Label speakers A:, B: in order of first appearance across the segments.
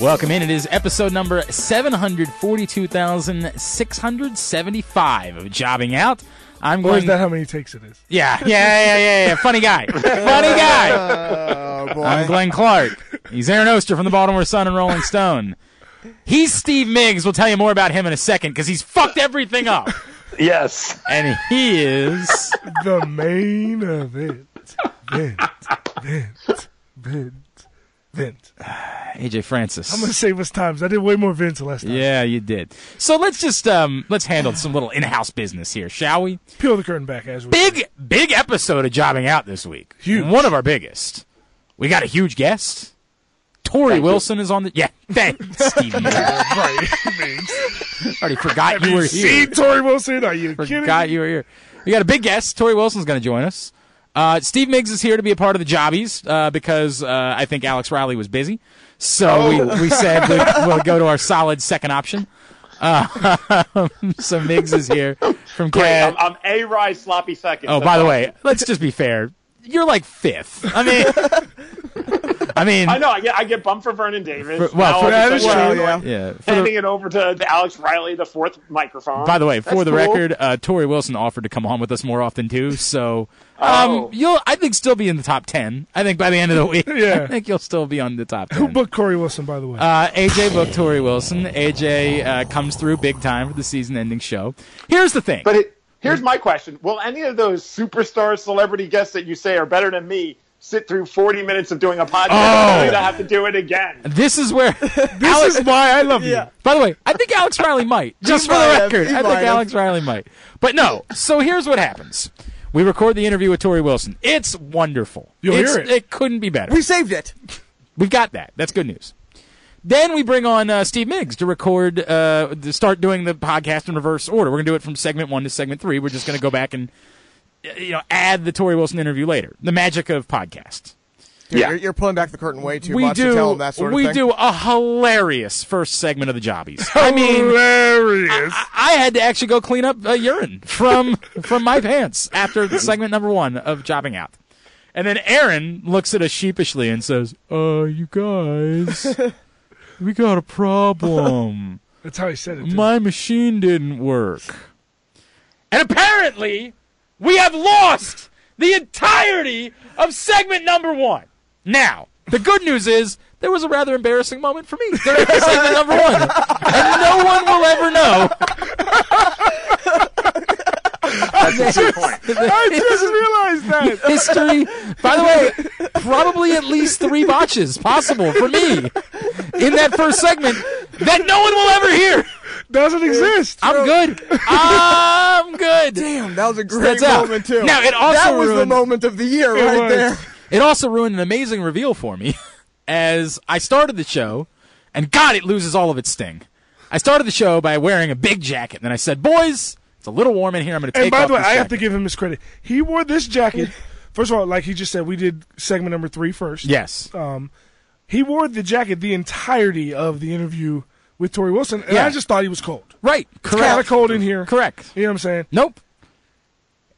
A: Welcome in. It is episode number 742,675 of Jobbing Out. I'm
B: Or
A: going.
B: is that how many takes it is?
A: yeah, yeah, yeah, yeah, yeah. Funny guy. Funny guy.
C: oh boy.
A: I'm Glenn Clark. He's Aaron Oster from the Baltimore Sun and Rolling Stone. He's Steve Miggs. We'll tell you more about him in a second because he's fucked everything up.
D: Yes.
A: And he is.
B: the main event. Vent, vent, vent, vent.
A: AJ Francis.
B: I'm gonna save us times. I did way more vents last time.
A: Yeah, you did. So let's just um let's handle some little in-house business here, shall we?
B: Peel the curtain back as we.
A: Big big episode of jobbing out this week.
B: Huge.
A: One of our biggest. We got a huge guest. Tori Wilson is on the Yeah, thanks, Steve. I
B: right. Thanks.
A: already forgot you were
B: See,
A: here.
B: Tori Wilson, are you kidding?
A: Forgot you were here. We got a big guest. Tori Wilson's going to join us. Uh, Steve Miggs is here to be a part of the jobbies uh, because uh, I think Alex Riley was busy. So
D: Oh.
A: we, we said that we'll go to our solid second option. Uh, so Miggs is here from
D: Great.
A: Cat.
D: I'm, I'm a Rye sloppy second.
A: Oh, by the way, let's just be fair. You're like fifth. I mean, I mean,
D: I know. I get, I get bumped for Vernon Davis.
A: For- well,
D: Now
A: for-
D: all of a
A: that is
D: sudden,
C: true,
D: we're
C: yeah.
D: like
A: yeah. for the-
D: Handing it over to, to Alex Riley, the fourth microphone.
A: By the way, for the
C: cool.
A: record, uh, Tori Wilson offered to come on with us more often too. So um,
D: Oh.
A: you'll, I think, still be in the top ten. I think by the end of the week,
B: Yeah.
A: I think you'll still be on the top ten.
B: Who booked Corey Wilson, by the way?
A: uh, AJ booked Tori Wilson. AJ uh, comes through big time for the season-ending show. Here's the thing.
D: But it, here's my question: Will any of those superstar celebrity guests that you say are better than me sit through 40 minutes of doing a podcast?
A: Oh.
D: and I have to do it again.
A: this is where Alex,
B: is why I love
C: Yeah.
B: you.
A: By the way, I think Alex Riley might. Just for
C: might
A: the
C: have.
A: record,
C: He
A: I
C: might
A: think
C: have.
A: Alex Riley might. But no. So here's what happens. We record the interview with Tori Wilson. It's wonderful.
B: You'll
A: It's-
B: hear it.
A: couldn't be better.
C: We saved it.
A: We've got that. That's good news. Then we bring on uh, Steve Miggs to record, uh, to start doing the podcast in reverse order. We're going to do it from segment one to segment three. We're just going to go back and uh, you know add the Tori Wilson interview later. The magic of podcasts.
C: Dude,
D: Yeah.
C: you're, you're pulling back the curtain way too
A: we
C: much
A: do.
C: to tell them that sort of
A: we
C: thing.
A: do a hilarious first segment of the jobbies. I mean,
B: hilarious.
A: I, I had to actually go clean up uh, urine from from my pants after segment number one of jobbing out. And then Aaron looks at us sheepishly and says, "Uh, you guys, we got a problem.
B: That's how he said it. too.
A: My machine didn't work, and apparently, we have lost the entirety of segment number one. Now, the good news is." There was a rather embarrassing moment for me during segment number one, and no one will ever know
D: That's a good point.
B: I just realized that.
A: history. By the way, probably at least three botches possible for me in that first segment that no one will ever hear.
B: Doesn't exist.
A: I'm good. I'm good.
C: Damn, that was a great
A: That's out.
C: moment too.
A: Now, it also
C: that was the
A: ruined-
C: moment of the year right
B: was.
C: there.
A: It also ruined an amazing reveal for me as I started the show, and God, it loses all of its sting. I started the show by wearing a big jacket, and then I said, "Boys, it's a little warm in here. I'm going to take
B: And by
A: off
B: the way,
A: this
B: I have
A: jacket."
B: to give him his credit. He wore this jacket. First of all, like he just said, we did segment number three first.
A: Yes.
B: Um, he wore the jacket the entirety of the interview with Tori Wilson, and I
A: Yeah.
B: just thought he was cold.
A: Right.
B: Kind of
A: Correct.
B: cold in here.
A: Correct.
B: You know what I'm saying?
A: Nope.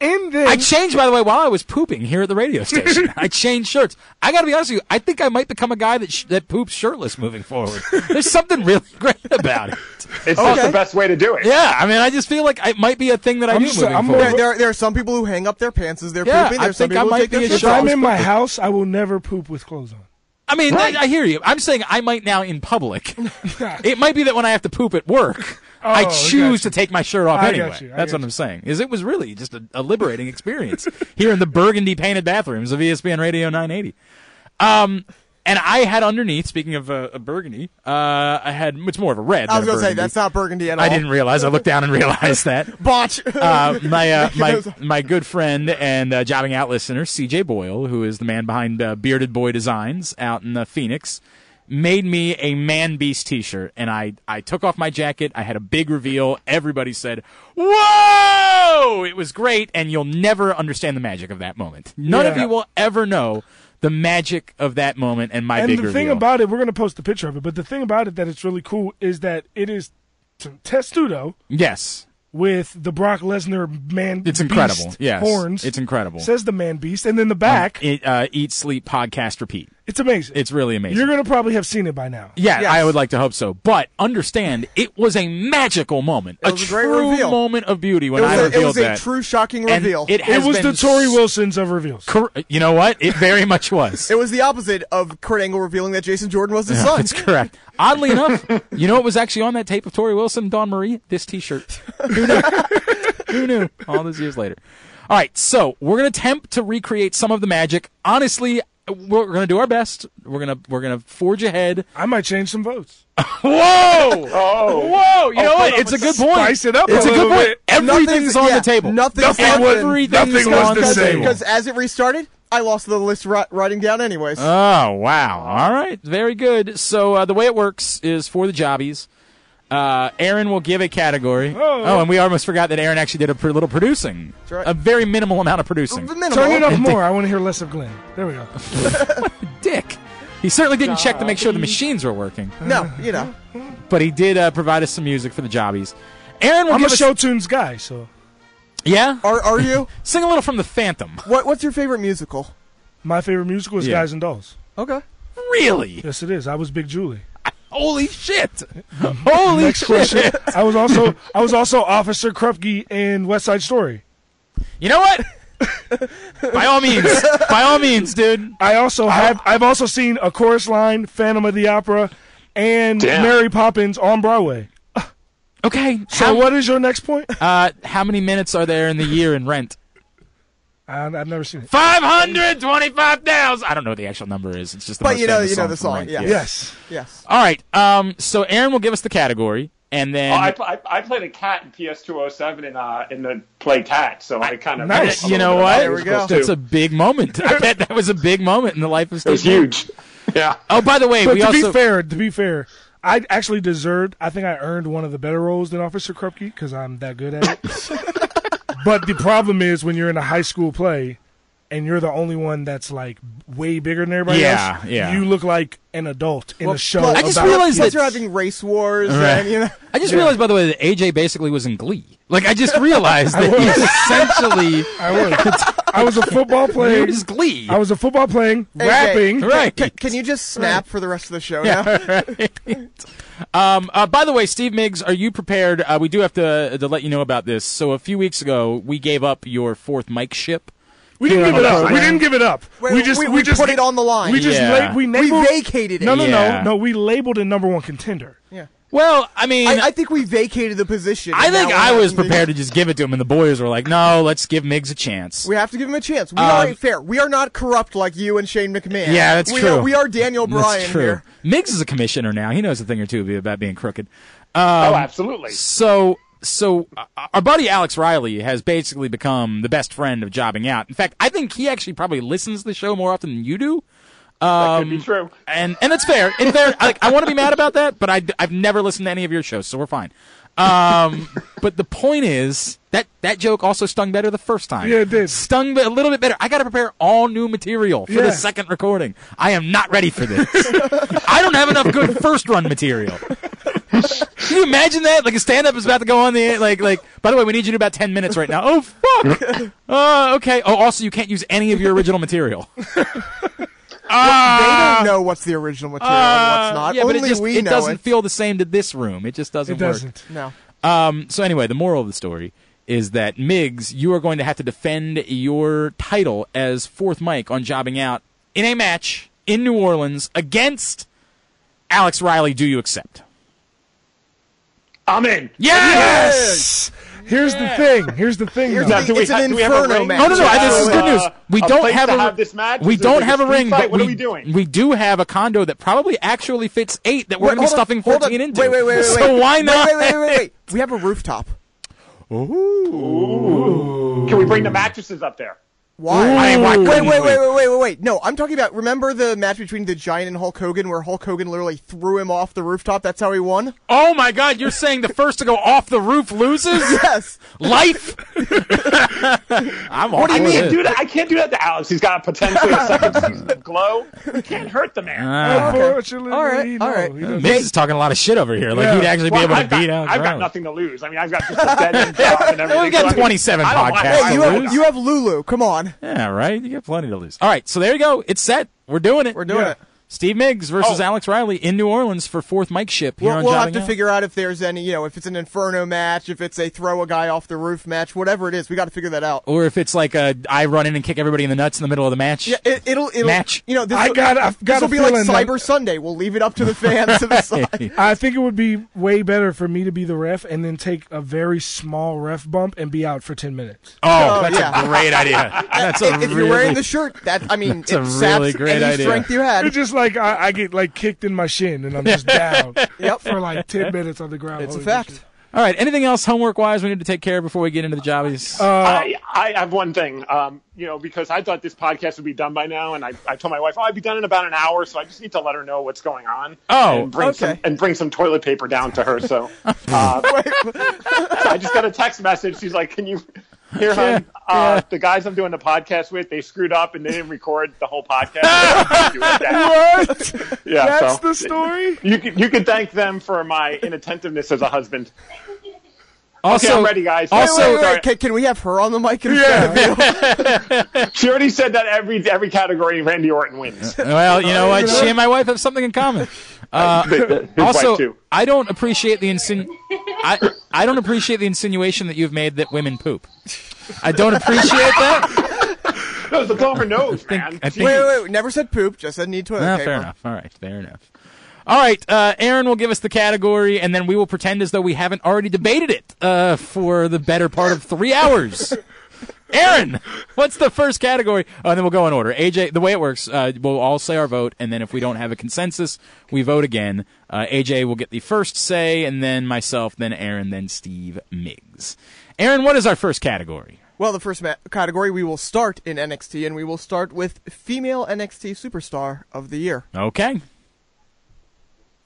B: And then
A: I changed, by the way, while I was pooping here at the radio station. I changed shirts. I got to be honest with you. I think I might become a guy that sh- that poops shirtless moving forward. There's something really great about it.
D: It's just the best way to do it.
A: Yeah, I mean, I just feel like it might be a thing that I
B: I'm
A: do
B: just-
A: moving
B: I'm
A: forward.
B: over-
C: There, there, there are some people who hang up their pants as they're
A: Yeah,
C: pooping.
A: I
C: There's some
A: think I
C: people who
A: might
C: take
A: be
C: their
A: a
C: shirts
B: if
A: shock.
C: off.
B: I'm in my house, I will never poop with clothes on.
A: I mean, I, I hear you. I'm saying I might now in public. it might be that when I have to poop at work, I
B: Oh, I
A: choose
B: got you.
A: to take my shirt off
B: I got
A: anyway.
B: you, I
A: That's
B: got
A: what
B: you.
A: I'm saying. Is it was really just a, a liberating E experience here in the burgundy painted bathrooms of ESPN Radio 980. Um, And I had underneath, speaking of uh, a burgundy, uh, I had it's more of a red.
C: I was
A: than a
C: gonna say
A: burgundy.
C: that's not burgundy at all.
A: I didn't realize. I looked down and realized that.
C: botch.
A: Uh, my uh, my my good friend and uh, jobbing out listener CJ Boyle, who is the man behind uh, Bearded Boy Designs out in uh, Phoenix, made me a Man Beast T-shirt, and I I took off my jacket. I had a big reveal. Everybody said, "Whoa!" It was great, and you'll never understand the magic of that moment. None of
B: Yeah.
A: you will ever know the magic of that moment and my
B: and
A: big
B: the
A: reveal.
B: thing about it, we're gonna post a picture of it. But the thing about it that it's really cool is that it is t- testudo
A: yes,
B: with the Brock Lesnar man.
A: it's incredible.
B: Beast
A: yes,
B: horns.
A: it's incredible.
B: Says the man beast, and then the back.
A: It, uh, eat, sleep, podcast, repeat.
B: it's amazing.
A: It's really amazing.
B: You're gonna probably have seen it by now.
A: Yeah,
C: Yes.
A: I would like to hope so. But understand, it was a magical moment, a
C: was a great
A: true
C: reveal.
A: moment of beauty when
C: It was,
A: I
C: a,
A: revealed
C: it was a
A: that.
C: true shocking
A: And
C: reveal.
A: it
B: It
A: has
B: was
A: been
B: the Tory
A: s-
B: Wilsons of reveals.
A: cor- you know what? It very much was.
C: It was the opposite of Kurt Angle revealing that Jason Jordan was his son.
A: That's correct. Oddly enough, you know what was actually on that tape of Tori Wilson and Dawn Marie? This T-shirt. Who knew? Who knew? All those years later. All right, so we're gonna attempt to recreate some of the magic. Honestly, we're gonna do our best. We're gonna we're gonna forge ahead.
B: I might change some votes.
A: Whoa!
D: Oh,
A: Whoa! You know what? It's a good point.
B: Spice it up
A: It's a
B: a
A: good
B: little
A: point.
B: bit.
A: Everything's
C: Nothing's-
A: on
C: yeah,
A: the table.
C: nothing's Nothing happened. was-
A: Everything's
B: nothing was
A: on
B: the
A: the
B: same.
A: table.
C: Because as it restarted, I lost the list ri- writing down anyways.
A: Oh wow! All right, very good. So uh, the way it works is for the jobbies. Uh, Aaron will give a category.
B: Oh.
A: and we almost forgot that Aaron actually did a pr- little producing,
C: right.
A: a very minimal amount of producing.
C: The minimal.
B: Turn it up more. I want to hear less of Glenn. There we go.
A: Dick. He certainly didn't check to make sure the machines were working,
C: No, you know.
A: but he did uh, provide us some music for the jobbies. Aaron will
B: I'm a
A: give us
B: show tunes guy, so
A: yeah,
C: Are are you?
A: sing a little from the Phantom.
C: What what's your favorite musical?
B: my favorite musical is
A: Yeah.
B: Guys and Dolls.
C: Okay.
A: Really?
B: Yes, it is. I was Big Julie.
A: Holy shit! Holy
B: Next
A: shit!
B: question. I was also I was also Officer Krupke in West Side Story.
A: You know what? by all means, by all means, dude.
B: I also
A: Oh.
B: have I've also seen a chorus line, Phantom of the Opera, and
D: Damn.
B: Mary Poppins on Broadway.
A: Okay.
B: So
A: how,
B: what is your next point?
A: Uh, how many minutes are there in the year in Rent?
B: I, I've never seen it.
A: Five hundred twenty-five thousand. I don't know what the actual number is. It's just the
C: But
A: most
C: you know-
A: famous
C: you know
A: song
C: the
A: from
C: song,
A: Rent,
C: yeah.
B: Yes.
C: Yes.
A: All right. Um. So Aaron will give us the category, and then
D: Oh, I, I, I played a cat in PS207 in uh in the play cat, so I kind of
B: Nice.
A: you know what?
C: Oh, There we go.
A: That's a big moment. I bet that was a big moment in the life of
D: it
A: Steve.
D: was huge. Yeah.
A: Oh, by the way,
B: But
A: we
B: to
A: also
B: be fair, to be fair, I actually deserved. I think I earned one of the better roles than Officer Krupke because I'm that good at it. but the problem is when you're in a high school play, and you're the only one that's like way bigger than everybody
A: Yeah,
B: else.
A: yeah.
B: You look like an adult in a show.
C: Plus-
A: I just
B: about-
A: realized
C: plus
A: that-
C: you're having race wars
A: Right.
C: and you know.
A: I just realized, by the way, that AJ basically was in Glee. Like I just realized that
B: was.
A: he's essentially
B: I was. I was a football
A: he
B: player.
A: was Glee.
B: I was a football playing,
C: Hey,
B: rapping.
A: right.
C: Can, can you just snap for the rest of the show now?
A: Um, uh, by the way, Steve Miggs, are you prepared? Uh, we do have to to let you know about this. So a few weeks ago, we gave up your fourth mic ship.
B: We didn't give it up.
D: Okay.
B: We didn't give it up.
C: Wait,
B: we just
C: we- we
B: just
C: put it on the line.
B: We just
A: Yeah.
B: la- we
C: We
B: labeled.
C: vacated it.
B: no, no,
A: Yeah.
B: no, no. We labeled it number one contender.
C: Yeah.
A: Well, I mean,
C: I,
A: I,
C: I think we vacated the position. and
A: think
C: now
A: I
C: we're
A: was
C: having to-
A: prepared to just give it to him, and the boys were like, "No, let's give Miggs a chance."
C: We have to give him a chance. We are fair. We are not corrupt like you and Shane McMahon.
A: Um, Yeah, that's
C: we
A: true.
C: Are, we are Daniel Bryan
A: That's true.
C: here.
A: Miggs is a commissioner now. He knows a thing or two about being crooked.
D: oh, absolutely.
A: So, so uh, our buddy Alex Riley has basically become the best friend of jobbing out. In fact, I think he actually probably listens to the show more often than you do.
D: That could be true.
A: and and it's fair. It's fair. Like, I want to be mad about that, but I have never listened to any of your shows, so we're fine. Um, but the point is that that joke also stung better the first time.
B: Yeah, it did.
A: Stung a little bit better. I got to prepare all new material for
B: Yeah.
A: the second recording. I am not ready for this. I don't have enough good first run material. Can you imagine that? Like a stand up is about to go on the air, like like. By the way, we need you to do about ten minutes right now. Oh fuck. Uh, okay. Oh, also you can't use any of your original material.
C: they don't know what's the original material and what's not.
A: Uh, Yeah,
C: Only
A: but it just
C: we
A: it
C: know
A: doesn't
C: it.
A: feel the same to this room. It just doesn't
B: It
A: work.
B: doesn't.
C: No.
A: Um, so anyway, the moral of the story is that Miggs, you are going to have to defend your title as fourth mic on jobbing out in a match in New Orleans against Alex Riley. Do you accept?
D: I'm in.
A: Yes.
B: Yes. Here's the thing. Here's the thing.
C: Here's
B: though.
C: the- it's an
D: we have a
C: inferno
D: ring?
C: match.
A: No, no, no.
C: Is
A: I- This is
D: So,
A: good news.
D: uh,
A: We
D: a
A: don't
D: place
A: have
D: to
A: a
D: have this match?
A: We
D: Is it
A: don't
D: like a
A: have a
D: street
A: ring.
D: fight?
A: But
D: What are
A: we,
D: we doing?
A: We do have a condo that probably actually fits eight that we're
C: Wait,
A: going to be
C: hold on,
A: stuffing
C: hold on.
A: fourteen into.
C: Wait, wait, wait, wait.
A: So
C: wait.
A: why not?
C: Wait, wait, wait, wait, wait. We have a rooftop.
D: Can we bring the mattresses up there?
C: Why?
A: I mean, why
C: wait, wait,
A: couldn't
C: wait,
A: we?
C: wait, wait, wait, wait, wait. No, I'm talking about. Remember the match between the Giant and Hulk Hogan, where Hulk Hogan literally threw him off the rooftop. That's how he won.
A: Oh my God! You're saying the first to go off the roof loses
C: Yes.
A: life? I'm all
D: I
A: for
D: can't
A: this.
D: do that. I can't do that to Alex. He's got a potentially a second season of glow. We can't hurt the man.
B: Unfortunately,
C: All right,
B: he-
C: all
B: no,
C: right.
B: he doesn't.
A: Miz is talking a lot of shit over here. Like
B: Yeah.
A: he'd actually
D: Well,
A: be able to
D: I've got,
A: beat out.
D: I've got
A: Brown.
D: nothing to lose. I mean, I've got just a dead end job and everything.
A: We've got
D: so, I mean,
A: 27
D: I don't mind.
A: podcasts.
D: I
C: Hey, you
D: don't
C: have,
D: mind.
C: you have Lulu. Come on.
A: Yeah, right. You got plenty to lose. All right, so there you go. It's set. We're doing it.
C: We're doing
B: Yeah.
C: it.
A: Steve Miggs versus
D: Oh.
A: Alex Riley in New Orleans for fourth mic ship. Here
C: We'll,
A: on
C: we'll have
A: Jotting
C: to
A: Out.
C: figure out if there's any, you know, if it's an inferno match, if it's a throw a guy off the roof match, whatever it is. We got to figure that out.
A: or if it's like a I run in and kick everybody in the nuts in the middle of the match.
C: Yeah, it, it'll it'll
A: Match.
C: You know, this
B: I
C: will-
B: got- I've got
C: this will
B: a
C: be like
B: feeling that-
C: Cyber Sunday. We'll leave it up to the fans to decide.
B: I think it would be way better for me to be the ref and then take a very small ref bump and be out for ten minutes.
A: Oh, that's
C: yeah.
A: a great idea. That's a
C: if, if
A: really,
C: you're wearing the shirt, that I mean,
A: a
C: it saps
A: really great
C: any
A: idea.
C: strength you had.
B: It's just like I, I get like kicked in my shin and I'm just down
C: Yep.
B: for like ten minutes on the ground.
C: It's a
B: Holy
C: fact.
B: shit.
A: All right. Anything else homework wise we need to take care of before we get into the jobbies?
B: Uh,
D: I, I have one thing, um, you know, because I thought this podcast would be done by now, and I, I told my wife, oh, I'd be done in about an hour, so I just need to let her know what's going on.
A: Oh,
D: and bring some
C: okay.
D: and bring some toilet paper down to her. So, uh, I just got a text message. She's like, "Can you hear hon, uh, the guys I'm doing the podcast with? They screwed up and they didn't record the whole podcast.
B: What?
D: yeah,
B: That's
D: so
B: the story.
D: You can, you can thank them for my inattentiveness as a husband.
A: also,
D: I'm ready, guys.
C: Wait,
A: Also,
C: wait, wait, Can, can we have her on the mic? Instead? Yeah.
D: She already said that every every category Randy Orton wins.
A: well, you know what? She and my wife have something in common.
D: His wife
A: Also,
D: too.
A: I don't appreciate the insin. I I don't appreciate the insinuation that you've made that women poop. I don't appreciate that.
D: No, it's all her nose, man.
A: I
D: She-
A: think-
C: Wait, wait, wait. Never said poop. Just said need toilet
A: Ah,
C: paper.
A: fair enough. All right, fair enough. All right, uh, Aaron will give us the category, and then we will pretend as though we haven't already debated it uh, for the better part of three hours. Aaron, what's the first category? Oh, and then we'll go in order. AJ, the way it works, uh, we'll all say our vote, and then if we don't have a consensus, we vote again. Uh, AJ will get the first say, and then myself, then Aaron, then Steve Miggs. Aaron, what is our first category?
C: Well, the first ma- category we will start in NXT, and we will start with female NXT superstar of the year.
A: Okay,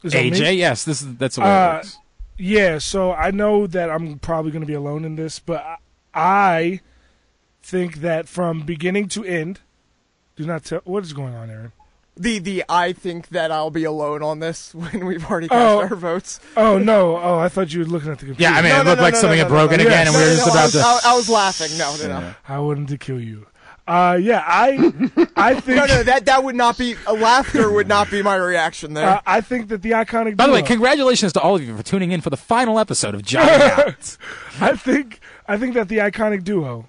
B: Is that me?
A: AJ. Yes, this is that's the way
B: Uh,
A: it works.
B: Yeah, so I know that I'm probably going to be alone in this, but I- I think that from beginning to end, do not tell what is going on, Aaron.
C: The the I think that I'll be alone on this when we've already cast
B: Oh.
C: our votes.
B: Oh no! Oh, I thought you were looking at the computer.
A: Yeah, I mean,
C: No,
A: it
C: no,
A: looked
C: no,
A: like
C: no,
A: something
C: no,
A: had
C: no,
A: broken
C: no,
A: again,
C: no,
A: and we were
C: no,
A: just
C: no, I
A: about
C: was,
A: to.
C: I, I was laughing. No, no, no,
B: I wanted to kill you. Uh, yeah, I, I think,
C: no, no. That that would not be a laughter. Would not be my reaction there.
B: uh, I think that the iconic.
A: By the way,
B: duo-
A: congratulations to all of you for tuning in for the final episode of Johnny Out.
B: I think, I think that the iconic duo,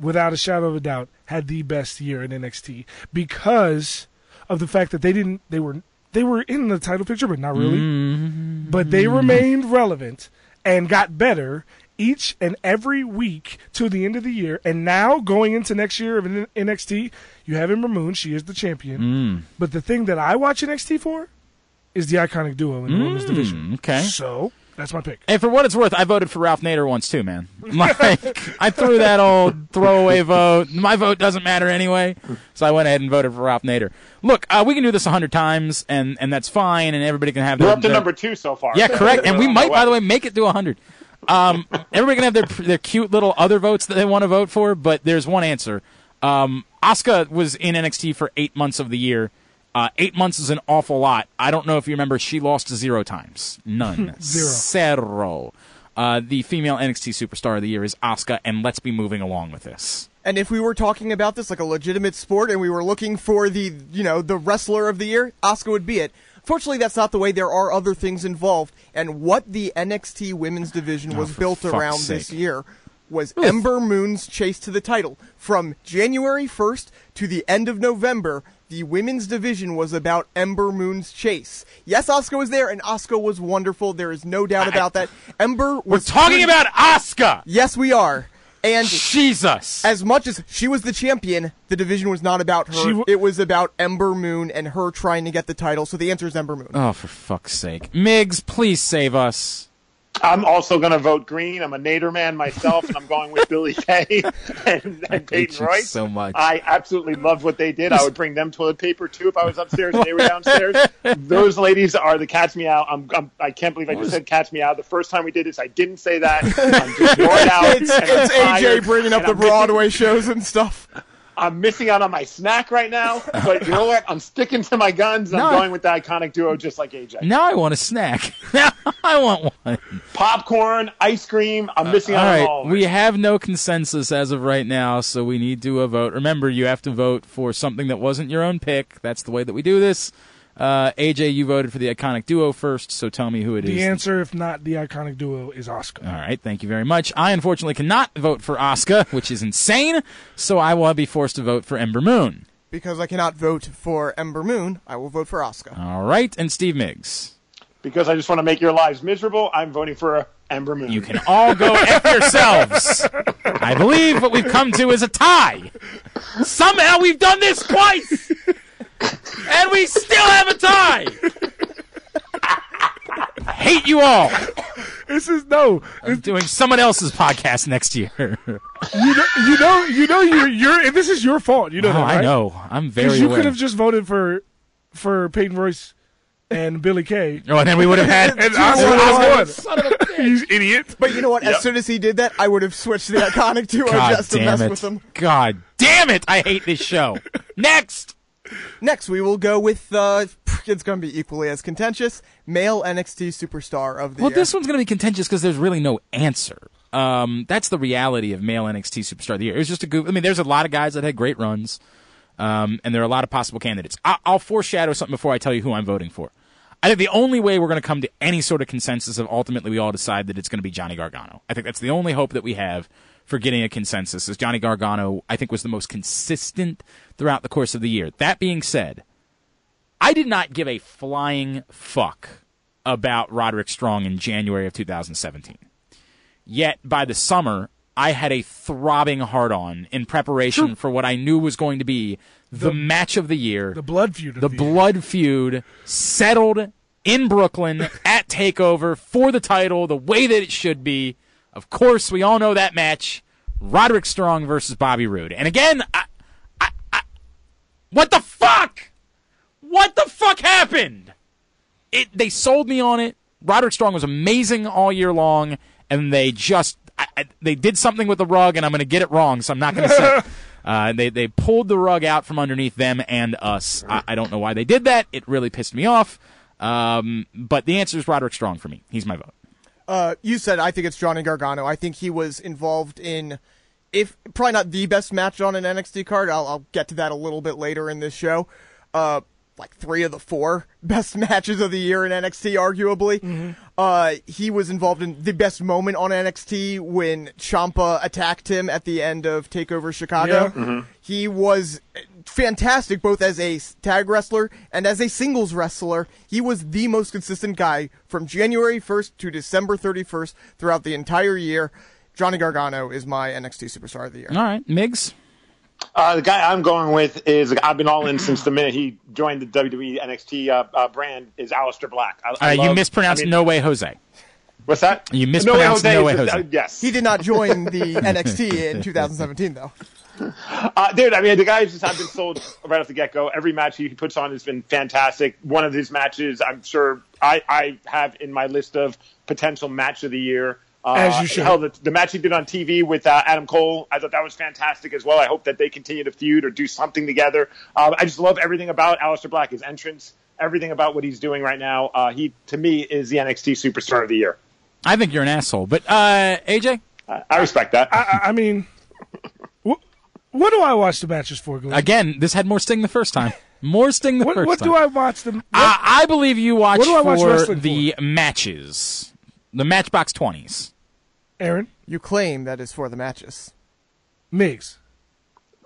B: without a shadow of a doubt, had the best year in NXT because of the fact that they didn't, they were, they were in the title picture, but not really. but they remained relevant and got better each and every week to the end of the year. And now going into next year of N- NXT, you have Ember Moon. She is the champion. But the thing that I watch NXT for is the iconic duo in the women's division.
A: okay.
B: So that's my pick.
A: And for what it's worth, I voted for Ralph Nader once too, man. Like I threw that old throwaway vote. My vote doesn't matter anyway, so I went ahead and voted for Ralph Nader. Look, uh, we can do this a hundred times, and and that's fine, and everybody can have.
D: We're
A: their-
D: up to
A: their-
D: number two so far.
A: Yeah, correct. And we
D: On
A: might,
D: our
A: by the way, make it to 100. Um, everybody can have their their cute little other votes that they want to vote for, but there's one answer. Um, Asuka was in NXT for eight months of the year. Uh, eight months is an awful lot. I don't know if you remember, she lost zero times. None. zero. Zero. Uh, the female NXT superstar of the year is Asuka, and let's be moving along with this.
C: And if we were talking about this like a legitimate sport and we were looking for the, you know, the wrestler of the year, Asuka would be it. Fortunately, that's not the way. There are other things involved. And what the NXT women's division was built
A: fuck's
C: around
A: sake.
C: this year was Ember Moon's chase to the title. From January 1st to the end of November, the women's division was about Ember Moon's chase. Yes, Asuka was there, and Asuka was wonderful. There is no doubt about that. Ember was.
A: We're talking about Asuka.
C: Yes, we are. And
A: Jesus.
C: as much as she was the champion, the division was not about her.
B: She w-
C: it was about Ember Moon and her trying to get the title. So the answer is Ember Moon.
A: Oh, for fuck's sake. Miggs, please save us.
D: I'm also going to vote green. I'm a Nader man myself, and I'm going with Billy Kay and, and Peyton
A: you
D: Royce.
A: so much.
D: I absolutely loved what they did. I would bring them toilet paper too if I was upstairs and they were downstairs. Those ladies are the cat's meow. I'm, I'm, I can't believe I just said cat's meow. The first time we did this, I didn't say that. I'm just worn out.
C: It's,
D: and I'm
C: it's AJ
D: tired,
C: bringing up
D: and
C: the
D: I'm missing-
C: Broadway shows and stuff.
D: I'm missing out on my snack right now, but you know what? I'm sticking to my guns. and I'm
A: No.
D: going with the iconic duo, just like AJ.
A: Now I want a snack. Now I want one.
D: Popcorn, ice cream. I'm missing
A: Uh, All
D: out on
A: right,
D: all. of it.
A: we have no consensus as of right now, so we need to uh, vote. Remember, you have to vote for something that wasn't your own pick. That's the way that we do this. Uh, AJ, you voted for the iconic duo first, so tell me who it is.
B: The answer, if not the iconic duo, is Oscar.
A: All right, thank you very much. I unfortunately cannot vote for Oscar, which is insane, so I will be forced to vote for Ember Moon.
C: Because I cannot vote for Ember Moon, I will vote for Asuka.
A: All right, and Steve Miggs.
D: because I just want to make your lives miserable. I'm voting for Ember Moon.
A: You can all go F yourselves. I believe what we've come to is a tie. Somehow we've done this twice, and we still have a tie. I hate you all.
B: This is no.
A: I'm doing someone else's podcast next year. Oh,
B: You know, you know, you know, you're, you're. and This is your fault. You know that, right?
A: Oh, I know. I'm very
B: Because you
A: aware.
B: could have just voted for, for Peyton Royce, and Billy Kay.
A: oh, and then we would have had.
B: And Oscar was
A: Son of a
B: one. You idiot.
C: But you know what? As soon as he did that, I would have switched the iconic duo
A: God
C: just to
A: damn
C: mess
A: it!
C: with him.
A: God damn it! I hate this show. Next.
C: Next, we will go with uh, it's going to be equally as contentious male NXT superstar of the
A: Well,
C: year.
A: this one's going to be contentious because there's really no answer. Um, that's the reality of male NXT Superstar of the Year. It was just a goof. I mean, there's a lot of guys that had great runs, um, and there are a lot of possible candidates. I- I'll foreshadow something before I tell you who I'm voting for. I think the only way we're going to come to any sort of consensus of ultimately we all decide that it's going to be Johnny Gargano. I think that's the only hope that we have for getting a consensus is Johnny Gargano, I think, was the most consistent throughout the course of the year. That being said, I did not give a flying fuck about Roderick Strong in January of 2017. Yet by the summer, I had a throbbing heart on in preparation for what I knew was going to be the, match of the year,
B: The blood feud. Of
A: the
B: the,
A: blood feud settled in Brooklyn at TakeOver for the title the way that it should be. Of course, we all know that match Roderick Strong versus Bobby Roode. And again, I, I, I, what the fuck? What the fuck happened? It, they sold me on it. Roderick Strong was amazing all year long, and they just. I, I, they did something with the rug, and I'm going to get it wrong, so I'm not going to say. it. Uh, they they pulled the rug out from underneath them and us. I, I don't know why they did that. It really pissed me off. Um, but the answer is Roderick Strong for me. He's my vote.
C: uh, you said I think it's Johnny Gargano. I think he was involved in if probably not the best match on an NXT card. I'll, I'll get to that a little bit later in this show. Uh, like three of the four best matches of the year in NXT, arguably. Uh, he was involved in the best moment on NXT when Champa attacked him at the end of Takeover Chicago.
B: Yeah.
A: Mm-hmm.
C: He was fantastic both as a tag wrestler and as a singles wrestler. He was the most consistent guy from January 1st to December 31st throughout the entire year. Johnny Gargano is my NXT Superstar of the Year.
A: All right, Migs.
D: Uh, the guy I'm going with is I've been all in since the minute he joined the WWE NXT uh, uh, brand is Aleister Black. I,
A: Uh,
D: I
A: you
D: love-
A: mispronounced
D: I mean,
A: No Way Jose.
D: What's that?
A: You
D: No Way
A: mispronounced No Way
D: is-
A: Jose.
D: uh, yes,
C: He did not join the NXT in 2017, though.
D: Uh, dude, I mean, the guy's just, I've been sold right off the get go. Every match he puts on has been fantastic. One of his matches, I'm sure, I, I have in my list of potential match of the year. Uh,
B: As you should.
D: Hell, the, the match he did on TV with uh, Adam Cole, I thought that was fantastic as well. I hope that they continue to feud or do something together. Um, I just love everything about Aleister Black, his entrance, everything about what he's doing right now. Uh, he, to me, is the NXT Superstar of the Year.
A: I think you're an asshole, but uh, AJ,
D: I, I respect that.
B: I, I mean, what, what do I watch the matches for, Glenn?
A: again, this had more sting the first time. More sting the
B: what
A: first
B: what
A: time.
B: do I watch them?
A: I, I believe you watch
B: What do I watch
A: for
B: wrestling
A: the matches, the Matchbox Twenties.
B: Aaron,
C: You claim that is for the matches.
B: Migs.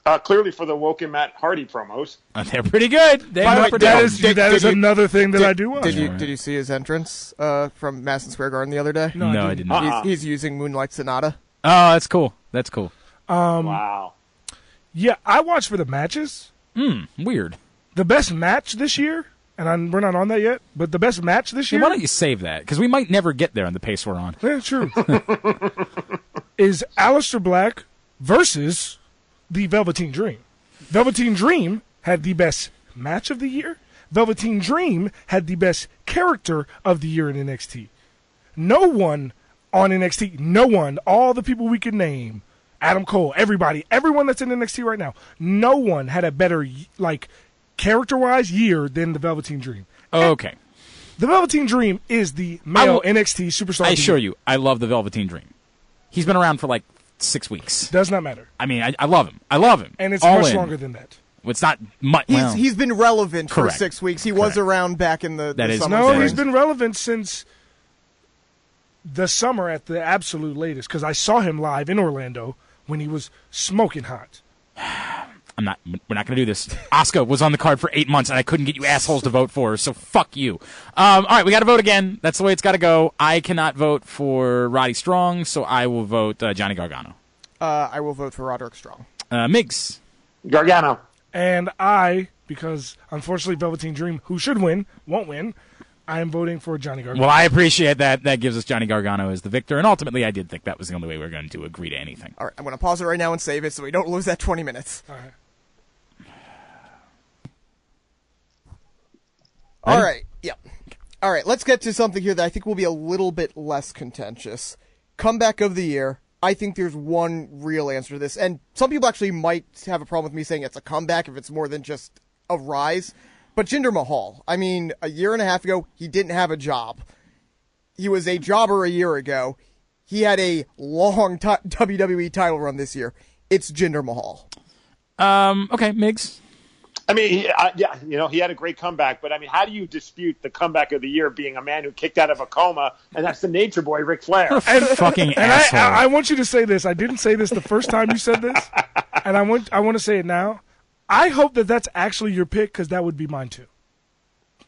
D: Uh, clearly for the Woken Matt Hardy promos.
A: Uh, They're pretty good. They
C: the way,
A: were
B: That
C: Oh,
B: is
C: did-
B: that
C: did
B: is
C: you-
B: another thing that I do watch.
C: Did you did you see his entrance uh, from Madison Square Garden the other day?
A: No, I did not.
D: Uh-uh.
C: He's, he's using Moonlight Sonata.
A: Oh, that's cool. That's cool.
B: Um,
D: wow.
B: Yeah, I watch for the matches.
A: Weird.
B: The best match this year, and I'm, we're not on that yet. But the best match this
A: Hey,
B: year.
A: why don't you save that? Because we might never get there on the pace we're on.
B: Yeah, true. is Aleister Black versus the Velveteen Dream. Velveteen Dream had the best match of the year. Velveteen Dream had the best character of the year in NXT. No one on NXT, no one, all the people we could name, Adam Cole, everybody, everyone that's in NXT right now, no one had a better y- like character-wise year than the Velveteen Dream.
A: Okay.
B: The Velveteen Dream is the male
A: will-
B: NXT superstar.
A: I
B: of the
A: assure
B: year.
A: you, I love the Velveteen Dream. He's been around for like six weeks.
B: does not matter.
A: I mean, I, I love him. I love him.
B: and it's
A: All
B: much
A: in.
B: longer than that.
A: It's not much.
C: He's
A: well,
C: he's been relevant
A: Correct.
C: for six weeks. He was
A: Correct.
C: around back in the,
A: That
C: the
A: is-
C: summer.
B: No,
C: spring.
B: he's been relevant since the summer at the absolute latest because I saw him live in Orlando when he was smoking hot.
A: I'm not. We're not going to do this. Oscar was on the card for eight months, and I couldn't get you assholes to vote for her. So fuck you. Um, all right, we got to vote again. That's the way it's got to go. I cannot vote for Roddy Strong, so I will vote uh, Johnny Gargano.
C: Uh, I will vote for Roderick Strong.
A: Uh, Migs.
D: Gargano.
B: And I, because unfortunately Velveteen Dream, who should win, won't win, I am voting for Johnny Gargano.
A: Well, I appreciate that. That gives us Johnny Gargano as the victor, and ultimately, I did think that was the only way we were going to agree to anything.
C: All right, I'm going to pause it right now and save it so we don't lose that 20 minutes. All right. All right. Yep. All right. Let's get to something here that I think will be a little bit less contentious. Comeback of the year. I think there's one real answer to this, and some people actually might have a problem with me saying it's a comeback if it's more than just a rise. But Jinder Mahal. I mean, a year and a half ago, he didn't have a job he was a jobber a year ago. He had a long ti WWE title run this year. It's Jinder Mahal.
A: Um, okay, Migs.
D: I mean, he, I, yeah, you know, he had a great comeback, but I mean, how do you dispute the comeback of the year being a man who kicked out of a coma, and that's the nature boy, Ric Flair?
A: Fucking
B: and I,
A: asshole.
B: I, I want you to say this. I didn't say this the first time you said this, and I want I want to say it now. I hope that that's actually your pick because that would be mine too.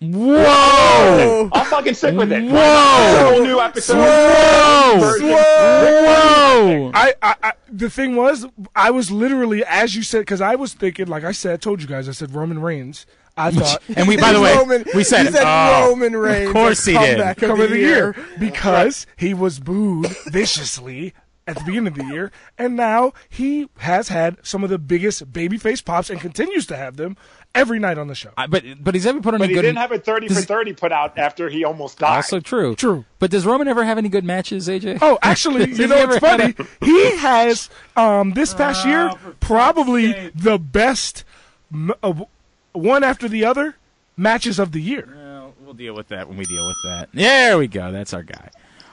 A: Whoa!
D: I'm fucking sick with it.
A: Oh. Whoa!
D: Whole new episode.
A: Whoa!
D: Version.
A: Whoa!
B: I, I, I the thing was, I was literally as you said because I was thinking, like I said, I told you guys, I said Roman Reigns. I thought
A: And we, by the way,
C: Roman-
A: we said,
C: he said
A: oh,
C: Roman Reigns.
A: Of course he did.
C: comeback
B: cover of the year because he was booed viciously at the beginning of the year, and now he has had some of the biggest babyface pops and continues to have them every night on the show.
A: I- but but he's ever put on
D: But
A: any
D: he
A: good.
D: didn't have a 30 for 30 put out after he almost died.
A: also true.
B: True.
A: But does Roman ever have any good matches, AJ?
B: Oh, actually,
A: Does
B: you
A: he
B: know
A: ever
B: it's funny.
A: have
B: He has um, this past year probably the best m- uh, w- one after the other matches of the year.
A: Well, we'll deal with that when we deal with that. There we go. That's our guy.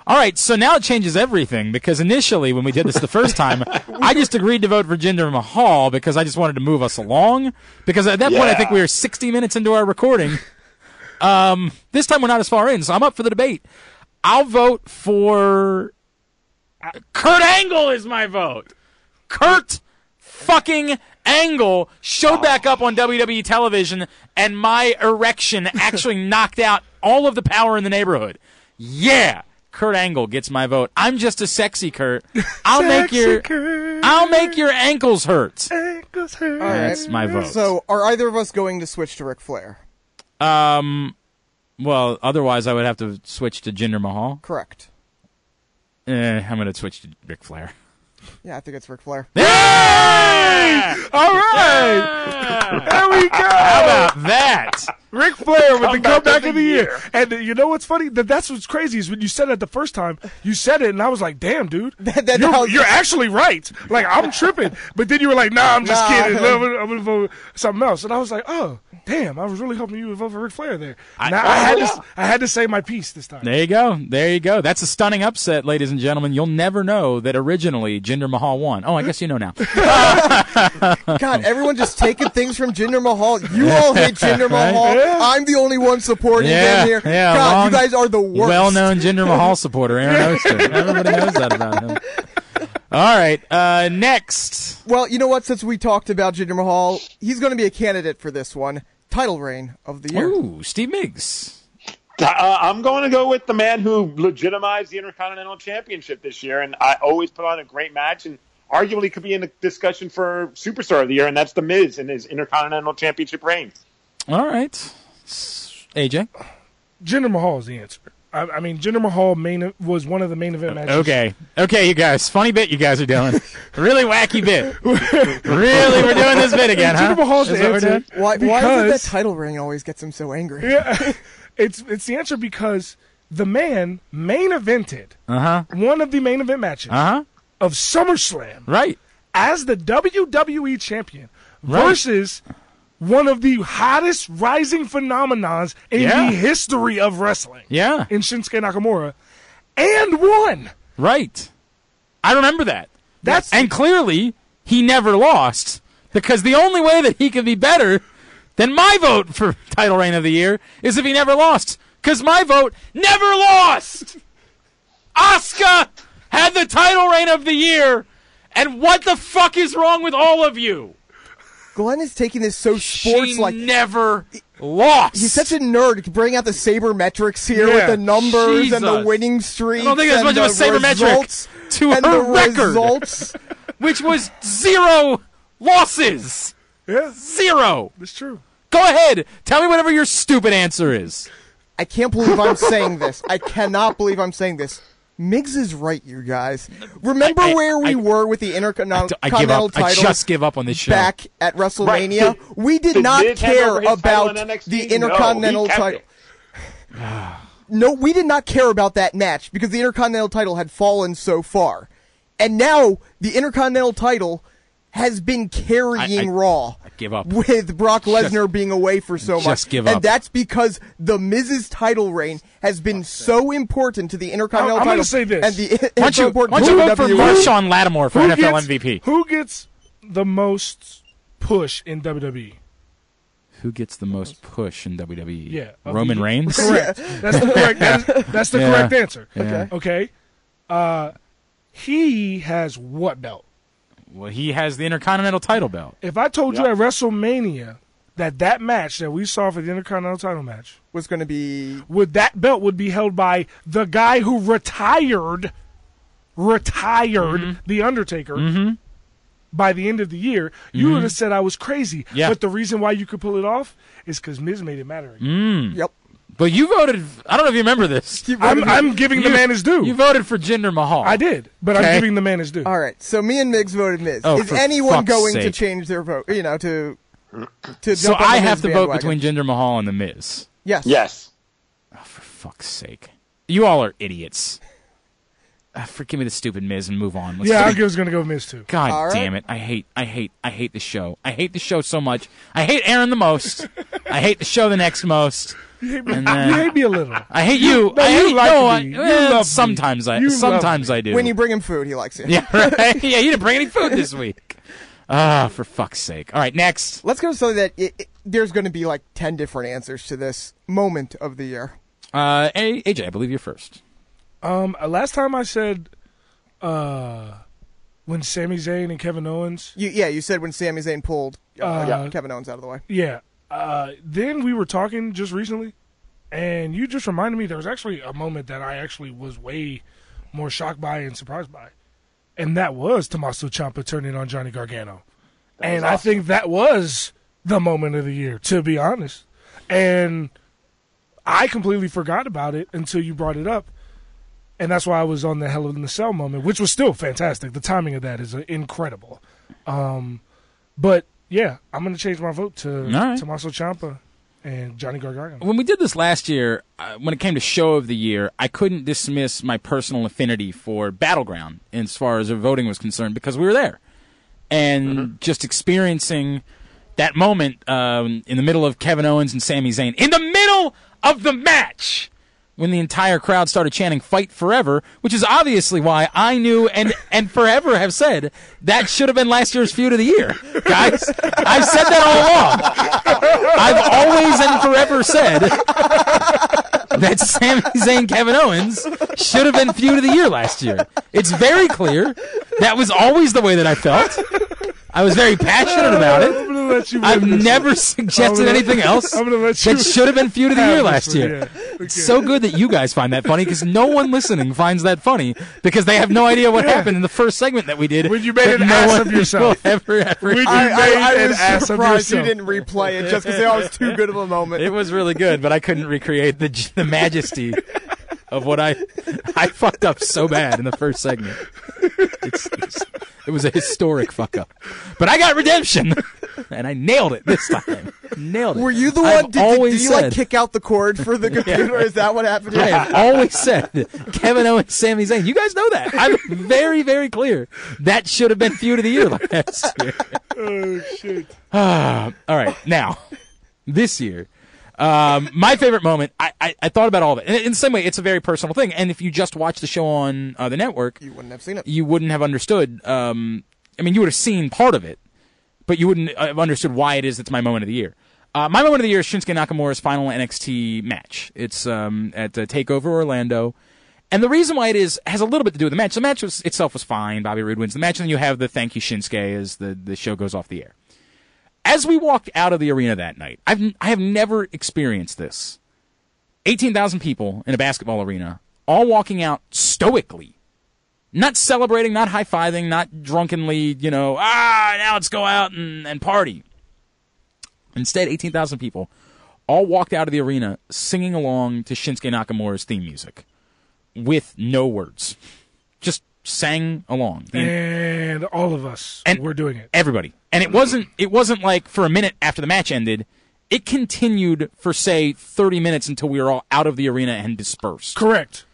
A: All right, so now it changes everything because initially when we did this the first time, I just agreed to vote for Jinder Mahal because I just wanted to move us along. Because at that point, I think
D: Yeah.
A: we were 60 minutes into our recording. Um, this time we're not as far in, so I'm up for the debate. I'll vote for Kurt Angle is my vote. Kurt fucking Angle showed back up on WWE television, and my erection actually knocked out all of the power in the neighborhood. Yeah, Kurt Angle gets my vote. I'm just a sexy Kurt. I'll make your
B: Kurt.
A: I'll make your ankles hurt.
B: Ankles hurt.
A: That's my vote.
C: So, are either of us going to switch to Ric Flair?
A: well, otherwise I would have to switch to Jinder Mahal.
C: Correct.
A: Eh, I'm gonna switch to Ric Flair.
C: Yeah, I think it's Ric Flair.
B: All right, there we go.
A: About that.
B: Ric Flair with the
D: Comeback
B: comeback
D: of
B: of
D: the
B: the year. And uh, you know what's funny? That that's what's crazy is when you said it the first time, you said it, and I was like, "Damn, dude,
C: that-
B: you're,
C: that was-
B: you're actually right." Like I'm tripping, but then you were like, "Nah, I'm just
C: Nah.
B: kidding. I'm gonna, I'm gonna vote something else." And I was like, "Oh, damn! I was really hoping you would vote for Ric Flair there." now I had
A: Oh.
B: to, I had to say my piece this time.
A: There you go. There you go. That's a stunning upset, ladies and gentlemen. You'll never know that originally Jinder Jinder Mahal won. Oh, I guess you know now.
C: God, everyone just taking things from Jinder Mahal. You all hate Jinder Mahal. I'm the only one supporting
A: Yeah,
C: him here.
A: yeah,
C: God,
A: long-
C: you guys are the worst.
A: Well-known Jinder Mahal supporter, Aaron Oster. Everybody knows that about him. All right, uh, next.
C: Well, you know what? Since we talked about Jinder Mahal, he's going to be a candidate for this one. Title reign of the year.
A: Ooh, Steve Miggs.
D: Uh, I'm going to go with the man who legitimized the Intercontinental Championship this year, and I always put on a great match, and arguably could be in the discussion for Superstar of the Year, and that's The Miz in his Intercontinental Championship reign.
A: All right, S- AJ.
B: Jinder Mahal is the answer. I, I mean, Jinder Mahal main was one of the main event matches.
A: Okay, okay, you guys. Funny bit you guys are doing. really wacky bit. really, we're doing this bit again, huh?
B: Jinder Mahal's
A: Uh-huh. Is
B: the
A: that what we're
B: answer.
A: doing?
C: Why,
B: because
C: why is it that title reign always gets him so angry?
B: Yeah, it's it's the answer because the man main evented
A: Uh-huh.
B: one of the main event matches
A: Uh-huh.
B: of SummerSlam
A: Right.
B: as the WWE champion
A: Right.
B: versus one of the hottest rising phenomenons in
A: Yeah.
B: the history of wrestling.
A: Yeah.
B: in Shinsuke Nakamura, and won.
A: Right. I remember that.
B: That's
A: And clearly, he never lost because the only way that he could be better than my vote for title reign of the year is if he never lost. Because my vote never lost. Asuka had the title reign of the year, and what the fuck is wrong with all of you?
C: Glenn is taking this so sports
A: she
C: like.
A: never lost.
C: He's such a nerd to bring out the sabermetrics here with
B: Yeah.
C: the numbers and the
A: Jesus.
C: winning streak.
A: I don't think there's much of a sabermetric to
C: and
A: her
C: the
A: record.
C: results.
A: which was zero losses.
B: yeah,
A: Zero.
B: it's true.
A: Go ahead. Tell me whatever your stupid answer is.
C: I can't believe I'm saying this. I cannot believe I'm saying this. Miggs is right, you guys. Remember
A: I- I-
C: where we
A: I-
C: were with the
A: I,
C: Intercontinental
A: I give up. I
C: title
A: just give up on this show.
C: back at WrestleMania?
D: Did-
C: we did
D: did
C: not
D: Miz hand
C: care
D: over his title
C: about
D: in NXT?
C: the
D: No,
C: Intercontinental
D: he kept
C: title.
D: it.
C: No, we did not care about that match because the Intercontinental title had fallen so far. And now the Intercontinental title has been carrying
A: I- I-
C: Raw.
A: I give up.
C: With Brock Lesnar being away for so
A: just
C: much.
A: give up.
C: And that's because the Miz's title reign has been so important to the Intercontinental
B: I'm gonna
C: title.
B: say this.
C: And the, it's
A: Why don't
C: so
A: you, why
C: important
A: don't you
C: to
A: vote for
C: WWE.
A: Marshawn Lattimore for NFL MVP?
B: Who gets the most push in E? WWE?
A: Who gets the most push in WWE?
B: Yeah, of
A: Roman
B: the-
A: Reigns.
B: Correct. That's the correct. That is, that's the
A: Yeah.
B: correct answer.
A: Yeah.
B: Okay. Uh, he has what belt?
A: Well, he has the Intercontinental title belt.
B: If I told you
D: Yeah.
B: at WrestleMania that that match that we saw for the Intercontinental Title match,
C: was going to be
A: Hmm.
B: would that belt would be held by the guy who retired, retired the Undertaker. By the end of the year, you would have said I was crazy.
A: Yeah.
B: But the reason why you could pull it off is because Miz made it matter. Again.
C: yep.
A: But you voted. I don't know if you remember this.
C: Mm-hmm.
B: I'm, I'm giving the
A: You-
B: man his due.
A: You voted for Jinder Mahal.
B: I did, but
A: Okay.
B: I'm giving the man his due.
C: All right. So me and Miggs voted Miz.
A: Oh,
C: Is
A: for
C: anyone
A: fuck's
C: going to
A: sake.
C: change their vote? You know, to to
A: So
C: jump on
A: I
C: the
A: have
C: Miz
A: to vote
C: bandwagon?
A: between Jinder Mahal and The Miz.
C: yes,
D: Yes.
A: For fuck's sake, you all are idiots. Uh, forgive me the stupid Miz and move on. Let's
B: Yeah, I
A: do-
B: was going to go Miz too.
A: God
C: All right.
A: damn it! I hate, I hate, I hate the show. I hate the show so much. I hate Aaron the most. I hate the show the next most. And then-
B: you hate me a little.
A: I hate you.
B: No,
A: I
B: you
A: hate
B: like
A: no,
B: me.
A: I,
B: You
A: eh,
B: love me.
A: sometimes I
B: You love
A: sometimes I do.
C: When you bring him food, he likes it.
A: yeah, right? yeah, you didn't bring any food this week. Ah, for fuck's sake! All right, next.
C: Let's go to something that it, it- there's going to be like ten different answers to this moment of the year.
A: Uh, A- AJ, I believe you're first.
B: Um, uh, last time I said, uh, when Sami Zayn and Kevin Owens,
C: You, yeah, you said when Sami Zayn pulled uh,
B: Uh,
C: Kevin Owens out of the way.
B: yeah. Uh, then we were talking just recently, and you just reminded me there was actually a moment that I actually was way more shocked by and surprised by, and that was Tommaso Ciampa turning on Johnny Gargano, and I think that was the moment of the year, to be honest, and I completely forgot about it until you brought it up. and that's why I was on the Hell in the Cell moment, which was still fantastic. The timing of that is uh, incredible. Um, but yeah, I'm gonna change my vote to
A: right.
B: Tommaso Ciampa and Johnny Gargano.
A: When we did this last year, uh, when it came to show of the year, I couldn't dismiss my personal affinity for Battleground as far as voting was concerned because we were there. and just experiencing that moment um, in the middle of Kevin Owens and Sami Zayn in the middle of the match when the entire crowd started chanting "Fight Forever," which is obviously why I knew and and forever have said that should have been last year's feud of the year, guys. I've said that all along. I've always and forever said that Sami Zayn Kevin Owens should have been feud of the year last year. It's very clear. That was always the way that I felt. I was very passionate about
B: I'm
A: it.
B: gonna let you.
A: I've
B: win this
A: never
B: one. I'm
A: suggested
B: gonna-
A: anything else
B: I'm gonna let you.
A: that should have been feud of the
B: have
A: year
B: this
A: last
B: one,
A: year.
B: yeah. Okay.
A: It's so good that you guys find that funny because no one listening finds that funny because they have no idea what happened in the first segment that we did.
B: When you made
A: that
B: an
A: no
B: ass
A: one
B: of yourself.
A: will ever, ever-
B: When you
C: I,
B: made
C: I, I
B: an
C: was
B: ass of
C: surprised you
B: yourself.
C: didn't replay it just because that was too good of a moment.
A: it was really good, but I couldn't recreate the the majesty of what I I fucked up so bad in the first segment. It's, it's, it was a historic fuck up, but I got redemption, and I nailed it this time. Nailed it.
C: Were you the
A: I've
C: one? Did, you-
A: always
C: did you like
A: said-
C: kick out the cord for the computer? Is that what happened?
A: I have always said Kevin Owens, Sami Zayn. You guys know that. I'm very, very clear. That should have been feud of the year last year.
B: Oh shit!
A: All right, now this year, um, my favorite moment. I, I, I thought about all of it, and in the same way, it's a very personal thing. And if you just watch the show on uh, the network,
C: You wouldn't have seen it.
A: you wouldn't have understood. Um, I mean, you would have seen part of it, but you wouldn't uh, have understood why it is that's my moment of the year. Uh, my moment of the year is Shinsuke Nakamura's final NXT match. It's um, at uh, Takeover Orlando, and the reason why it is has a little bit to do with the match. The match was, itself was fine. Bobby Roode wins the match, and then you have the thank you Shinsuke as the the show goes off the air. As we walked out of the arena that night, I've n- I have never experienced this. Eighteen thousand people in a basketball arena, all walking out stoically not celebrating, not high fiving, not drunkenly, you know, ah, now let's go out and, and party. Instead, 18,000 people all walked out of the arena singing along to Shinsuke Nakamura's theme music with no words. Just sang along. The-
B: And all of us,
A: And-
B: we're doing it.
A: everybody. And it wasn't it wasn't like for a minute after the match ended. It continued for say 30 minutes until we were all out of the arena and dispersed.
B: Correct.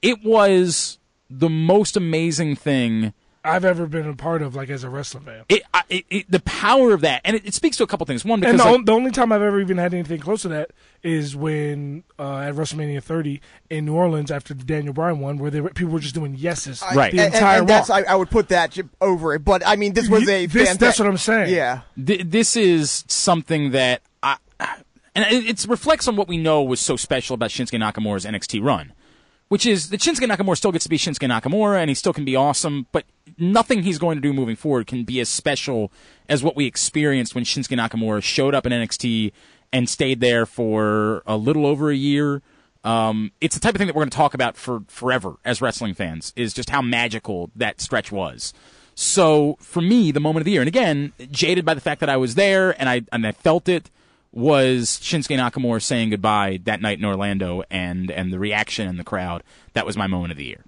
A: It was the most amazing thing
B: I've ever been a part of, like as a wrestling fan.
A: it, I- it, it the power of that, and it, it speaks to a couple things. One, because
B: And the,
A: like,
B: on- the only time I've ever even had anything close to that is when uh, at WrestleMania 30 in New Orleans after the Daniel Bryan one, where they were, people were just doing yeses
A: Right.
B: the
C: And, and,
B: entire
C: and that's I,
B: walk.
C: I would put that j- over it, but I mean this was a
B: This-
C: fanta-
B: that's what I'm saying.
C: Yeah,
A: th- this is something that I, and it, it reflects on what we know was so special about Shinsuke Nakamura's NXT run, which is that Shinsuke Nakamura still gets to be Shinsuke Nakamura, and he still can be awesome, but nothing he's going to do moving forward can be as special as what we experienced when Shinsuke Nakamura showed up in NXT and stayed there for a little over a year. Um, it's the type of thing that we're going to talk about for forever as wrestling fans is just how magical that stretch was. So for me, the moment of the year, and again, jaded by the fact that I was there and I and I felt it, was Shinsuke Nakamura saying goodbye that night in Orlando, and and the reaction in the crowd. That was my moment of the year.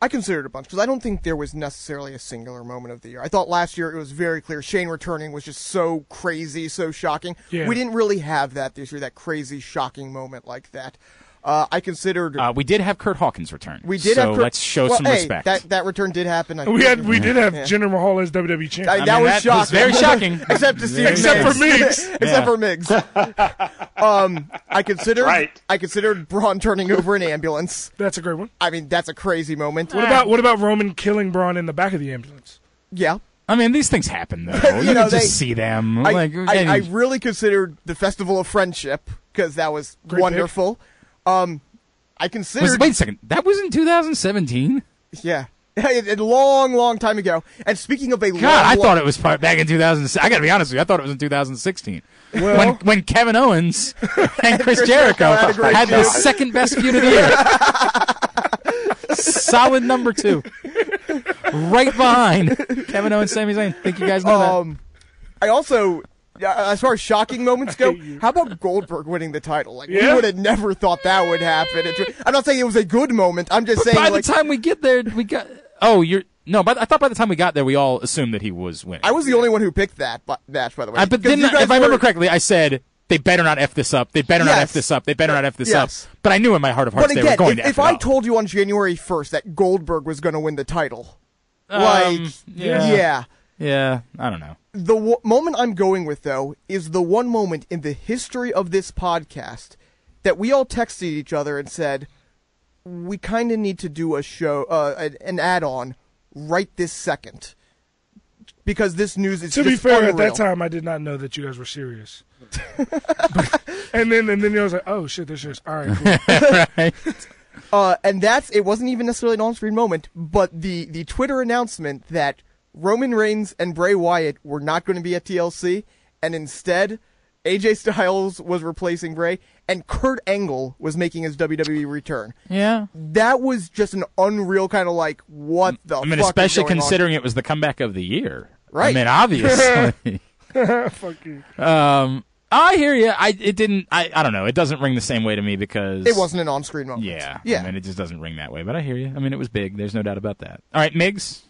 C: I considered a bunch because I don't think there was necessarily a singular moment of the year. I thought last year it was very clear Shane returning was just so crazy, so shocking.
B: Yeah.
C: We didn't really have that this year, that crazy, shocking moment like that. Uh, I considered
A: Uh, we did have Kurt Hawkins return.
C: we did
A: so
C: have Kurt-
A: let's show
C: well,
A: some
C: hey,
A: respect.
C: That that return did happen. I
B: We had we
C: Yeah.
B: did have
C: Yeah.
B: Jinder Mahal as E WWE champion.
C: I-
A: I
C: that
A: mean,
C: was
A: that
C: shocking.
A: was very shocking.
C: except to Steve
B: Except for Migs.
C: except for Migs. um, I considered
D: Right.
C: I considered Braun turning over an ambulance.
B: That's a great one.
C: I mean, that's a crazy moment.
B: What about what about Roman killing Braun in the back of the ambulance?
C: yeah?
A: I mean, these things happen though.
C: You
A: you
C: know,
A: can
C: they-
A: just see them.
C: I,
A: like,
C: I,
A: and-
C: I really considered the Festival of Friendship because that was
B: Great
C: wonderful. Um, I
A: Was-
C: considered
A: wait a second. That was in 2017.
C: yeah, a a long, long time ago. And speaking of a long,
A: God, I
C: long-
A: thought it was part- back in 2006. I got to be honest with you. I thought it was in 2016. when, when Kevin Owens and Chris Jericho
C: had a great
A: had the
C: feud.
A: second best feud of the year. Solid number two. Right behind Kevin Owens, Sami Zayn. think you guys know that.
C: Um, I also. yeah, As far as shocking moments go, how about Goldberg winning the title? Like we
B: Yeah.
C: would have never thought that would happen. It- I'm not saying it was a good moment. I'm just saying
A: By
C: like,
A: the time we get there, we got. Oh, you're. No, but I thought by the time we got there, we all assumed that he was winning.
C: I was the only one who picked that bu- match. By the way,
A: I, Uh, but
C: 'Cause
A: then,
C: you
A: if
C: guys
A: I remember
C: were-
A: correctly, I said they better not f this up. They better not
C: Yes.
A: f this up. They better not f this
C: Yes.
A: up. But I knew in my heart of hearts
C: But
A: they
C: again,
A: were going
C: if,
A: to f
C: if
A: it
C: I
A: up.
C: told you on January 1st that Goldberg was going to win the title, like
A: Um, yeah.
C: yeah.
A: yeah, I don't know.
C: The w- moment I'm going with, though, is the one moment in the history of this podcast that we all texted each other and said, we kind of need to do a show, uh, an, an add-on, right this second, because this news is
B: To be
C: just
B: fair, at
C: unreal.
B: that time I did not know that you guys were serious. and then and then I was like, oh shit, they're serious. All right, cool.
A: right?
C: Uh, and that's it wasn't even necessarily an on-screen moment, but the the Twitter announcement that Roman Reigns and Bray Wyatt were not going to be at TLC, and instead AJ Styles was replacing Bray, and Kurt Angle was making his WWE return.
A: Yeah.
C: That was just an unreal kind of like what the.
A: I mean,
C: fuck
A: especially
C: is going on?
A: considering it was the comeback of the year. I
C: Right.
A: mean, obviously.
B: Fuck you.
A: um, I hear you. I it didn't. I I don't know. It doesn't ring the same way to me because
C: it wasn't an on-screen moment.
A: Yeah.
C: yeah.
A: I mean, it just doesn't ring that way. But I hear you. I mean, it was big. There's no doubt about that. All right, Migs.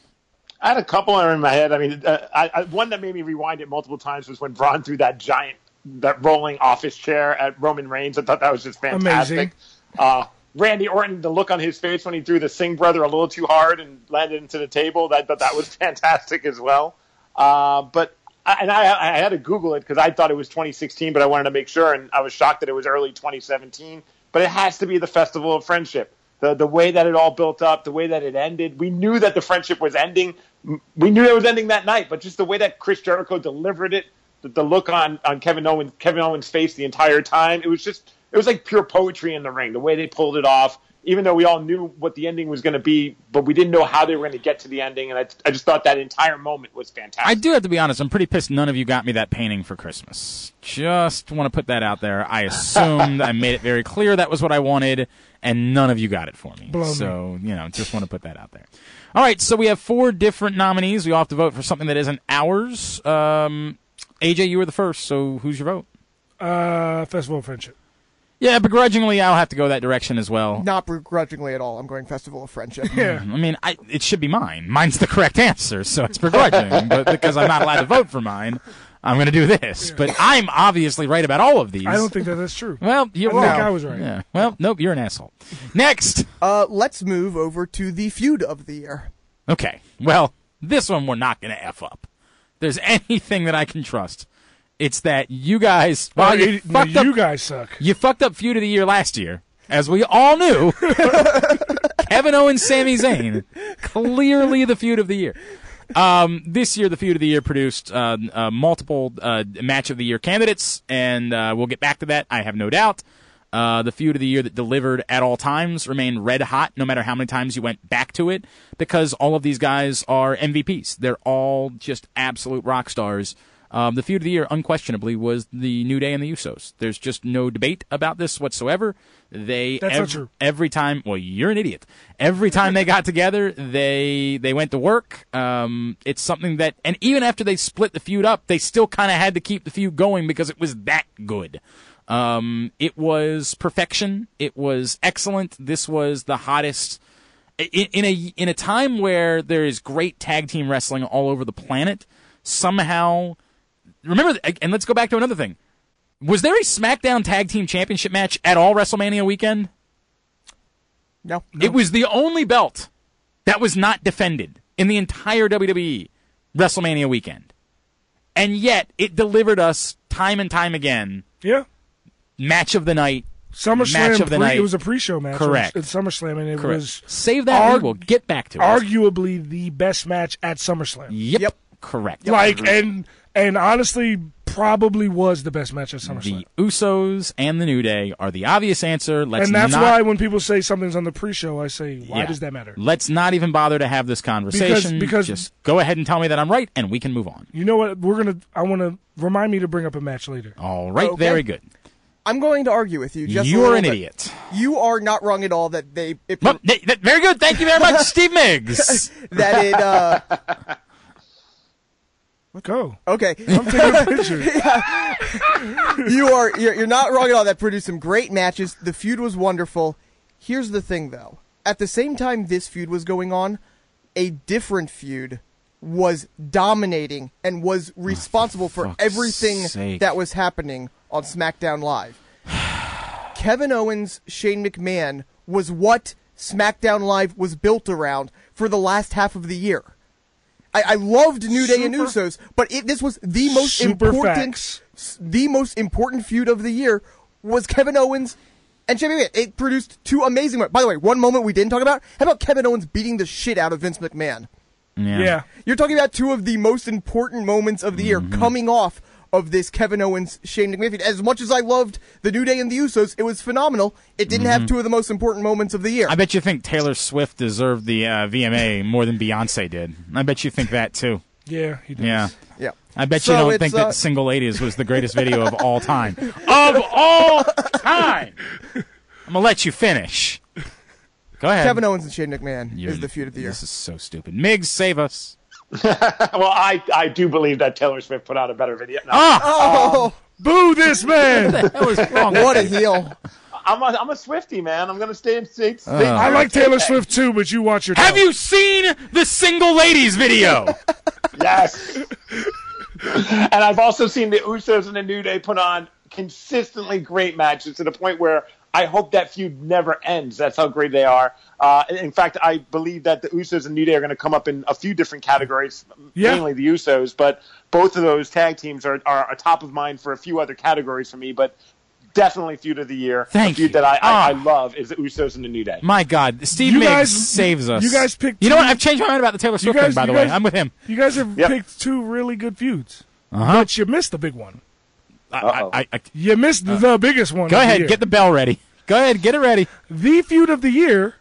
D: I had a couple in my head. I mean, uh, I, I, one that made me rewind it multiple times was when Braun threw that giant, that rolling office chair at Roman Reigns. I thought that was just
B: Amazing.
D: fantastic. Uh, Randy Orton, the look on his face when he threw the Singh brother a little too hard and landed into the table, that that, that was fantastic as well. Uh, but I, and I, I had to Google it because I thought it was 2016, but I wanted to make sure, and I was shocked that it was early 2017. But it has to be the Festival of Friendship. The the way that it all built up, the way that it ended, we knew that the friendship was ending. M- We knew it was ending that night, but just the way that Chris Jericho delivered it, the, the look on on Kevin Owens Kevin Owens' face the entire time, it was just it was like pure poetry in the ring. The way they pulled it off, even though we all knew what the ending was going to be, but we didn't know how they were going to get to the ending. And I, I just thought that entire moment was fantastic.
A: I do have to be honest. I'm pretty pissed. None of you got me that painting for Christmas. Just want to put that out there. I assumed I made it very clear that was what I wanted, and none of you got it for me.
B: Blow me.
A: so you know, just want to put that out there. All right. So we have four different nominees. We all have to vote for something that isn't ours. Um, AJ, you were the first. So who's your vote?
B: Uh, Festival of Friendship.
A: Yeah, begrudgingly, I'll have to go that direction as well.
C: Not begrudgingly at all. I'm going Festival of Friendship.
B: Yeah.
A: I mean, I, it should be mine. Mine's the correct answer, so it's begrudging. but because I'm not allowed to vote for mine, I'm going to do this. But I'm obviously right about all of these.
B: I don't think that that's true.
A: Well, you're
B: I think
A: wrong.
B: I was right.
A: Yeah. Well, nope, you're an asshole. Next.
C: Uh, let's move over to the feud of the year.
A: Okay. Well, this one we're not going to f up. There's anything that I can trust. It's that you guys. Well,
B: Well,
A: you
B: it- no,
A: fucked up.
B: Oh, you guys suck.
A: You fucked up feud of the year last year, as we all knew. Kevin Owens, Sami Zayn, clearly the feud of the year. Um, this year, the feud of the year produced uh, uh, multiple uh, match of the year candidates, and uh, we'll get back to that. I have no doubt. Uh, the feud of the year that delivered at all times remained red hot, no matter how many times you went back to it, because all of these guys are MVPs. They're all just absolute rock stars. Um, the feud of the year, unquestionably, was the New Day and the Usos. There's just no debate about this whatsoever. They
B: That's not
A: ev-
B: true.
A: every time. Well, you're an idiot. Every time they got together, they they went to work. Um, it's something that, and even after they split the feud up, they still kind of had to keep the feud going because it was that good. Um, it was perfection. It was excellent. This was the hottest in, in a in a time where there is great tag team wrestling all over the planet. Somehow, remember, and let's go back to another thing. Was there a SmackDown Tag Team Championship match at all WrestleMania weekend?
C: No,
A: It was the only belt that was not defended in the entire WWE WrestleMania weekend. And yet it delivered us time and time again
B: Yeah.
A: match of the night.
B: SummerSlam.
A: Match of the
B: pre-
A: night.
B: It was a pre-show match.
A: Correct.
B: At SummerSlam, and it was
A: Save that
B: arg-
A: we will get back to it.
B: arguably the best match at SummerSlam.
A: yep,
C: Yep.
A: Correct.
B: Like and and honestly, probably was the best match at
A: the
B: SummerSlam.
A: Usos and the New Day are the obvious answer. Let's
B: and that's
A: not,
B: why when people say something's on the pre-show, I say, why
A: yeah.
B: does that matter?
A: Let's not even bother to have this conversation.
B: because-
A: just go ahead and tell me that I'm right, and we can move on.
B: You know what? We're gonna. I want to remind me to bring up a match later.
A: All right,
C: Okay.
A: very good.
C: I'm going to argue with you. Just a
A: You're
C: little
A: an
C: bit.
A: idiot.
C: You are not wrong at all. That they it,
A: Well, th- th- very good. Thank you very much, Steve Miggs.
C: that it. Uh,
B: Go.
C: okay,
B: I'm taking a picture.
C: you are you're, you're not wrong at all. That produced some great matches. The feud was wonderful. Here's the thing, though. At the same time, this feud was going on. A different feud was dominating and was responsible for
A: fuck's
C: everything
A: sake.
C: that was happening on SmackDown Live. Kevin Owens, Shane McMahon was what SmackDown Live was built around for the last half of the year. I, I loved New Day and
B: Super-
C: Usos, but it, this was the most
B: Super
C: important
B: facts.
C: the most important feud of the year was Kevin Owens And Jimmy McMahon, it produced two amazing moments. By the way, one moment we didn't talk about. How about Kevin Owens beating the shit out of Vince McMahon?
B: Yeah.
C: You're talking about two of the most important moments of the year coming off of this Kevin Owens Shane McMahon. feud. As much as I loved the New Day and the Usos, it was phenomenal. It didn't have two of the most important moments of the year.
A: I bet you think Taylor Swift deserved the uh, VMA more than Beyonce did. I bet you think that too.
B: Yeah, he does.
A: Yeah.
C: yeah.
A: I bet
C: So
A: you don't
C: it's,
A: think
C: uh,
A: that "Single Ladies" was the greatest video of all time. Of all time. I'm gonna let you finish. Go ahead.
C: Kevin Owens and Shane McMahon
A: You're-
C: is the feud of the year.
A: This is so stupid. Migs, save us.
D: Well, I, I do believe that Taylor Swift put out a better video. No,
A: Ah,
C: oh,
B: Boo this man.
A: that was wrong.
C: what a heel.
D: I'm a, I'm a Swifty man. I'm gonna stay in stay, stay
B: Uh-huh. I like Taylor Swift too, but you watch your
A: Have
B: tongue.
A: you seen the "Single Ladies" video?
D: Yes. and I've also seen the Usos and the New Day put on consistently great matches to the point where I hope that feud never ends. That's how great they are. Uh, in fact, I believe that the Usos and New Day are going to come up in a few different categories,
B: Yeah.
D: mainly the Usos, but both of those tag teams are, are top of mind for a few other categories for me, but definitely feud of the year.
A: Thank
D: a feud
A: you.
D: that I, I, I
A: Ah.
D: love is the Usos and the New Day.
A: My God, Steve
B: You
A: Miggs
B: guys-
A: saves us.
B: you guys picked
A: You know what?
B: two-
A: I've changed my mind about the Taylor Swift
B: guys-
A: thing. By
B: you
A: the
B: guys-
A: way, I'm with him.
B: You guys have
D: Yep.
B: picked two really good feuds,
A: Uh-huh.
B: but you missed the big one.
A: I,
D: Uh-oh.
A: I, I, I,
B: You missed the biggest one.
A: Uh, go
B: of the
A: ahead,
B: year.
A: get the bell ready. Go ahead, get it ready.
B: the feud of the year,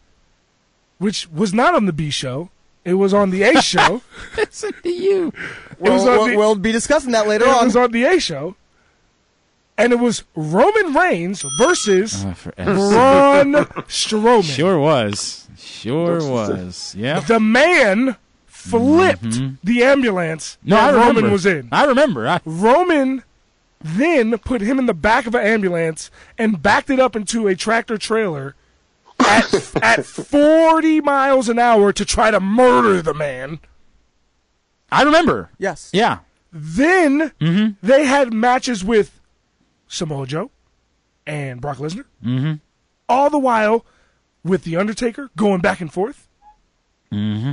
B: which was not on the B show. It was on the A show.
A: It's up to you.
B: it was
C: We'll,
B: on
C: we'll-
B: the,
C: we'll be discussing that later
B: it
C: on.
B: was on the A show, and it was Roman Reigns versus Braun Strowman.
A: Uh, Oh, Sure was. Sure was. Yeah.
B: The man flipped the ambulance
A: Mm-hmm. No, I
B: that
A: remember.
B: Roman was in.
A: I remember. I,
B: Roman then put him in the back of an ambulance and backed it up into a tractor trailer at, at 40 miles an hour to try to murder the man.
A: I remember.
C: yes.
A: Yeah.
B: Then
A: Mm-hmm.
B: they had matches with Samoa Joe and Brock Lesnar. Mm-hmm. All the while with The Undertaker going back and forth. Mm-hmm.
A: Mm-hmm.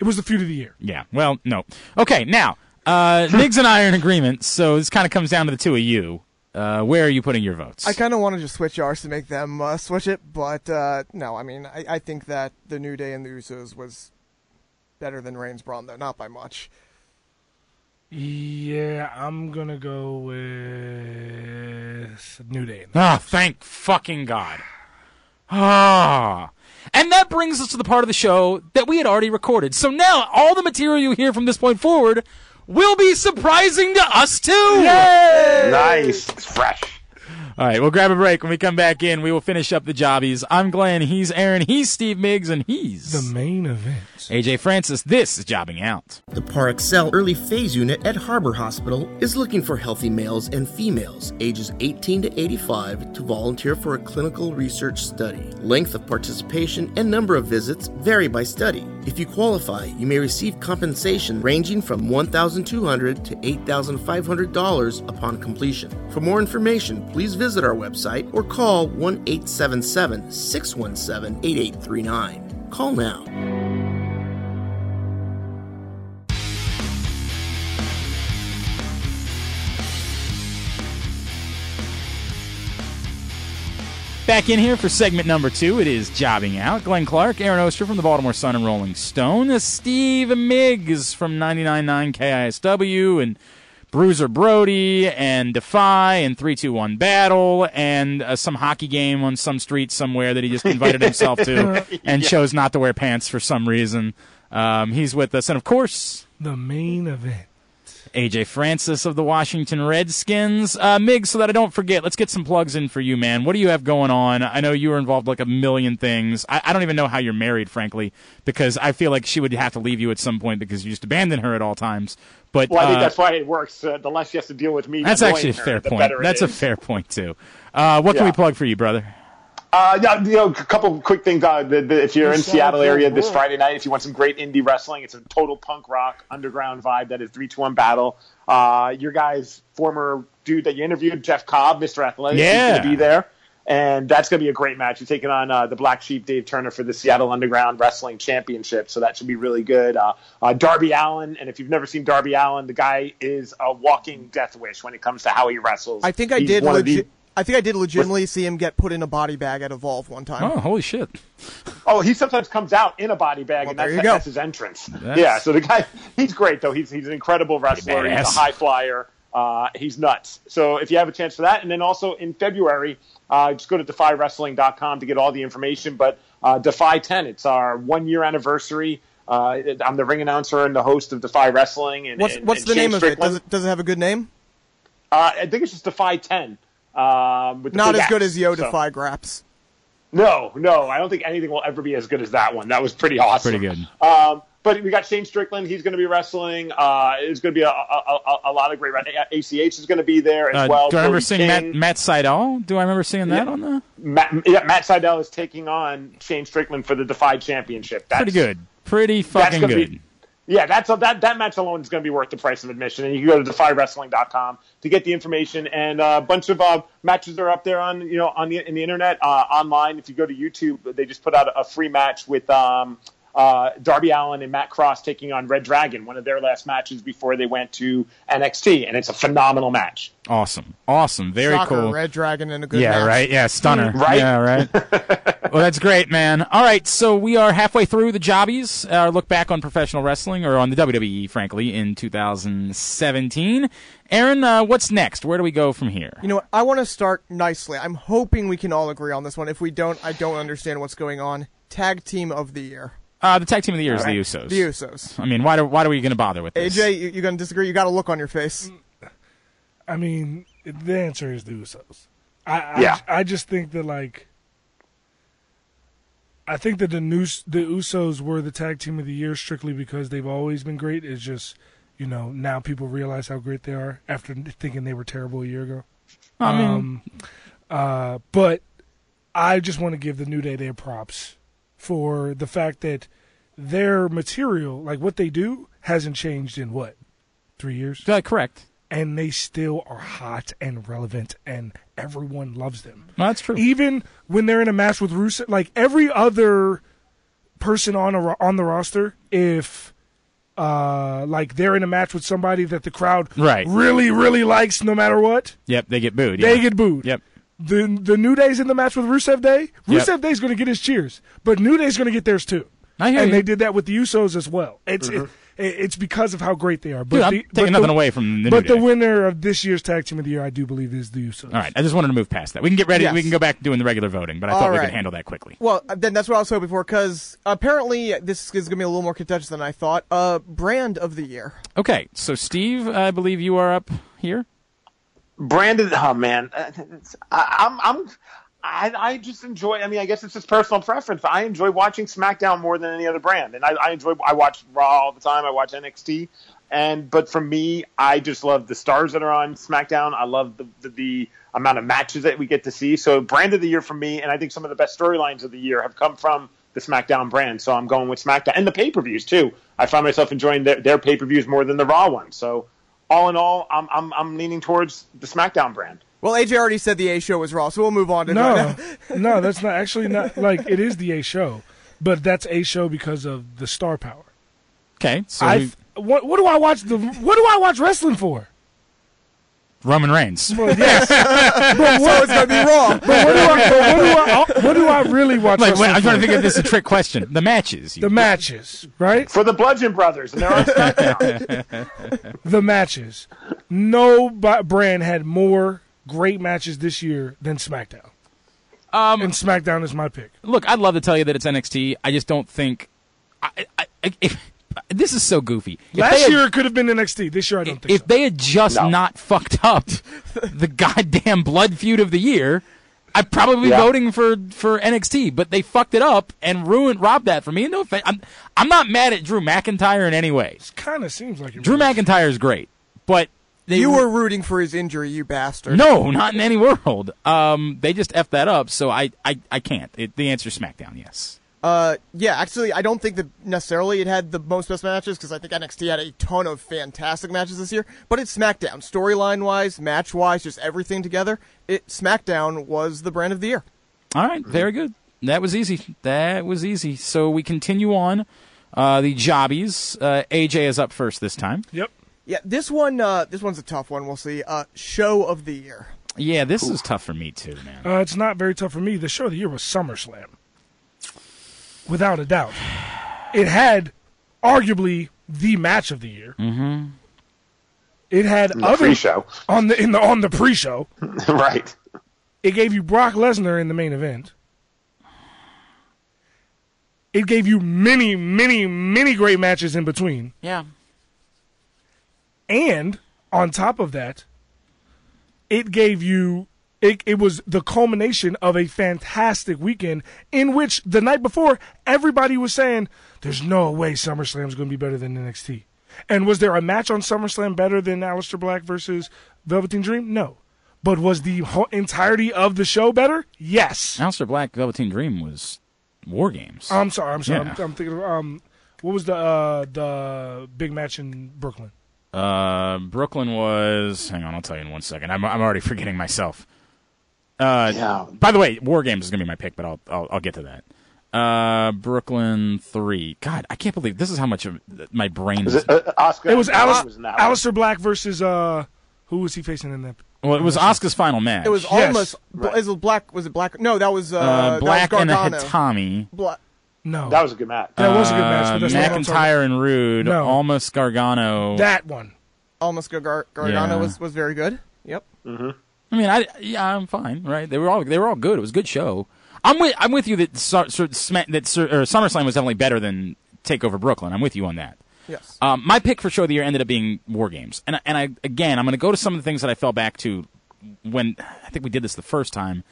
B: It was the feud of the year.
A: Yeah. Well, no. Okay, now, uh, Niggs and I are in agreement, so this kind of comes down to the two of you. Uh, where are you putting your votes?
C: I kind of want to just switch ours to make them uh, switch it, but uh, no, I mean, I, I think that the New Day and the Usos was better than Reigns Braun, though, not by much.
B: Yeah, I'm gonna go with New Day.
A: Ah, thank fucking God. Ah. And that brings us to the part of the show that we had already recorded. So now all the material you hear from this point forward will be surprising to us too.
D: Nice. It's fresh.
A: All right, we'll grab a break. When we come back in, we will finish up the jobbies. I'm Glenn, he's Aaron, he's Steve Miggs, and he's
B: The main event.
A: AJ Francis. This is Jobbing Out.
E: The Parexel Early Phase Unit at Harbor Hospital is looking for healthy males and females ages 18 to 85 to volunteer for a clinical research study. Length of participation and number of visits vary by study. If you qualify, you may receive compensation ranging from $1,200 to $8,500 upon completion. For more information, please visit our website or call 1 877 617 8839. Call now.
A: Back in here for segment number two. It is Jobbing Out. Glenn Clark, Aaron Oster from the Baltimore Sun and Rolling Stone, Steve Miggs from 99.9 KISW, and Bruiser Brody, and Defy, and 321 Battle, and uh, some hockey game on some street somewhere that he just invited himself to and chose not to wear pants for some reason. Um, he's with us. And of course,
B: The main event.
A: AJ Francis of the Washington Redskins. Uh, Mig, so that I don't forget, let's get some plugs in for you, man. What do you have going on? I know you were involved like a million things. I, I don't even know how you're married, frankly, because I feel like she would have to leave you at some point because you just abandon her at all times. But
D: Well, I think
A: uh,
D: that's why it works. Uh, the less she has to deal with me.
A: that's
D: annoying
A: actually a
D: her,
A: fair
D: the
A: point.
D: better it
A: That's a
D: is.
A: fair point too. Uh, what can
D: Yeah.
A: we plug for you, brother?
D: Uh, yeah, you know, a couple of quick things. Uh, the, the, if you're in Seattle area this Friday night, if you want some great indie wrestling, it's a total punk rock underground vibe. That is three to one battle. Uh, your guys, former dude that you interviewed, Jeff Cobb, Mr. Athletic,
A: Yeah.
D: he's going to be there, and that's going to be a great match. You're taking on uh, the Black Sheep, Dave Turner, for the Seattle Underground Wrestling Championship, so that should be really good. Uh, uh, Darby Allen, and if you've never seen Darby Allen, the guy is a walking death wish when it comes to how he wrestles.
C: I think I
D: He's
C: did
D: one of the-
C: legit. I think I did legitimately see him get put in a body bag at Evolve one time.
A: Oh, holy shit!
D: Oh, he sometimes comes out in a body bag, and
C: Well,
D: that's,
C: there you go.
D: that's his entrance. Yeah, so the guy, he's great though. He's he's an incredible wrestler. He's
A: Badass.
D: a high flyer. Uh, he's nuts. So if you have a chance for that, and then also in February, uh, just go to defywrestling.com to get all the information. But uh, Defy Ten, it's our one year anniversary. Uh, I'm the ring announcer and the host of Defy Wrestling. And
C: What's
D: and-
C: what's
D: and
C: the
D: Shane
C: name of it?
D: Strickland.
C: Does it does it have a good name?
D: Uh, I think it's just Defy Ten. Um, with the
C: Not
D: big
C: as good
D: axe.
C: as Yo
D: So-
C: Defy Graps.
D: No, no, I don't think anything will ever be as good as that one. That was pretty awesome.
A: Pretty good.
D: Um, but we got Shane Strickland. He's going to be wrestling. Uh, there's going to be a, a, a, a lot of great. wrestling. ACH is going to be there as
A: Uh,
D: well.
A: do I remember
D: Brody
A: seeing Matt,
D: King.
A: Matt Seidel? Do I remember seeing that
D: Yeah.
A: on the?
D: Matt, yeah, Matt Seidel is taking on Shane Strickland for the Defy Championship. That's,
A: Pretty good. Pretty fucking
D: gonna be-
A: good.
D: Yeah, that's that that match alone is going to be worth the price of admission, and you can go to defywrestling.com to get the information. And uh, a bunch of uh, matches are up there on you know on the in the internet uh, online. If you go to YouTube, they just put out a free match with um, uh, Darby Allen and Matt Cross taking on Red Dragon, one of their last matches before they went to NXT, and it's a phenomenal match.
A: Awesome. Awesome. Very
C: Soccer,
A: cool.
C: Red Dragon, and a good
A: yeah,
C: match.
A: right. Yeah, stunner.
D: Right?
A: Yeah, right. well, that's great, man. All right, so we are halfway through the jobbies. Our look back on professional wrestling, or on the WWE, frankly, in 2017. Aaron, uh, what's next? Where do we go from here?
C: You know what? I want to start nicely. I'm hoping we can all agree on this one. If we don't, I don't understand what's going on. Tag team of the year,
A: Uh, the tag team of the year is the Usos.
C: the Usos.
A: I mean, why do, why are we going to bother with this?
C: AJ, you, you gonna disagree? You got a look on your
A: Mm.
C: face.
B: I mean, the answer is the Usos. I, I,
D: Yeah.
B: I just think that like, I think that the news, the Usos were the tag team of the year strictly because they've always been great. It's just, you know, now people realize how great they are after thinking they were terrible a year ago. Um,
A: I mean,
B: Uh, but I just want to give the New Day their props for the fact that their material, like what they do, hasn't changed in what three years
A: uh, correct.
B: and they still are hot and relevant and everyone loves them.
A: No, that's true.
B: Even when they're in a match with Rusev, like every other person on a, ro- on the roster, if uh like they're in a match with somebody that the crowd
A: Right.
B: really really likes no matter what,
A: Yep, they get booed.
B: they
A: yeah.
B: get booed.
A: Yep.
B: The the New Day's in the match with Rusev Day.
A: Yep.
B: Rusev Day's going to get his cheers, but New Day's going to get theirs too.
A: I hear
B: and
A: you.
B: they did that with the Usos as well. It's it, it's because of how great they are. But
A: Dude, I'm
B: the,
A: taking
B: but
A: nothing
B: the-
A: away from the
B: But
A: New
B: the
A: Day.
B: winner of this year's Tag Team of the Year, I do believe, is the Usos.
A: All right, I just wanted to move past that. We can get ready.
C: Yes.
A: We can go back to doing the regular voting, but I thought
C: All
A: we
C: right.
A: could handle that quickly.
C: Well, uh, then that's what I was hoping for, because apparently this is gonna be a little more contentious than I thought. Uh, brand of the year.
A: Okay, so Steve, I believe you are up here.
D: Brandon, oh man, I, I'm, I'm, I, I just enjoy. I mean, I guess it's just personal preference. I enjoy watching SmackDown more than any other brand, and I, I enjoy. I watch Raw all the time. I watch NXT, and but for me, I just love the stars that are on SmackDown. I love the the, the amount of matches that we get to see. So, brand of the year for me, and I think some of the best storylines of the year have come from the SmackDown brand. So I'm going with SmackDown and the pay per views too. I find myself enjoying their, their pay per views more than the Raw ones. So all in all, I'm I'm I'm leaning towards the SmackDown brand.
C: Well, AJ already said the A show was raw, so we'll move on to
B: No, no, that's not actually not like it is the A show, but that's A show because of the star power.
A: Okay, so
B: I
A: we-
B: th- what what do I watch the what do I watch wrestling for?
A: Roman Reigns.
B: Well, yes, but
C: so
B: what,
C: it's gonna be raw.
B: but what do I but what do I what do I really watch?
A: Like,
B: wrestling
A: wait, I'm trying
B: for?
A: to think if this is a trick question. The matches.
B: the matches, right?
D: For the Bludgeon Brothers, and they're on SmackDown.
B: the matches. No b- brand had more great matches this year than SmackDown. Um, and SmackDown is my pick.
A: Look, I'd love to tell you that it's NXT. I just don't think. I, I, I, if, this is so goofy. If
B: Last
A: they
B: year it could have been NXT. This year I don't think
A: if
B: so.
A: they had just
D: No.
A: not fucked up the goddamn blood feud of the year, I'd probably be
D: Yeah.
A: voting for for NXT. But they fucked it up and ruined, robbed that for me. And no offense, I'm I'm not mad at Drew McIntyre in any way.
B: It kind of seems like it.
A: Drew McIntyre is great, but they
C: You were rooting for his injury, you bastard.
A: No, not in any world. Um, they just effed that up, so I, I, I can't. It, the answer is SmackDown, yes.
C: Uh, yeah, actually, I don't think that necessarily it had the most best matches because I think NXT had a ton of fantastic matches this year. But it's SmackDown, storyline wise, match wise, just everything together. It SmackDown was the brand of the year.
A: All right, very good. That was easy. That was easy. So we continue on. Uh, the jobbies. Uh, AJ is up first this time.
B: Yep.
C: Yeah, this one, uh, this one's a tough one. We'll see. Uh, show of the year.
A: Yeah, this is tough for me too, man.
B: Uh, it's not very tough for me. The show of the year was SummerSlam, without a doubt. It had arguably the match of the year. Mm-hmm. It had
D: The
B: other
D: pre-show,
B: on the in the on the pre-show.
D: right?
B: It gave you Brock Lesnar in the main event. It gave you many, many, many great matches in between.
A: Yeah.
B: And on top of that, it gave you it, it was the culmination of a fantastic weekend in which the night before everybody was saying, There's no way SummerSlam's gonna be better than NXT. And was there a match on SummerSlam better than Aleister Black versus Velveteen Dream? No. But was the whole entirety of the show better? Yes.
A: Alistair Black Velveteen Dream was War Games.
B: I'm sorry, I'm sorry.
A: Yeah.
B: I'm, I'm thinking of um what was the uh the big match in Brooklyn?
A: Uh, Brooklyn was. Hang on, I'll tell you in one second. I'm I'm already forgetting myself. Uh,
D: Yeah.
A: By the way, War Games is gonna be my pick, but I'll I'll, I'll get to that. Uh, Brooklyn three. God, I can't believe this is how much of my brain
D: Was
A: is.
D: it, uh, Oscar
B: It was Alice,
D: in that one.
B: Alistair Black versus uh, who was he facing in that?
A: Well, it was Oscar's final match.
C: It was
B: Yes.
C: almost.
D: Right.
C: Is it black? Was it black? No, that was uh,
A: uh, Black
C: that was
A: and
C: Gargano.
A: Hitami.
C: Bla-
B: No,
D: That was a good match.
B: That was a good match, but that's not what I'm talking
A: uh, McIntyre and Rude,
B: No.
A: almost Gargano.
B: that one.
C: almost Gar- Gar- Gargano
A: Yeah.
C: was was very good. Yep.
A: I mean, I yeah, I'm fine, right? They were all they were all good. It was a good show. I'm with I'm with you that Sar, Sar, Sma- that Sar, or SummerSlam was definitely better than Takeover Brooklyn. I'm with you on that.
C: Yes.
A: Um, my pick for show of the year ended up being War Games, and I- and I again I'm going to go to some of the things that I fell back to when I think we did this the first time,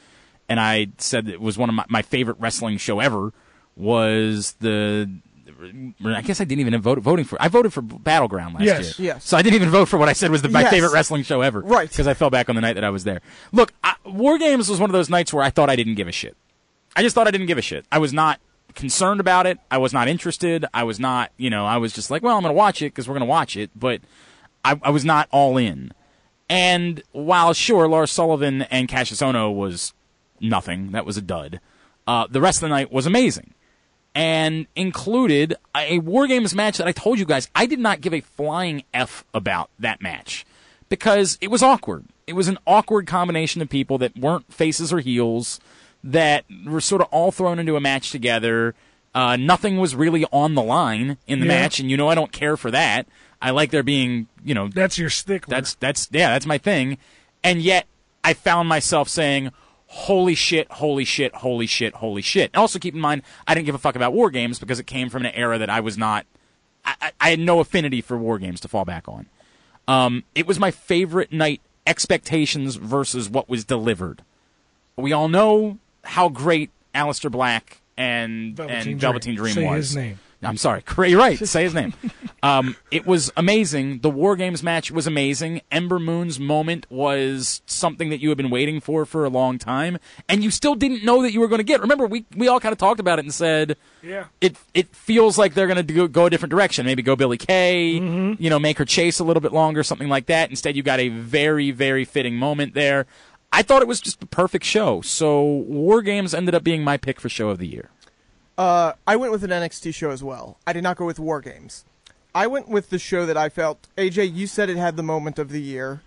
A: and I said that it was one of my, my favorite wrestling show ever was the. I guess I didn't even vote voting for. I voted for Battleground last
B: Yes.
A: year,
C: Yes.
A: so I didn't even vote for what I said was the, my
C: Yes.
A: favorite wrestling show ever,
C: Right.
A: Because I fell back on the night that I was there. Look, I, War Games was one of those nights where I thought I didn't give a shit. I just thought I didn't give a shit. I was not concerned about it. I was not interested. I was not, you know, I was just like, well, I'm going to watch it because we're going to watch it, but I, I was not all in. And while sure, Lars Sullivan and Cassius Ono was nothing, that was a dud. Uh, the rest of the night was amazing, and included a War Games match that I told you guys I did not give a flying f about that match because it was awkward. It was an awkward combination of people that weren't faces or heels that were sort of all thrown into a match together. Uh, nothing was really on the line in the
B: Yeah.
A: match, and you know I don't care for that. I like there being, you know,
B: That's your stick.
A: that's that's yeah, that's my thing. And yet I found myself saying, "Holy shit! Holy shit! Holy shit! Holy shit!" And also keep in mind, I didn't give a fuck about war games because it came from an era that I was not. I, I- I had no affinity for war games to fall back on. Um, it was my favorite night. Expectations versus what was delivered. We all know how great Alistair Black and
B: Velveteen
A: and
B: Dream.
A: Velveteen Dream
B: Say
A: was.
B: his name.
A: I'm sorry. Cra- You're right. Say his name. Um, it was amazing. The War Games match was amazing. Ember Moon's moment was something that you had been waiting for for a long time, and you still didn't know that you were going to get. Remember, we we all kind of talked about it and said,
B: Yeah.
A: it it feels like they're going to go a different direction. Maybe go Billy Kay, you know, make her chase a little bit longer, something like that. Instead, you got a very very fitting moment there. I thought it was just the perfect show. So War Games ended up being my pick for show of the year.
C: Uh, I went with an NXT show as well. I did not go with War Games. I went with the show that I felt. AJ, you said it had the moment of the year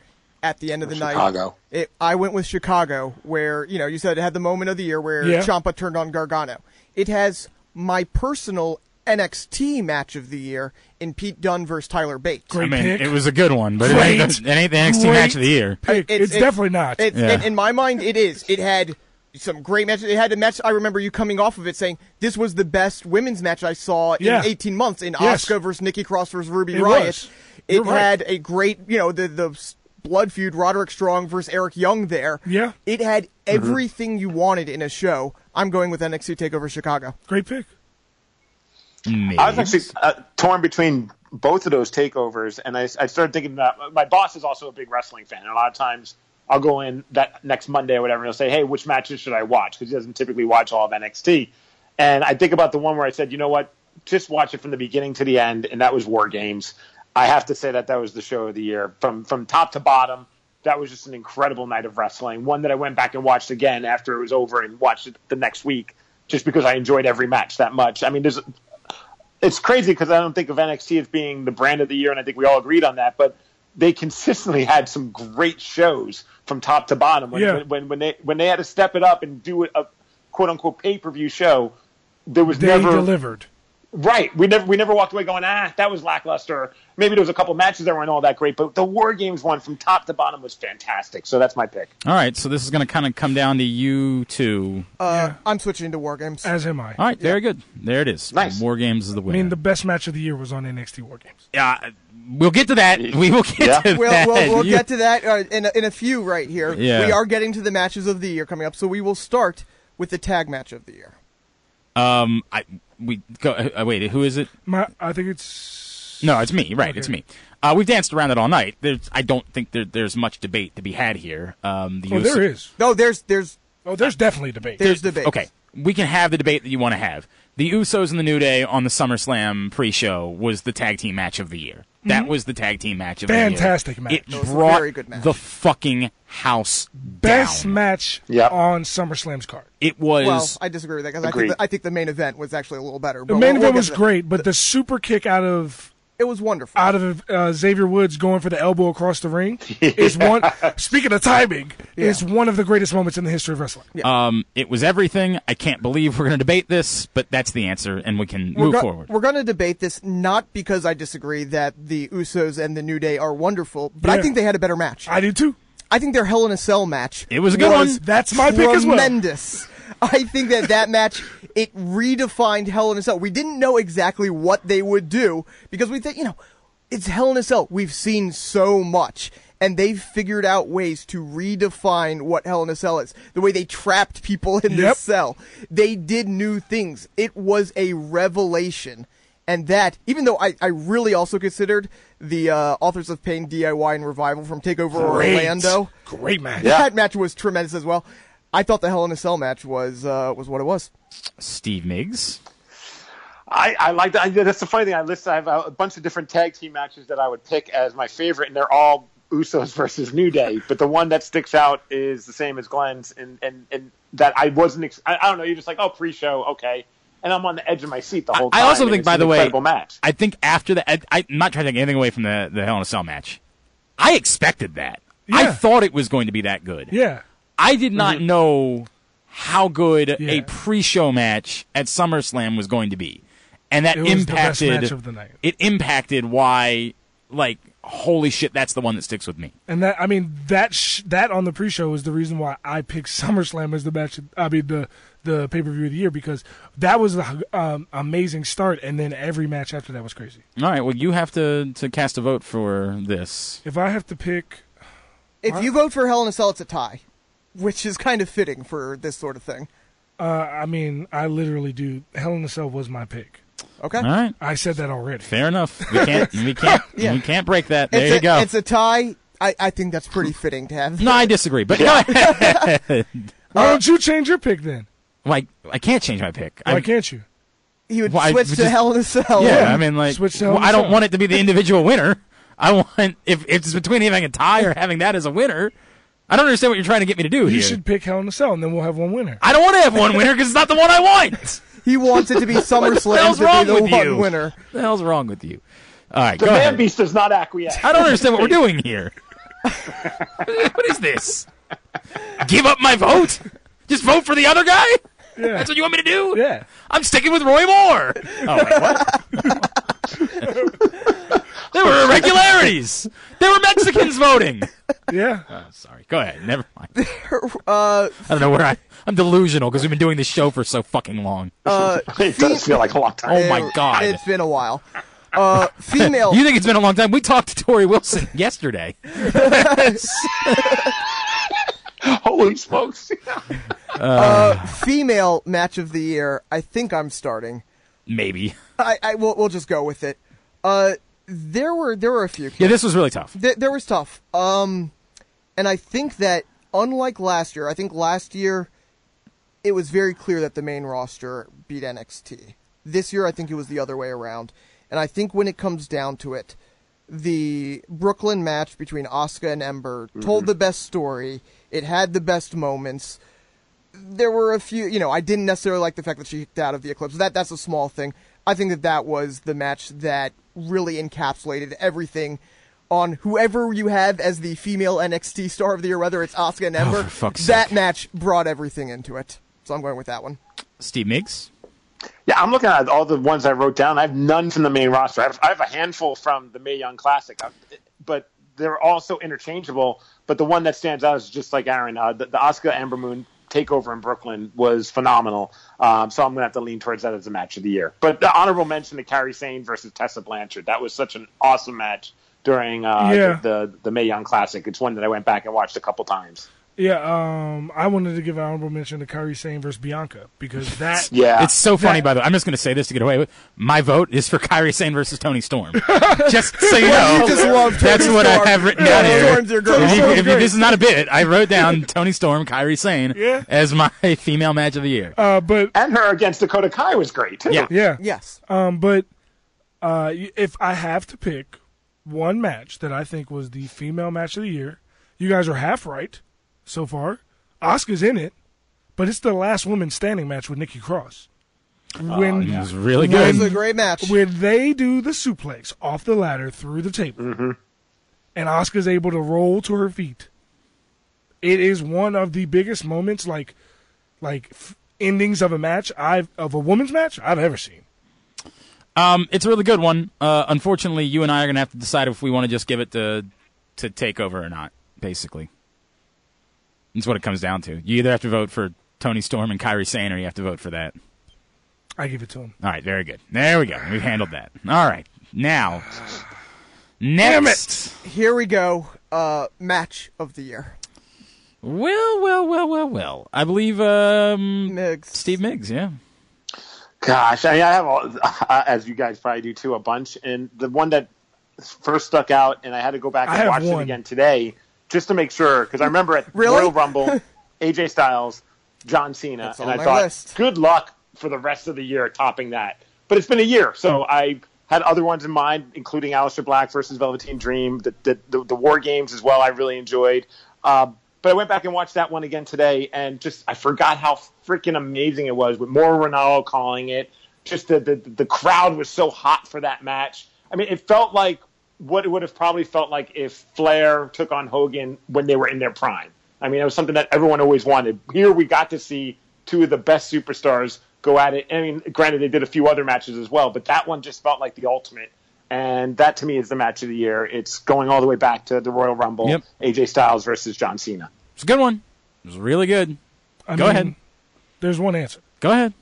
C: at the end of the night.
D: Chicago.
C: It, I went with Chicago, where you know you said it had the moment of the year where
B: Yeah.
C: Champa turned on Gargano. It has my personal NXT match of the year in Pete Dunne versus Tyler Bates.
B: Great pick.
A: was a good one, but
B: ain't Great. the- it
A: ain't the
B: NXT Great. match of the
A: year.
B: Pick.
C: It-
B: it's,
C: it-
B: definitely not.
C: It,
A: Yeah.
C: in, in my mind, it is. It had some great matches. It had a match. I remember you coming off of it saying this was the best women's match I saw in
B: Yeah.
C: 18 months in
B: Yes.
C: Oscar versus Nikki Cross versus Ruby
B: It
C: Riot.
B: was.
C: It
B: You're right.
C: had a great, you know, the the s- blood feud Roderick Strong versus Eric Young there.
B: Yeah. Mm-hmm.
C: It had everything you wanted in a show. I'm going with NXT Takeover Chicago.
B: Great pick.
D: I was actually uh, torn between both of those takeovers, and I, I started thinking about my boss is also a big wrestling fan, and a lot of times I'll go in that next Monday or whatever, and he'll say, "Hey, which matches should I watch?" Because he doesn't typically watch all of NXT, and I think about the one where I said, "You know what? Just watch it from the beginning to the end," and that was War Games. I have to say that that was the show of the year from from top to bottom. That was just an incredible night of wrestling. One that I went back and watched again after it was over, and watched it the next week just because I enjoyed every match that much. I mean, there's it's crazy because I don't think of NXT as being the brand of the year, and I think we all agreed on that. But they consistently had some great shows from top to bottom. When,
B: Yeah.
D: when, when, when they when they had to step it up and do a quote unquote pay per view show, there was
B: They
D: never
B: delivered.
D: right. We never we never walked away going ah that was lackluster. Maybe there was a couple matches that weren't all that great, but the War Games one from top to bottom was fantastic. So that's my pick.
A: All right, so this is going to kind of come down to you two.
C: Uh, I'm switching to War Games.
B: As am I.
A: All right, very good. There it is.
D: Nice.
A: War Games is the
B: I
A: winner.
B: mean, the best match of the year was on NXT War Games.
A: Yeah, we'll get to that. We will get
D: Yeah.
A: to
C: We'll,
A: that.
C: we'll, we'll
A: You-
C: get to that uh, in, a, in a few right here.
A: Yeah.
C: We are getting to the matches of the year coming up, so we will start with the tag match of the year.
A: um, I, we go. Uh, wait, who is it?
B: My, I think it's
A: No, it's me. Right, it's
B: Okay.
A: me. Uh, we've danced around it all night. There's, I don't think there, there's much debate to be had here. Um, the
B: Oh,
A: UFC
B: there is.
C: No, there's there's
B: Oh, there's definitely debate.
C: there's debate.
A: Okay, we can have the debate that you want to have. The Usos and the New Day on the SummerSlam pre-show was the tag team match of the year. That was the tag team match of
B: Mm-hmm. Fantastic
A: the
B: match.
A: year.
B: That
A: It
C: was a
A: brought
C: very good match.
A: the fucking house
B: best
A: down.
B: match
D: Yeah.
B: on SummerSlam's card.
A: it was
C: Well, I disagree with that because I, think
D: Agreed.
C: the- I think the main event was actually a little better.
B: The
C: but
B: main
C: we'll- we'll
B: event
C: get
B: was
C: to that.
B: great, but the super kick out of
C: It was wonderful.
B: out of uh, Xavier Woods going for the elbow across the ring is one. Speaking of timing, is one of the greatest moments in the history of wrestling.
A: Um, it was everything. I can't believe we're going to debate this, but that's the answer, and we can move
C: go-
A: forward.
C: We're going to debate this not because I disagree that the Usos and the New Day are wonderful, but I
B: Yeah.
C: think they had a better match. I,
B: I do too.
C: think their Hell in a Cell match.
A: It was a good one.
B: That's my pick as well.
C: Tremendous. I think that that match it redefined Hell in a Cell. We didn't know exactly what they would do because we think you know it's Hell in a Cell. We've seen so much. And they figured out ways to redefine what Hell in a Cell is. The way they trapped people in
B: Yep.
C: this cell. They did new things. It was a revelation. And that, even though I, I really also considered the uh, Authors of Pain DIY and Revival from TakeOver Orlando,
B: Great match.
C: that match was tremendous as well. I thought the Hell in a Cell match was uh, was what it was.
A: Steve Miggs.
D: I, I like that. I, that's the funny thing. I list. I have a, a bunch of different tag team matches that I would pick as my favorite, and they're all Usos versus New Day. But the one that sticks out is the same as Glenn's, and and and that I wasn't. Ex- I, I don't know. You're just like, oh, pre-show, okay, and I'm on the edge of my seat the whole
A: I
D: time.
A: also
D: and
A: think,
D: it's
A: by
D: an
A: the way,
D: incredible match.
A: I think after that, I, I'm not trying to take anything away from the, the Hell in a Cell match. I expected that. I
B: Yeah.
A: thought it was going to be that good.
B: Yeah.
A: I did not
D: Mm-hmm.
A: know how good a
B: Yeah.
A: pre-show match at SummerSlam was going to be, and that
B: It was the best
A: impacted
B: match of the night.
A: It impacted why, like, holy shit, that's the one that sticks with me.
B: And that I mean that sh- that on the pre-show is the reason why I picked SummerSlam as the match. I mean the the pay-per-view of the year because that was an um, amazing start, and then every match after that was crazy.
A: All right, well, you have to to cast a vote for this.
B: If I have to pick,
C: If you vote for Hell in a Cell, it's a tie, which is kind of fitting for this sort of thing.
B: uh, I mean I literally do. Hell in a Cell was my pick.
C: Okay.
A: All right,
B: I said that already.
A: fair enough. We can't we can't
C: Yeah.
A: we can't break that.
C: It's
A: There you
C: a,
A: go.
C: It's a tie. I, I think that's pretty fitting to have.
A: no, I disagree, but go ahead.
B: Why don't you change your pick then?
A: like I can't change my pick.
B: Why
A: I,
B: can't you?
C: He would
A: Well, I
C: switch to
A: would just-
C: Hell in a Cell.
A: Yeah, I mean, like,
B: Switch to
A: well, I don't
B: Hell.
A: want it to be the individual winner. I want if, if it's between having a tie or having that as a winner. I don't understand what you're trying to get me to do
B: You
A: here.
B: should pick Hell in a Cell, and then we'll have one winner.
A: I don't want to have one winner because it's not the one I want.
C: He wants it to be SummerSlam
A: hell's
C: to
A: wrong
C: be the
A: with
C: one
A: you?
C: winner.
A: What the hell's wrong with you? All right,
D: the
A: go
D: man
A: ahead.
D: beast does not acquiesce.
A: I don't understand what we're doing here. what is this? Give up my vote? Just vote for the other guy?
B: Yeah.
A: That's what you want me to do?
B: yeah.
A: I'm sticking with Roy Moore. Oh, wait, what? there were irregularities. There were Mexicans voting.
B: Yeah.
A: Sorry. Go ahead. Never mind.
C: Uh,
A: I don't know where I. I'm delusional because we've been doing this show for so fucking long.
D: it does feel like a long time.
A: Oh my
C: Uh, it-
A: god.
C: It's been a while. Uh, female.
A: you think it's been a long time? We talked to Tori Wilson yesterday.
D: Holy smokes!
C: uh, female match of the year. I think I'm starting.
A: Maybe.
C: I, I we'll, we'll just go with it. Uh, there were there were a few.
A: Yeah, this was really tough.
C: Th- there was tough. Um, and I think that unlike last year, I think last year it was very clear that the main roster beat NXT. This year, I think it was the other way around. And I think when it comes down to it, the Brooklyn match between Asuka and Ember
A: Mm-hmm.
C: told the best story. It had the best moments there were a few, you know, I didn't necessarily like the fact that she kicked out of the Eclipse. That that's a small thing. I think that that was the match that really encapsulated everything on whoever you have as the female NXT star of the year, whether it's Asuka and Ember.
A: Oh, for fuck's
C: that
A: sake.
C: match brought everything into it. So I'm going with that one.
A: Steve Miggs.
D: Yeah, I'm looking at all the ones I wrote down. I have none from the main roster. I have, I have a handful from the Mae Young Classic, I, but they're all so interchangeable. But the one that stands out is just like Aaron, uh, the, the Asuka Amber Moon takeover in Brooklyn was phenomenal. Um, so I'm going to have to lean towards that as a match of the year. But the honorable mention to Carrie Sane versus Tessa Blanchard. That was such an awesome match during uh,
B: Yeah.
D: the, the the Mae Young Classic. It's one that I went back and watched a couple times.
B: Yeah, um, I wanted to give an honorable mention to Kyrie Sane versus Bianca because that
D: Yeah,
A: It's so funny,
B: That-
A: by the way. I'm just going to say this to get away with. My vote is for Kyrie Sane versus Tony Storm. just so you know,
C: you just love Tony
A: that's what
C: Storm.
A: I have written
C: Yeah,
A: down here.
C: Storm's your girl.
A: If you-
C: Storm's
A: if you- this is not a bit. I wrote down Tony Storm, Kyrie Sane
B: Yeah.
A: as my female match of the year.
B: uh, but
D: and her against Dakota Kai was great too.
A: Yeah.
B: yeah,
C: Yes.
B: Um, but uh, y- if I have to pick one match that I think was the female match of the year, you guys are half right so far. Oscar's in it, but it's the last woman standing match with Nikki Cross. When
A: It was really
C: It was a
A: good.
C: great match.
B: when they do the suplex off the ladder through the table, and Oscar's able to roll to her feet, it is one of the biggest moments, like, like f- endings of a match I've of a woman's match I've ever seen.
A: Um, it's a really good one. Uh, unfortunately, you and I are going to have to decide if we want to just give it to to Takeover or not. Basically, that's what it comes down to. You either have to vote for Tony Storm and Kyrie Sane, or you have to vote for that.
B: I give it to him.
A: All right, very good. There we go. We've handled that. All right, now, next.
C: Here we go. Uh, match of the year.
A: Well, well, well, well, well. I believe um,
C: Mix.
A: Steve Miggs. Yeah.
D: Gosh, I mean, I have all, uh, as you guys probably do too, a bunch. And the one that first stuck out, and I had to go back
B: I
D: and
B: have
D: watch
B: one.
D: it again today just to make sure, because I remember at
C: Really?
D: Royal Rumble, AJ Styles, John Cena,
C: That's
D: and
C: on
D: I
C: my
D: thought,
C: list.
D: good luck for the rest of the year topping that. But it's been a year, so I had other ones in mind, including Aleister Black versus Velveteen Dream, the the, the, the War Games as well. I really enjoyed. Uh, but I went back and watched that one again today, and just I forgot how freaking amazing it was with Mauro Ronaldo calling it. Just the, the the crowd was so hot for that match. I mean, it felt like what it would have probably felt like if Flair took on Hogan when they were in their prime. I mean, it was something that everyone always wanted. Here we got to see two of the best superstars go at it. I mean, granted, they did a few other matches as well, but that one just felt like the ultimate. And that to me is the match of the year. It's going all the way back to the Royal Rumble,
A: Yep.
D: AJ Styles versus John Cena.
A: It's a good one. It was really good.
B: I
A: Go
B: mean,
A: ahead.
B: There's one answer.
A: Go ahead.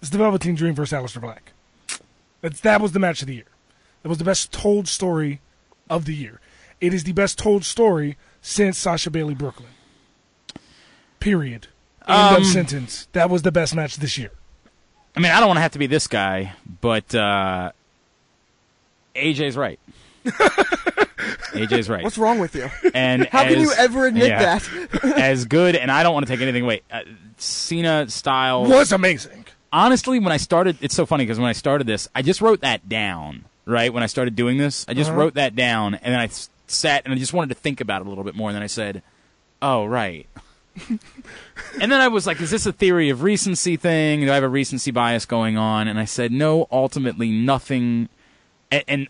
B: It's the Velveteen Dream versus Aleister Black. That's, that was the match of the year. That was the best told story of the year. It is the best told story since Sasha Bailey Brooklyn. Period. End
A: Um,
B: of sentence. That was the best match this year.
A: I mean, I don't want to have to be this guy, but uh, AJ's right. AJ's right.
C: What's wrong with you?
A: and
C: How can
A: as-
C: you ever admit
A: yeah,
C: that?
A: as good, and I don't want to take anything away. Uh, Cena style.
B: Was amazing.
A: Honestly, when I started, it's so funny because when I started this, I just wrote that down. Right when I started doing this, I just wrote that down, and then I s- sat and I just wanted to think about it a little bit more, and then I said, "Oh, right." and then I was like, "Is this a theory of recency thing? Do I have a recency bias going on?" And I said, "No, ultimately, nothing." And, and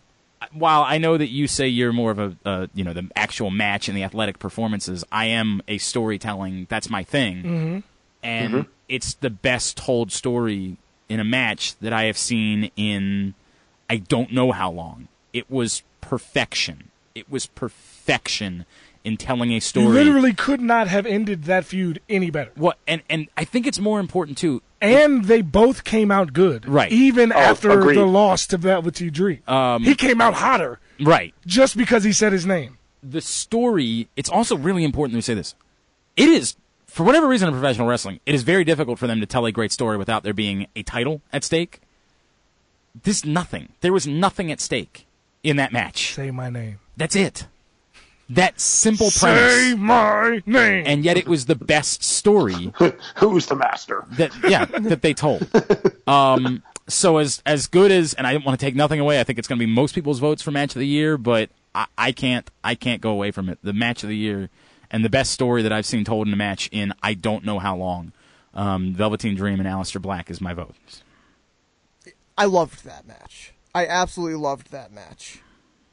A: while I know that you say you're more of a, uh, you know, the actual match and the athletic performances, I am a storytelling. That's my thing, and it's the best told story in a match that I have seen in I don't know how long. It was perfection. It was perfection in telling a
B: You
A: story.
B: literally could not have ended that feud any better.
A: What and and I think it's more important too.
B: And they both came out good.
A: Right. Oh, Um,
B: Even after
D: agreed.
B: the loss to Velveteen Dream. he came out hotter
A: Right.
B: just because he said his name.
A: The story. It's also really important that we say this. It is for whatever reason in professional wrestling, it is very difficult for them to tell a great story without there being a title at stake. This nothing. There was nothing at stake in that match.
B: Say my name.
A: That's it. That simple premise.
B: Say my name.
A: and yet it was the best story
D: Who's the master?
A: that yeah that they told. Um, so as as good as and I didn't want to take nothing away. I think it's going to be most people's votes for match of the year, but I, I can't I can't go away from it. The match of the year and the best story that I've seen told in a match in I don't know how long. Um, Velveteen Dream and Aleister Black is my vote.
C: I loved that match. I absolutely loved that match.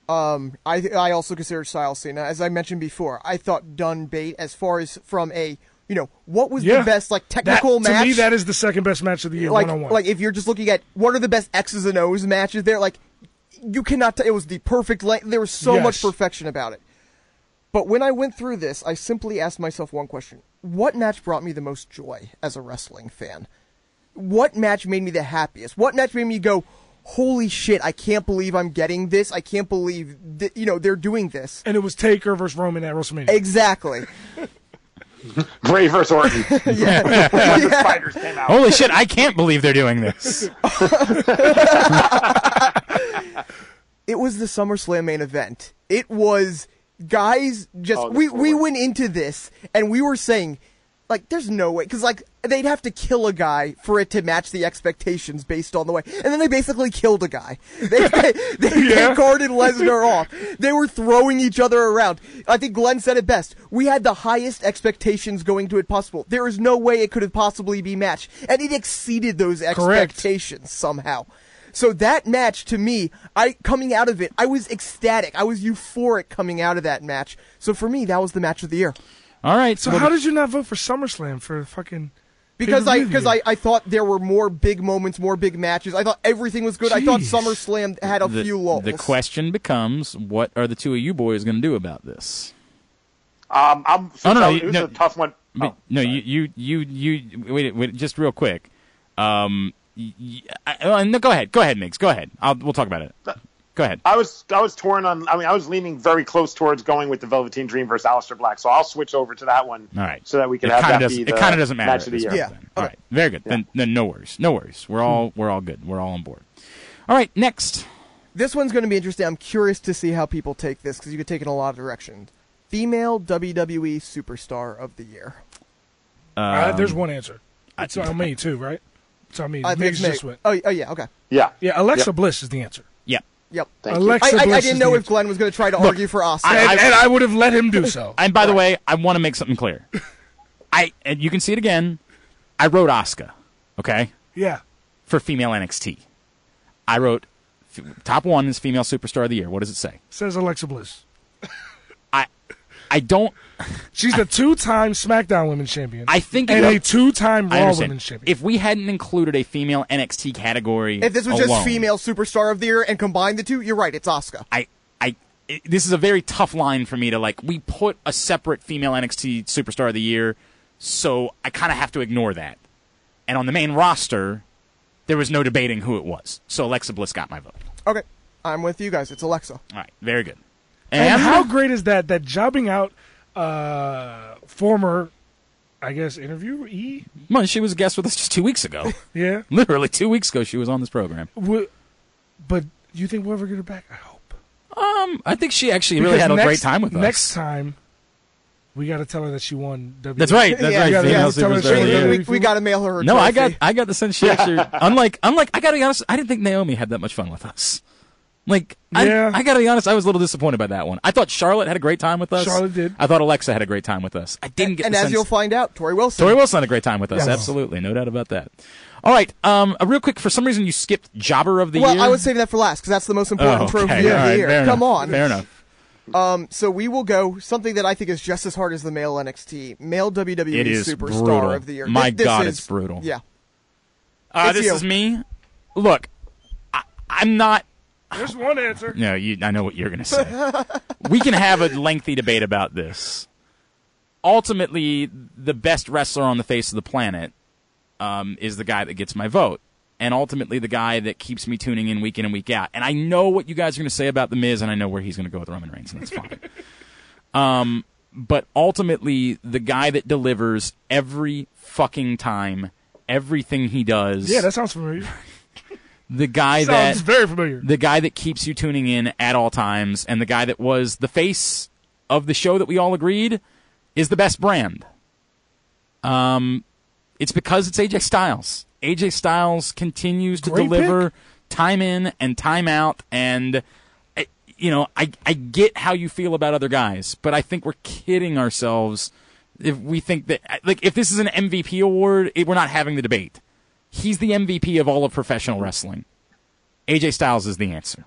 C: Um, I I also considered Styles Cena, as I mentioned before. I thought Dunn bait as far as from a you know what was
B: Yeah.
C: the best like
B: That-
C: technical match.
B: To me, that is the second best match of the year,
C: like
B: one on one.
C: like if you're just looking at what are the best X's and O's matches there, like you cannot. T- it was the perfect length. There was so much
B: Yes.
C: perfection about it. But when I went through this, I simply asked myself one question: What match brought me the most joy as a wrestling fan? What match made me the happiest? What match made me go, "Holy shit! I can't believe I'm getting this. I can't believe th- you know they're doing this."
B: and it was Taker versus Roman at WrestleMania.
C: Exactly.
D: Bray versus Orton.
C: Yeah.
D: Spiders came out.
A: Holy shit, I can't believe they're doing this.
C: it was the SummerSlam main event. It was guys just
D: Oh, the
C: we
D: four
C: we
D: way.
C: went into this and we were saying like there's no way cuz like they'd have to kill a guy for it to match the expectations based on the way. And then they basically killed a guy. They they, they
B: Yeah.
C: guarded Lesnar off. They were throwing each other around. I think Glenn said it best. We had the highest expectations going to it possible. There is no way it could have possibly be matched and it exceeded those
B: Correct.
C: expectations expectations somehow. So that match to me, I coming out of it, I was ecstatic. I was euphoric coming out of that match. So for me, that was the match of the year
A: All right.
B: So how did you not vote for SummerSlam for fucking?
C: because I
B: pay-per-view?
C: because I, I thought there were more big moments, more big matches. I thought everything was good. I thought
B: Jeez.
C: SummerSlam had a
A: the,
C: few lulls.
A: the question becomes, what are the two of you boys going to do about this?
D: Um, I'm,
A: Oh, no, no,
D: it was
A: no.
D: a tough one.
A: But-
D: Oh,
A: no, you, you, you, you. Wait, wait, just real quick. Um, y- y- I- uh, no, go ahead, go ahead, Migs, go ahead. I'll, we'll talk about it.
D: Uh,
A: Go ahead.
D: I was I was torn on. I mean, I was leaning very close towards going with the Velveteen Dream versus Aleister Black. So I'll switch over to that one.
A: All right.
D: So that we can
A: it
D: have
A: kinda
D: that
A: doesn't-
D: be the
A: It kind of doesn't matter.
D: match of the
A: at
D: year.
A: this
C: Yeah.
A: point. All right. Very good. Then, then no worries. No worries. We're all
D: Hmm.
A: we're all good. We're all on board. All right. Next.
C: This one's going to be interesting. I'm curious to see how people take this because you could take it in a lot of directions. Female WWE superstar of the year.
A: Um,
B: Uh, there's one answer. It's on me too, right? It's on me.
C: I think
B: Migs
C: it's
B: just
C: Meg.
B: went.
C: Oh, oh yeah, okay.
D: Yeah.
B: Yeah, Alexa
D: Yep.
B: Bliss is the answer.
A: Yeah.
C: Yep.
D: Thank you.
B: Alexa
C: I, I, I
B: Bliss
C: didn't
B: is
C: know
B: the
C: if Glenn was going to try to argue for us.
B: answer. and, and I would have let him do so.
A: And by the way, I want to make something clear. I and you can see it again. I wrote Oscar. Okay.
B: yeah,
A: For female NXT, I wrote f- top one is female superstar of the year. What does it say?
B: says Alexa Bliss.
A: I I don't.
B: She's the two-time SmackDown Women's Champion
A: I think
B: and
A: it,
B: a two-time
A: I
B: Raw
A: understand.
B: Women's Champion.
A: If we hadn't included a female NXT category,
C: If this was just
A: alone,
C: female superstar of the year and combine the two, you're right, it's Asuka.
A: I, I, it- this is a very tough line for me to like. We put a separate female NXT superstar of the year, so I kind of have to ignore that. And on the main roster, there was no debating who it was. So Alexa Bliss got my vote.
C: Okay. I'm with you guys. It's Alexa.
A: All right, very good.
B: and
A: And,
B: how great is that? That jobbing out uh, former, I guess, interviewee.
A: Well, she was a guest with us just two weeks ago.
B: Yeah,
A: Literally two weeks ago, she was on this program.
B: Wo- but you think we'll ever get her back? I hope.
A: Um, I think she actually really had a
B: Because
A: great
B: next-
A: time with us.
B: Next time, we got to tell her that she won. WWE.
A: That's right. That's
C: Yeah,
A: right.
C: yeah,
A: female
B: yeah, tell her
A: superstar
B: she
A: of the
B: was
A: year.
B: there.
C: We, we, got to mail her her
A: No, I got
C: trophy.
A: I got the sense she actually unlike unlike I gotta be honest, I didn't think Naomi had that much fun with us. Like I,
B: Yeah.
A: I gotta be honest, I was a little disappointed by that one. I thought Charlotte had a great time with us.
B: Charlotte did.
A: I thought Alexa had a great time with us. I didn't get
C: And
A: the
C: as
A: sense
C: you'll find out, Tori Wilson.
A: Tori Wilson had a great time with us. Absolutely, no doubt about that. All right, um, a real quick. For some reason, you skipped Jobber of the
C: well,
A: Year.
C: I was saving that for last because that's the most
A: oh,
C: important
A: okay.
C: trophy
A: all
C: of
A: right,
C: the year.
A: fair
C: Come
A: enough.
C: on.
A: fair enough.
C: So we will go something that I think is just as hard as the male NXT, male WWE
A: It is
C: superstar
A: brutal.
C: of the year.
A: My
C: Th- this
A: God,
C: is-
A: it's brutal.
C: Yeah.
A: Uh,
C: It's
A: this
C: you.
A: is me. Look, I, I'm not
B: There's one answer.
A: No, you, I know what you're going to say. we can have a lengthy debate about this. Ultimately, the best wrestler on the face of the planet um, is the guy that gets my vote. And ultimately, the guy that keeps me tuning in week in and week out. And I know what you guys are going to say about The Miz, and I know where he's going to go with Roman Reigns, and that's fine. um, but ultimately, the guy that delivers every fucking time, everything he does,
B: Yeah, that sounds familiar.
A: the guy that
B: sounds very familiar.
A: the guy that keeps you tuning in at all times and the guy that was the face of the show that we all agreed is the best brand. Um, it's because it's AJ Styles. AJ Styles continues to
B: Great
A: deliver time in and time out and I- you know, I I get how you feel about other guys, but I think we're kidding ourselves if we think that like if this is an MVP award, it, we're not having the debate. He's the MVP of all of professional wrestling. AJ Styles is the answer.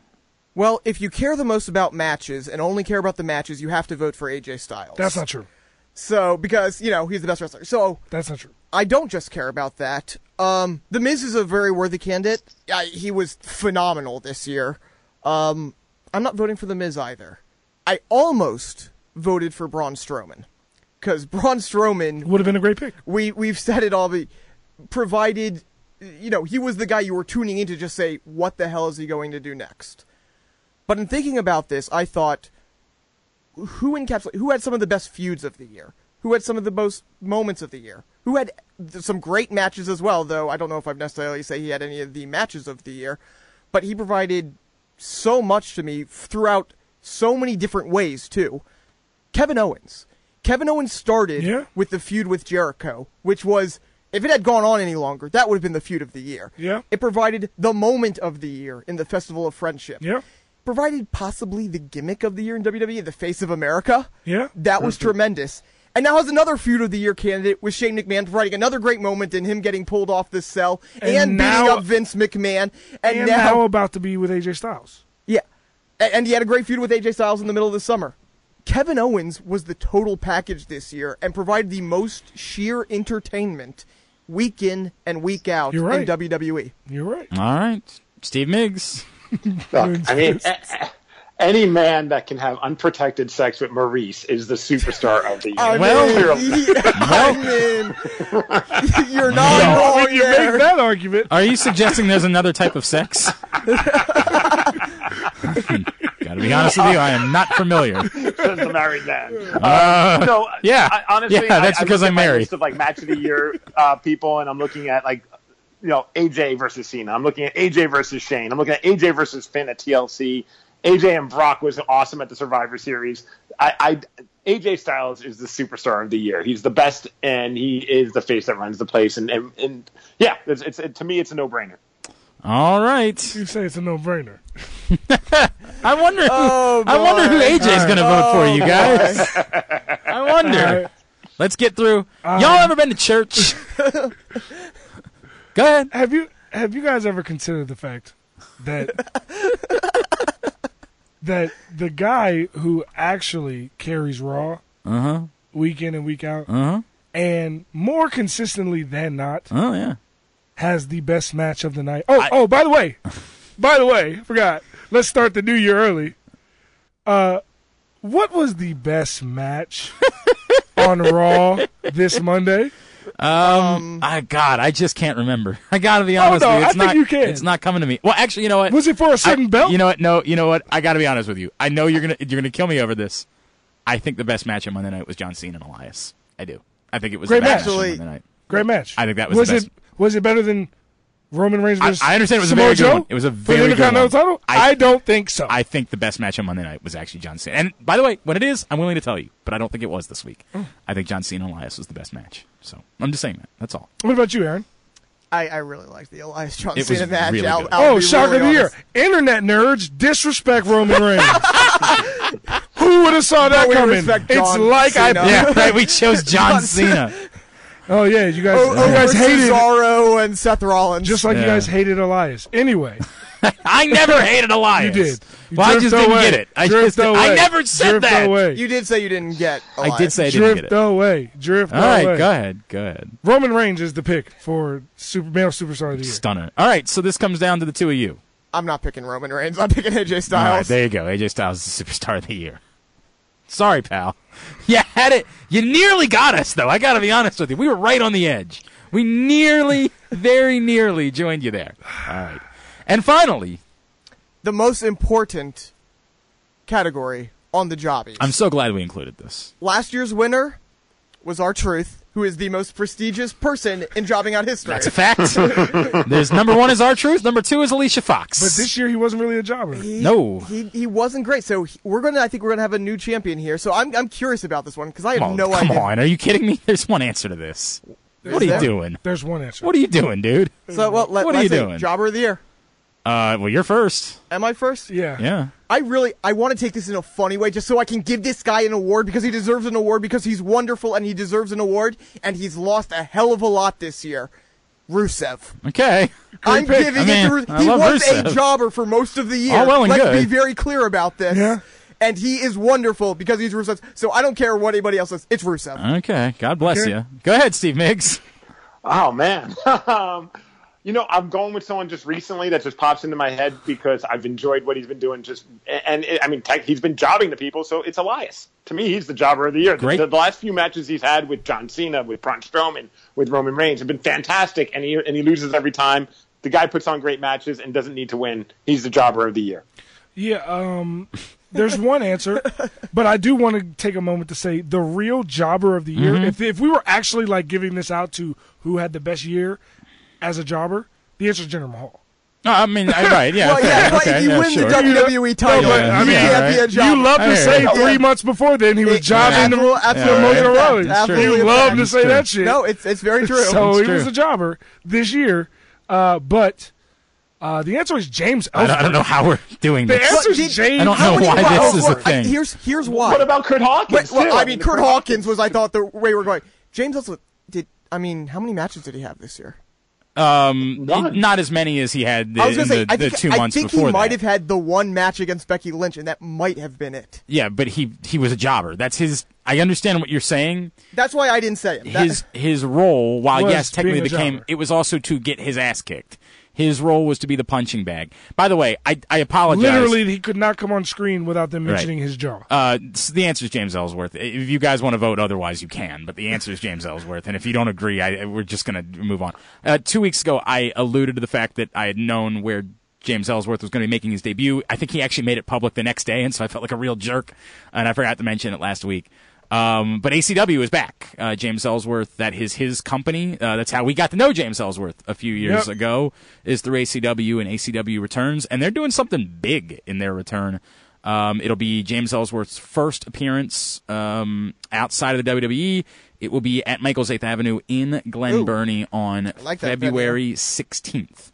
C: Well, if you care the most about matches and only care about the matches, you have to vote for AJ Styles.
B: That's not true.
C: so because you know he's the best wrestler. So
B: That's not true.
C: I don't just care about that. Um, the Miz is a very worthy candidate. I, he was phenomenal this year. Um, I'm not voting for the Miz either. I almost voted for Braun Strowman because Braun Strowman
B: Would have been a great pick.
C: we we've said it all but provided you know he was the guy you were tuning in to just say what the hell is he going to do next but in thinking about this i thought who encapsulated who had some of the best feuds of the year who had some of the most moments of the year who had th- some great matches as well though i don't know if i've necessarily say he had any of the matches of the year but he provided so much to me throughout so many different ways too Kevin Owens. Kevin Owens started
B: Yeah.
C: with the feud with Jericho, which was if it had gone on any longer, that would have been the feud of the year.
B: Yeah.
C: It provided the moment of the year in the Festival of Friendship.
B: Yeah.
C: Provided possibly the gimmick of the year in WWE, the face of America.
B: Yeah.
C: That was tremendous. And now has another feud of the year candidate with Shane McMahon providing another great moment in him getting pulled off this cell and,
B: And
C: beating
B: now-
C: up Vince McMahon. And,
B: And now,
C: now
B: about to be with AJ Styles.
C: yeah. A- And he had a great feud with AJ Styles in the middle of the summer. Kevin Owens was the total package this year and provided the most sheer entertainment week in and week out
B: You're right.
C: in E. WWE.
B: You're right.
A: All right, Steve Miggs.
D: Look, I mean, a- a- any man that can have unprotected sex with Maurice is the superstar of the year.
C: I
A: Well-
D: Clearly.
C: mean, I mean, you're not
B: I
C: wrong
B: mean, you
C: there.
B: make that argument.
A: Are you suggesting there's another type of sex? Gotta be honest with you, I am not familiar.
D: as a married man. Um, no,
A: Uh, yeah.
D: I, honestly,
A: Yeah, that's
D: I, I
A: because
D: look at
A: I'm
D: my
A: married.
D: List of like match of the year uh, people, and I'm looking at like you know AJ versus Cena. I'm looking at AJ versus Shane. I'm looking at AJ versus Finn at TLC. AJ and Brock was awesome at the Survivor Series. I, I AJ Styles is the superstar of the year. He's the best, and he is the face that runs the place. And and, and yeah, it's, it's to me, it's a no brainer.
A: All right.
B: You say it's a no-brainer.
A: I wonder. Who,
C: Oh,
A: I wonder who
C: boy.
A: AJ is going to vote
B: Oh,
A: for. You guys. I wonder. Let's get through. Y'all ever been to church? Go ahead.
B: Have you have you guys ever considered the fact that that the guy who actually carries Raw
A: Uh-huh.
B: week in and week out, and more consistently than not,
A: Oh yeah.
B: has the best match of the night. Oh, oh, by the way, by the way, forgot. Let's start the new year early. Uh, what was the best match on Raw this Monday?
A: Um, I God, I just can't remember. I gotta be honest
B: Um, Oh, no,
A: with you.
B: I
A: It's
B: think
A: not.
B: you can.
A: It's not coming to me. Well, actually, you know what?
B: Was it for a certain
A: I-
B: belt?
A: You know what? No, you know what? I gotta be honest with you. I know you're gonna you're gonna kill me over this. I think the best match on Monday night was John Cena and Elias. I do. I think it was
B: Great
A: the best match
B: match.
A: on
C: Actually,
A: Monday night.
B: Great match.
A: I think that was the best.
B: it. Was it better than Roman Reigns?
A: I-
B: Versus
A: I understand it was a
B: Samoa
A: very good
B: Joe
A: one. It was a
B: for the
A: very good
B: Intercontinental
A: one.
B: title.
A: I-
B: I, don't think so.
A: I think the best match on Monday night was actually John Cena. And by the way, when it is, I'm willing to tell you, but I don't think it was this week.
B: Mm.
A: I think John Cena and Elias was the best match. So I'm just saying that. That's all.
B: what about you, Aaron?
C: I, I really liked the Elias John
A: It was
C: Cena match.
A: really
C: I'll,
A: good.
C: I'll
B: oh,
C: be
B: shock
C: really
B: of the year!
C: honest.
B: Internet nerds disrespect Roman Reigns. Who would have saw that
C: we
B: coming?
C: respect
B: It's
C: John
B: like
C: Cena.
B: I.
A: Yeah, right. We chose John Cena.
B: Oh yeah, you guys.
C: O-
B: you
C: over
B: guys hated
C: Cesaro and Seth Rollins.
B: just like
A: Yeah.
B: you guys hated Elias. Anyway,
A: I never hated Elias.
B: you did. You
A: well, I
B: drift
A: just didn't
B: away.
A: get it. I
B: Drift
A: just did- I
B: away.
A: never said
B: Drift
A: that.
B: Away.
C: you did say you didn't get.
A: I did say I didn't
B: drift
A: get it.
B: away. Drift
A: All
B: away.
A: right, go ahead. Go ahead.
B: Roman Reigns is the pick for super male superstar of the year.
A: Stunner. All right, so this comes down to the two of you.
C: I'm not picking Roman Reigns. I'm picking AJ
A: All right,
C: Styles.
A: there you go. AJ Styles is the superstar of the year. Sorry, pal. You had it. You nearly got us, though. I got to be honest with you. We were right on the edge. We nearly, very nearly joined you there. All right. And finally,
C: the most important category on the jobbies.
A: I'm so glad we included this.
C: Last year's winner was our truth, who is the most prestigious person in jobbing out history.
A: That's a fact. There's number one is our truth. Number two is Alicia Fox.
B: But this year he wasn't really a jobber.
C: he,
A: No.
C: he he wasn't great. So he- we're gonna. I think we're gonna have a new champion here. So I'm I'm curious about this one because I have
A: Come on,
C: no
A: come
C: idea.
A: on. Are you kidding me? There's one answer to this. what are you
C: there?
A: doing?
B: There's one answer.
A: What are you doing, dude?
C: So well, let,
A: What are
C: let's
A: you
C: see.
A: doing?
C: Jobber of the year.
A: Uh, well, you're first.
C: Am I first?
B: yeah.
A: Yeah.
C: I really I want to take this in a funny way, just so I can give this guy an award because he deserves an award because he's wonderful and he deserves an award and he's lost a hell of a lot this year. Rusev.
A: Okay.
C: I'm
A: pick.
C: giving it
A: I mean,
C: to Rusev.
A: I
C: He
A: love
C: was
A: Rusev.
C: a jobber for most of the year.
A: All well and
C: Let's
A: good.
C: be very clear about this. And he is wonderful because he's Rusev. So I don't care what anybody else says. It's Rusev.
A: Okay. God bless you. Go ahead, Steve Miggs.
D: Oh man, um, you know I'm going with someone just recently that just pops into my head because I've enjoyed what he's been doing. Just and it, I mean, tech, he's been jobbing to people, so it's Elias. To me, he's the jobber of the year.
A: Great.
D: The, the last few matches he's had with John Cena, with Braun Strowman, with Roman Reigns have been fantastic, and he and he loses every time. The guy puts on great matches and doesn't need to win. He's the jobber of the year.
B: Yeah, um, there's one answer, but I do want to take a moment to say the real jobber of the year.
A: Mm-hmm.
B: If if we were actually like giving this out to who had the best year as a jobber, the answer is Jinder Mahal.
A: No, I mean, I, right. Yeah.
C: Well,
A: okay,
C: yeah, but
A: okay,
C: if you
A: yeah,
C: win
A: sure.
C: the WWE title,
A: but, I
C: you
A: mean,
C: can't
A: alright.
C: be a
A: You
C: jobber.
B: You love
A: I
B: to
A: hear
B: say
A: you.
B: three
C: Yeah.
B: months before then he was
C: It-
B: jobbing the,
C: absolute-
B: the
C: absolute
B: Mojo
C: fact.
B: Rawley.
C: Absolute
B: You
C: fact.
B: love to say
A: That's
B: that
A: true.
B: shit.
C: No, it's it's very true.
B: so
A: It's
B: he was
A: true.
B: a jobber this year, uh, but uh, the answer is James
A: I don't, I
B: Ellsworth.
A: don't know how we're doing
B: The
A: this.
B: answer
C: But did-
B: is James.
A: I don't know
C: How many-
A: why
C: well,
A: this is a
C: well, I-
A: thing.
C: here's here's why.
D: What about Kurt Hawkins?
C: Wait, well,
D: too?
C: I mean, Kurt Hawkins was I thought the way we're going. James Ellsworth did. I mean, how many matches did he have this year?
A: Um,
D: None.
A: not as many as he had the,
C: I was gonna
A: in
C: say,
A: the,
C: I think,
A: the two
C: I
A: months
C: think
A: before
C: he might
A: that.
C: have had the one match against Becky Lynch, and that might have been it.
A: yeah, but he he was a jobber. That's his. I understand what you're saying.
C: That's why I didn't say it. That-
A: his his role, while
B: Was
A: yes, technically
B: being a
A: became
B: jobber.
A: it was also to get his ass kicked. His role was to be the punching bag. By the way, I I apologize.
B: Literally, he could not come on screen without them
A: Right.
B: mentioning his jaw.
A: Uh, s- the answer is James Ellsworth. If you guys want to vote otherwise, you can. But the answer is James Ellsworth. And if you don't agree, I, we're just going to move on. Uh, two weeks ago, I alluded to the fact that I had known where James Ellsworth was going to be making his debut. I think he actually made it public the next day, and so I felt like a real jerk. And I forgot to mention it last week. Um, but ACW is back. Uh, James Ellsworth, that is his company. Uh, that's how we got to know James Ellsworth a few years
B: Yep.
A: ago, is through ACW and ACW returns. And they're doing something big in their return. Um, it'll be James Ellsworth's first appearance um, outside of the WWE. It will be at Michael's 8th Avenue in Glen Burnie on
C: like that venue.
A: February 16th.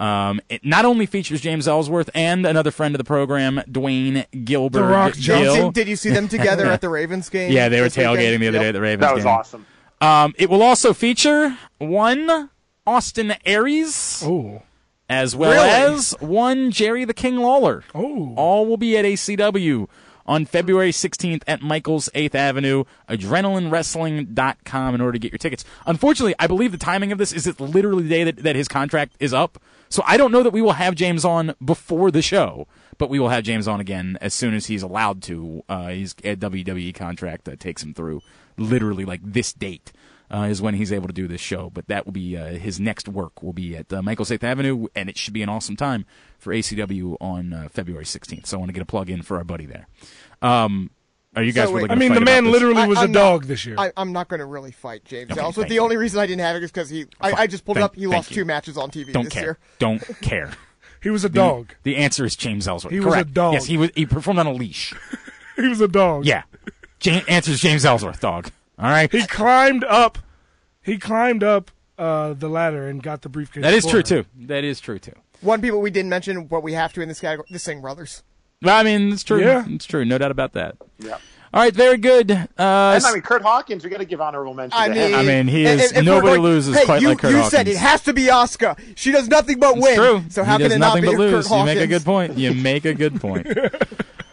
A: Um, it not only features James Ellsworth and another friend of the program, Dwayne Gilbert.
B: Rock
A: Gill.
B: Johnson.
C: did, did you see them together at the Ravens game?
A: Yeah, they were
C: this weekend?
A: tailgating the other
C: Yep.
A: day at the Ravens.
D: That was
A: game.
D: awesome.
A: Um, it will also feature one Austin Aries,
B: Oh,
A: as well
C: Really?
A: as one Jerry the King Lawler.
B: Oh.
A: All will be at ACW on February 16th at Michael's 8th Avenue, adrenalinewrestling.com in order to get your tickets. Unfortunately, I believe the timing of this is it's literally the day that, that his contract is up. So I don't know that we will have James on before the show, but we will have James on again as soon as he's allowed to. Uh, his WWE contract that takes him through literally like this date uh, is when he's able to do this show. But that will be uh, his next work will be at uh, Michael's Eighth Avenue, and it should be an awesome time for ACW on uh, February 16th. So I want to get a plug in for our buddy there. Um, are you guys
C: So
A: really?
C: wait-
B: I
A: gonna
B: mean,
A: fight
B: the
A: about
B: man
A: this?
B: literally
C: I-
B: was a
C: I'm not-
B: dog this year.
C: I, I'm not going to really fight James
A: Okay,
C: Ellsworth.
A: thank
C: The
A: you.
C: only reason I didn't have it is because he. I, I just pulled it
A: Thank-
C: up. He
A: thank
C: lost
A: you.
C: two matches on TV
A: Don't
C: this
A: care.
C: year.
A: Don't care.
B: he was a dog.
A: The answer is James Ellsworth.
B: He was a
A: Correct.
B: dog.
A: Yes, he was. He performed on a leash.
B: He was a dog.
A: Yeah. Ja- answer is James Ellsworth. Dog. All right.
B: He climbed up. He climbed up uh, the ladder and got the briefcase.
A: That is
B: for
A: true
B: her.
A: too. That is true too.
C: One people we didn't mention, but we have to in this category. The Singh brothers.
A: Well, I mean, it's true.
B: Yeah.
A: It's true. No doubt about that.
D: Yeah.
A: All right. Very good. Uh,
D: And I mean, Kurt Hawkins, we got to give honorable mention
C: I
D: to
C: mean,
D: him.
A: I mean, he
C: if-
A: is-
C: if we're
A: nobody
C: going,
A: loses
C: hey,
A: quite
C: you,
A: like Kurt
C: You said
A: Hawkins.
C: it has to be Oscar. She does nothing but win.
A: It's true.
C: So how
A: he
C: can
A: does
C: it not
A: nothing
C: be
A: but lose?
C: Kurt
A: you
C: Hawkins?
A: make a good point. You make a good point.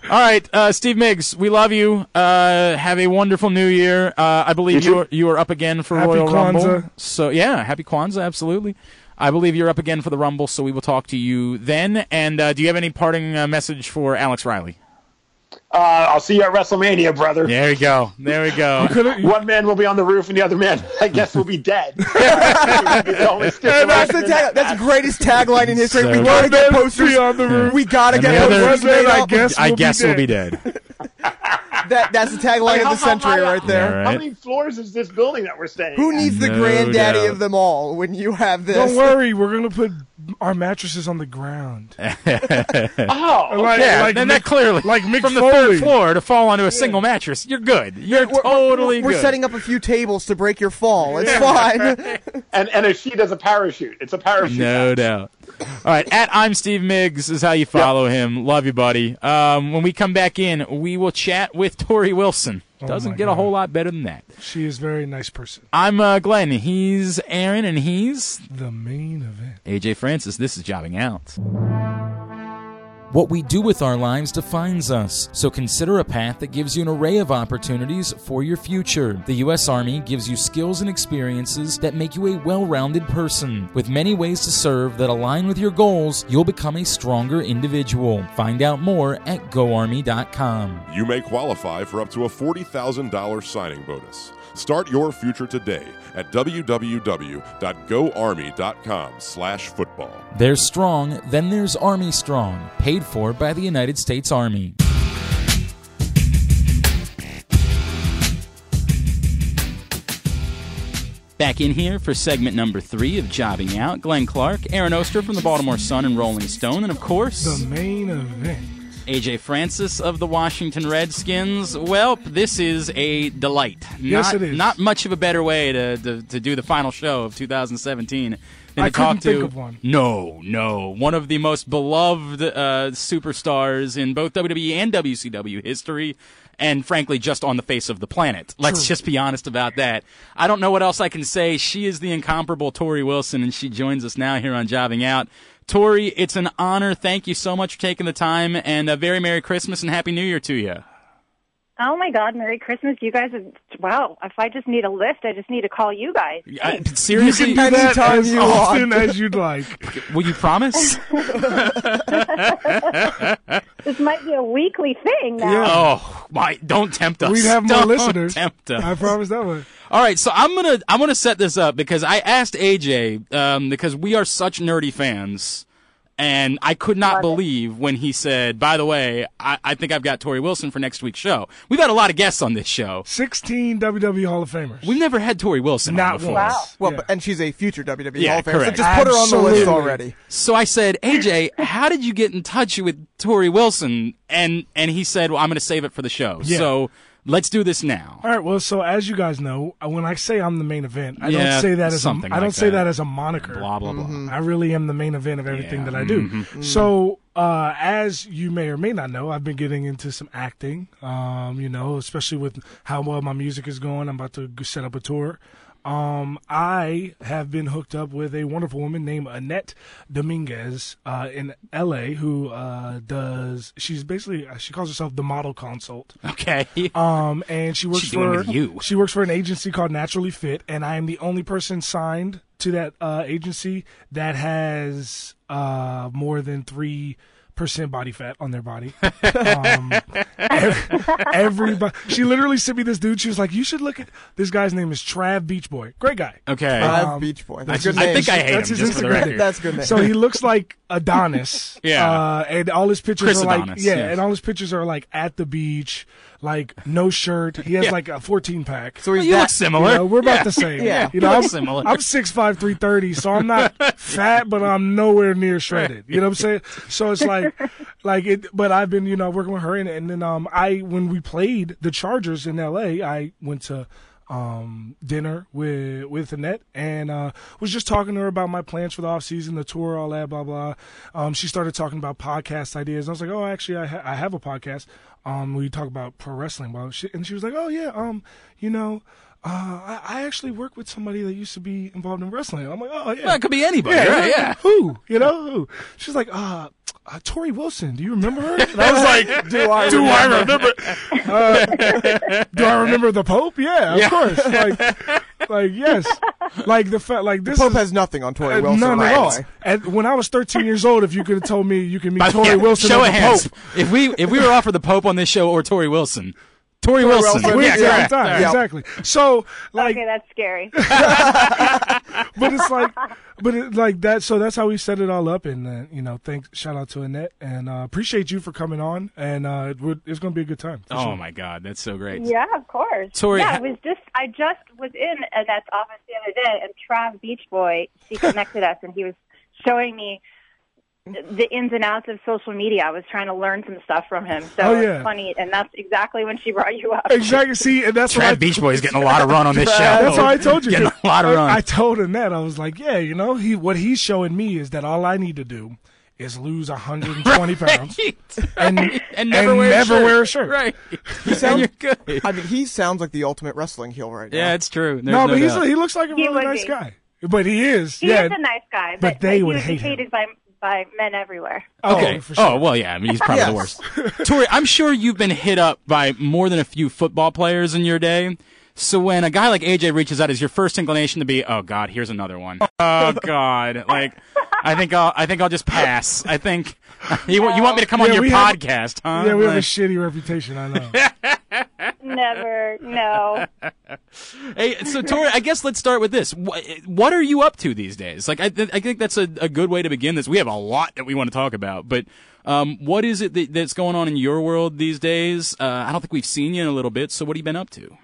A: All right, uh, Steve Miggs, we love you. Uh, have a wonderful New Year. Uh, I believe
D: You
A: you are, you are up again for
B: Happy
A: Royal Rumble.
B: Kwanzaa.
A: So yeah, happy Kwanzaa, absolutely. I believe you're up again for the Rumble, so we will talk to you then. And uh, do you have any parting uh, message for Alex Riley?
D: Uh, I'll see you at WrestleMania, brother.
A: There we go. There we go.
D: One man will be on the roof, and the other man, I guess, will be dead. That's
C: That's the tag, that's the greatest tagline in history. we
A: So-
C: gotta get posters.
B: Be on the roof.
C: We gotta
A: And
C: get
A: the other-
C: posters
B: One man,
C: made
B: I
C: up.
B: guess-
A: I
B: we'll be
A: guess we'll
B: dead.
A: be dead.
C: That, that's the tagline of the century right there.
A: Yeah,
D: How
A: right.
D: many floors is this building that we're staying?
C: Who needs the
A: No
C: granddaddy
A: doubt.
C: of them all when you have this?
B: Don't worry, we're gonna put our mattresses on the ground.
A: Eh.
D: at? Oh,
B: Like,
A: Yeah,
B: like
A: and
B: Mick-
A: that clearly
B: like Mick
A: from the
B: Foley.
A: third floor to fall onto a single mattress. You're good. You're
C: We're, we're-
A: totally
C: we're
A: good.
C: setting up a few tables to break your fall. It's fine.
D: and and a sheet as a parachute. It's a parachute.
A: No doubt. All right, at I'm Steve Miggs is how you follow him. Love you, buddy. Um, when we come back in, we will chat with Tori Wilson. Doesn't
B: Oh my
A: get a
B: God.
A: whole lot better than that.
B: She is a very nice person.
A: I'm uh, Glenn. He's Aaron, and he's
B: The main event.
A: AJ Francis. This is Jobbing Out. What we do with our lives defines us, so consider a path that gives you an array of opportunities for your future. The U.S. Army gives you skills and experiences that make you a well rounded person. With many ways to serve that align with your goals, you'll become a stronger individual. Find out more at goarmy.com.
F: You may qualify for up to a $40,000 signing bonus. Start your future today at www.goarmy.com slash football.
A: There's strong, then there's Army Strong, paid for by the United States Army. Back in here for segment number three of Jobbing Out. Glenn Clark, Aaron Oster from the Baltimore Sun and Rolling Stone, and of
B: The
A: course,
B: main event.
A: AJ Francis of the Washington Redskins. Welp, this is a delight.
B: Yes,
A: not,
B: it is.
A: Not much of a better way to, to, to do the final show of 2017 than
B: I
A: to talk
B: couldn't think
A: to
B: of one.
A: no, no. One of the most beloved uh, superstars in both WWE and WCW history, and frankly, just on the face of the planet. Let's just be honest about that. I don't know what else I can say. She is the incomparable Tori Wilson, and she joins us now here on Jobbing Out. Tori, it's an honor. Thank you so much for taking the time, and a very Merry Christmas and Happy New Year to you.
G: Oh my God, Merry Christmas. You guys, have, wow, if I just need a lift, I just need to call you guys.
A: I- seriously,
C: do that. Anytime
B: as
C: you
B: often as you'd like.
A: will you promise?
G: This might be a weekly thing now.
B: Yeah.
A: oh my! Don't tempt us.
B: We'd have more
A: Don't
B: listeners.
A: Tempt us.
B: I promise that one.
A: All right, so I'm gonna I'm gonna set this up because I asked AJ um, because we are such nerdy fans, and I could not believe when he said, "By the way, I, I think I've got Tori Wilson for next week's show." We've had a lot of guests on this show.
B: 16 WWE Hall of Famers.
A: We've never had Tori Wilson on
B: Not
A: before.
B: once.
G: Wow.
C: Well,
B: Yeah.
C: but, and she's a future WWE
A: Yeah,
C: Hall of Famer. So
A: correct.
C: just put her on the list
B: Absolutely.
C: already.
A: So I said, AJ, how did you get in touch with Tori Wilson? And and he said, "Well, I'm gonna save it for the show."
B: Yeah.
A: So let's do this now.
B: All right. Well, so as you guys know, uh, when I say I'm the main event, I
A: Yeah,
B: don't say that as
A: something
B: A, I don't
A: like
B: say
A: that.
B: that as a moniker.
A: Blah Mm-hmm. blah blah.
B: I really am the main event of everything that I do. So, uh, as you may or may not know, I've been getting into some acting. Um, you know, especially with how well my music is going. I'm about to g- set up a tour. Um, I have been hooked up with a wonderful woman named Annette Dominguez uh, in L.A. Who uh, does? She's basically uh, she calls herself the model consult.
A: Okay.
B: Um, and she works
A: She's doing
B: for
A: with you.
B: She works for an agency called Naturally Fit, and I am the only person signed to that uh, agency that has uh, more than three percent body fat on their body. um, ev- everybody, she literally sent me this dude. She was like, "You should look at this guy's name is Trav Beach Boy, great guy."
A: okay.
B: uh,
C: Five Beach Boy. That's a good
A: I
C: name.
A: think I hate
B: That's
A: him.
B: his
A: just for the
B: Instagram.
A: record.
C: That's a good name.
B: So he looks like Adonis.
A: Yeah.
B: Uh, and all his pictures
A: Chris
B: are like
A: Adonis,
B: yeah,
A: yeah.
B: and all his pictures are like at the beach, like no shirt. He has
A: Yeah.
B: like a 14 pack.
C: so he's
A: you look
C: that,
B: You
A: similar.
B: know, we're about
A: Yeah.
B: the same.
C: Yeah.
B: You know,
A: We're
B: I'm,
A: similar.
B: I'm 6'5", 330, so I'm not fat, but I'm nowhere near shredded. You know what I'm saying? So it's like, like it. But I've been, you know, working with her, and, and then um, I when we played the Chargers in L.A., I went to um dinner with with Annette and uh was just talking to her about my plans for the off season the tour all that blah blah um she started talking about podcast ideas and I was like oh actually I ha- I have a podcast um we talk about pro wrestling well she- and she was like oh yeah um you know uh, I, I actually work with somebody that used to be involved in wrestling. I'm like, oh yeah,
A: Well, it could be anybody, right? Yeah.
B: Who? You know who? She's like, uh, uh Tori Wilson. Do you remember her? And I was like, do I? Do I remember? Uh, do I remember the Pope? Yeah, of course. Like, like yes. Like the fact, like this
C: Pope
B: is.
C: has nothing on Tori
B: uh,
C: Wilson.
B: None
C: by
B: at
C: the
B: all.
C: way.
B: At, when I was 13 years old, if you could have told me you can meet
A: By the-
B: Tori
A: yeah,
B: Wilson
A: Show
B: or
A: of
B: the
A: hands.
B: Pope,
A: If we if we were offered the Pope on this show or Tori Wilson, Tori Wilson.
C: Wilson.
B: we're
C: Yeah,
B: at the same
C: correct.
B: time.
C: Yeah.
B: exactly. So, like,
G: Okay, that's scary.
B: but it's like, but it, like that. So that's how we set it all up. And uh, you know, thanks. Shout out to Annette, and uh, appreciate you for coming on. And uh, it would, it's going to be a good time. for
A: Oh
B: sure.
A: my God, that's so great.
G: yeah, of course.
A: Tori,
G: yeah,
A: ha-
G: I was just I just was in Annette's office the other day, and Trav Beach Boy she connected us, and he was showing me the ins and outs of social media. I was trying to learn some stuff from him. So
B: Oh, yeah.
G: it's funny, and that's exactly when she brought you up.
B: Exactly. See, and that's what I,
A: Brad Beach Boy is getting a lot of run on this show.
B: That's how I told you.
A: Getting a lot of
B: I-
A: run.
B: I told him that. I was like, yeah, you know, he what he's showing me is that all I need to do is lose 120 pounds and,
H: and never, wear, a
B: never
H: shirt.
B: wear a shirt.
H: Right. and
C: sounds-
H: you're good.
C: I mean, he sounds like the ultimate wrestling heel right now.
A: yeah, it's true. There's
B: No, but he's,
A: doubt.
B: he looks like a
G: He
B: really
G: would
B: nice
G: be.
B: guy. But he is.
G: he
B: yeah.
G: is a nice guy, but,
B: but they
G: he
B: would
G: was
B: hate him.
G: hated by by men everywhere.
A: Okay.
B: Oh, for
A: Oh, well, yeah. I mean, he's probably the
C: Yes.
A: worst. Tori, I'm sure you've been hit up by more than a few football players in your day. So when a guy like AJ reaches out, is your first inclination to be, "Oh God, here's another one." Oh God, like I think I'll, I think I'll just pass. I think you, want- you want me to come on
B: Yeah,
A: your
B: we have-
A: podcast, huh?
B: Yeah, we have a
A: Like,
B: shitty reputation, I know.
G: Never, no.
A: hey, so Tori, I guess let's start with this. What, what are you up to these days? Like, I, th- I think that's a, a good way to begin this. We have a lot that we want to talk about, but um, what is it that, that's going on in your world these days? Uh, I don't think we've seen you in a little bit. So what have you been up to?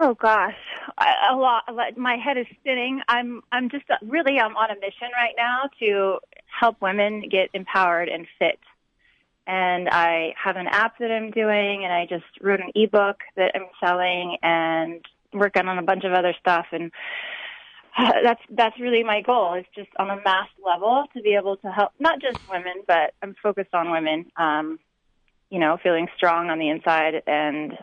G: Oh gosh, I, a lot. like, My head is spinning. I'm I'm just uh, really I'm on a mission right now to help women get empowered and fit. And I have an app that I'm doing, and I just wrote an ebook that I'm selling, and working on a bunch of other stuff. And uh, that's that's really my goal. Is just on a mass level to be able to help not just women, but I'm focused on women. Um, you know, feeling strong on the inside and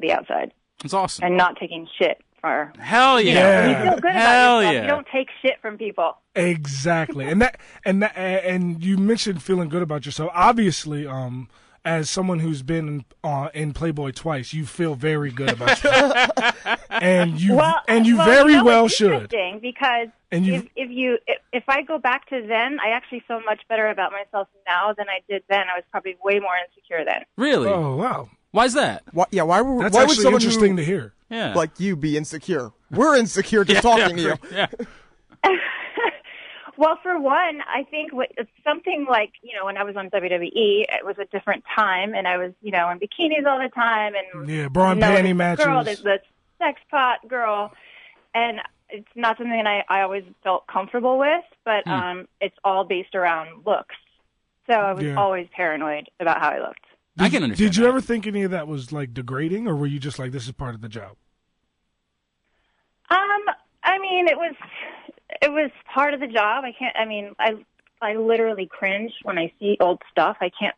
G: the outside
A: It's awesome.
G: and not taking shit for
A: Hell yeah.
B: Yeah.
G: you feel good
A: Hell
G: about yourself.
A: yeah.
G: You don't take shit from people.
B: Exactly, and that and that, and you mentioned feeling good about yourself. Obviously, um, as someone who's been in, uh, in Playboy twice, you feel very good about yourself, and you
G: Well,
B: and you
G: well,
B: very
G: you know,
B: well
G: it's
B: should.
G: Interesting because
B: And you-
G: if, if you if, if I go back to then, I actually feel much better about myself now than I did then. I was probably way more insecure then.
A: Really?
B: Oh wow,
A: Why is that?
C: Why, yeah, why, were,
B: that's
C: why would
B: actually
C: someone
B: interesting
C: who,
B: to hear.
A: Yeah.
C: like you be insecure? We're insecure just talking to you.
A: yeah.
G: Well, for one, I think what, it's something like you know when I was on WWE, it was a different time, and I was you know in bikinis all the time, and
B: Yeah, bra and
G: you know,
B: panty
G: this
B: matches.
G: Girl, this, this sex pot girl, and it's not something that I, I always felt comfortable with, but
B: Hmm.
G: um, it's all based around looks. So I was
B: Yeah.
G: always paranoid about how I looked.
A: I can understand.
B: Did you
A: that.
B: ever think any of that was like degrading, or were you just like this is part of the job?
G: Um, I mean, it was it was part of the job. I can't. I mean, I I literally cringe when I see old stuff. I can't.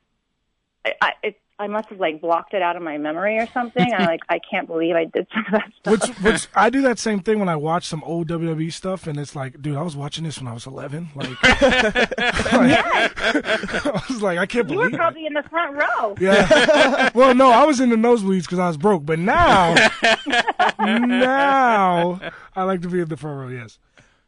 G: I I, it, I must have like blocked it out of my memory or something. I like I can't believe I did some of that stuff.
B: Which, which I do that same thing when I watch some old WWE stuff, and it's like, dude, I was watching this when I was 11. Like, I was like, I can't
G: you
B: believe it.
G: were probably in the front row.
B: Yeah. well, no, I was in the nosebleeds because I was broke, but now, now I like to be in the front row. Yes.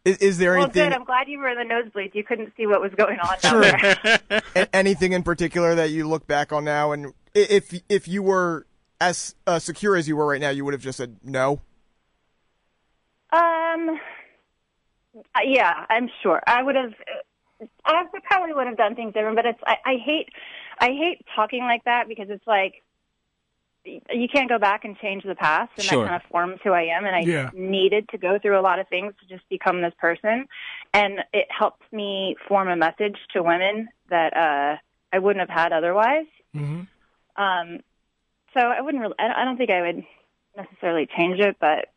C: Is, is there
G: Well,
C: anything
G: good. I'm glad you were in the nosebleeds. You couldn't see what was going on down there.
C: a- anything in particular that you look back on now and i- if if you were as uh, secure as you were right now, you would have just said no?
G: Um, uh, yeah, I'm sure. I would have. uh, I would- probably would have done things different, but it's. I, I hate. I hate talking like that because it's like y- you can't go back and change the past, and
A: Sure.
G: that kind of forms who I am. And I
B: Yeah.
G: needed to go through a lot of things to just become this person, and it helped me form a message to women that uh, I wouldn't have had otherwise.
B: hmm
G: Um, so I wouldn't really. I don't- I don't think I would necessarily change it, but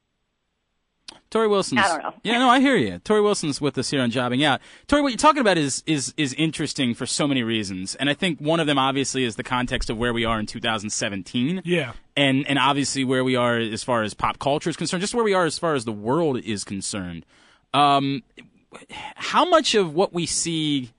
A: Tori Wilson's.
G: I don't know.
A: Yeah, no, I hear you. Tori Wilson's with us here on Jobbing Out. Tori, what you're talking about is is is interesting for so many reasons, and I think one of them obviously is the context of where we are in 2017.
B: Yeah.
A: and and obviously where we are as far as pop culture is concerned, just where we are as far as the world is concerned. Um, how much of what we see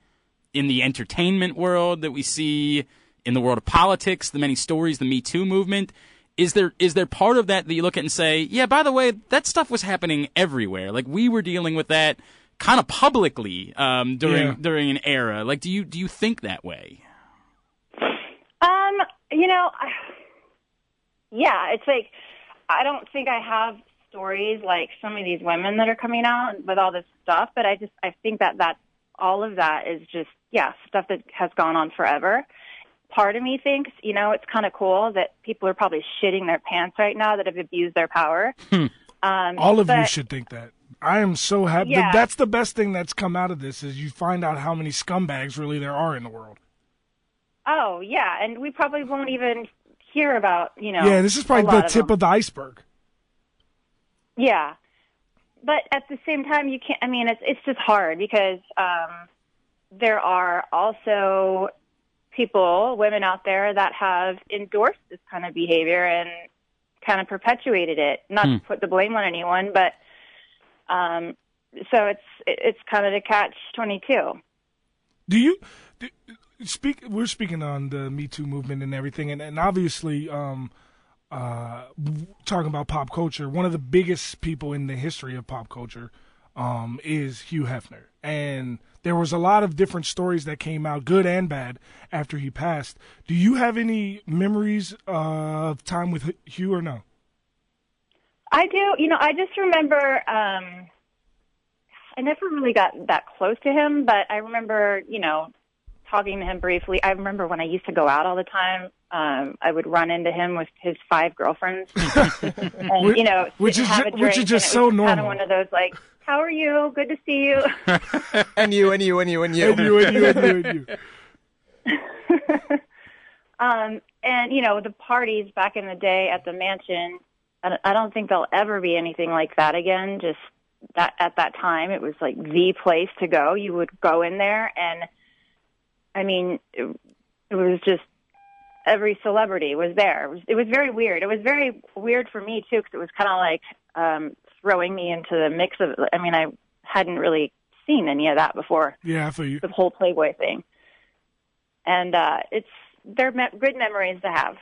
A: in the entertainment world that we see in the world of politics, the many stories, the Me Too movement, is there is there part of that that you look at and say, yeah, by the way, that stuff was happening everywhere. Like we were dealing with that kind of publicly um, during
B: Yeah.
A: during an era. Like, do you do you think that way?
G: Um, you know, I, yeah, it's like I don't think I have stories like some of these women that are coming out with all this stuff, but I just I think that that all of that is just yeah stuff that has gone on forever. Part of me thinks, you know, it's kind of cool that people are probably shitting their pants right now that have abused their power. um,
B: Hmm. All of you
G: but-
B: should think that. I am so happy.
G: Yeah.
B: That's the best thing that's come out of this is you find out how many scumbags really there are in the world.
G: Oh yeah, and we probably won't even hear about you know.
B: yeah, this is probably
G: a lot
B: the tip
G: them.
B: of the iceberg.
G: Yeah, but at the same time, you can't. I mean, it's it's just hard because um, there are also people, women out there that have endorsed this kind of behavior and kind of perpetuated it. Not to put the blame on anyone, but um, so it's it's kind of a catch twenty two.
B: Do you do, speak? We're speaking on the Me Too movement and everything, and, and obviously, um, uh, w- talking about pop culture, one of the biggest people in the history of pop culture um, is Hugh Hefner, and there was a lot of different stories that came out, good and bad, after he passed. Do you have any memories of time with H- Hugh or no?
G: I do. You know, I just remember. Um, I never really got that close to him, but I remember, you know, talking to him briefly. I remember when I used to go out all the time. Um, I would run into him with his five girlfriends, and you know,
B: Which
G: sit and
B: is
G: have
B: ju-
G: a
B: which is
G: drink, and
B: just
G: it
B: so
G: was Kind
B: normal.
G: of one of those like, "How are you? Good to see you."
C: And you, and you, and you, and you.
B: And you and you and you and you.
G: Um, and you know, the parties back in the day at the mansion, I don't- I don't think there'll ever be anything like that again. Just that at that time, it was like the place to go. You would go in there, and I mean, it, it was just every celebrity was there. It was, it was very weird. It was very weird for me too, because it was kind of like um, throwing me into the mix of. I mean, I hadn't really seen any of that before
B: Yeah, I feel you.
G: the whole Playboy thing. And uh, it's they're me- good memories to have.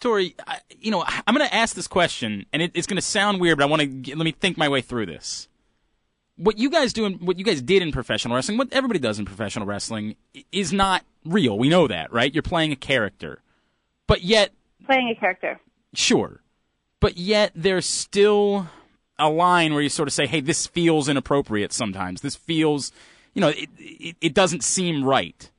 A: Tori, I, you know, I- I'm going to ask this question, and it, it's going to sound weird, but I want to let me think my way through this. What you guys do, in, what you guys did in professional wrestling, what everybody does in professional wrestling, i- is not real. We know that, right? You're playing a character, but yet,
G: Playing a character.
A: sure, but yet there's still a line where you sort of say, "Hey, this feels inappropriate." Sometimes this feels, you know, it it, it doesn't seem right.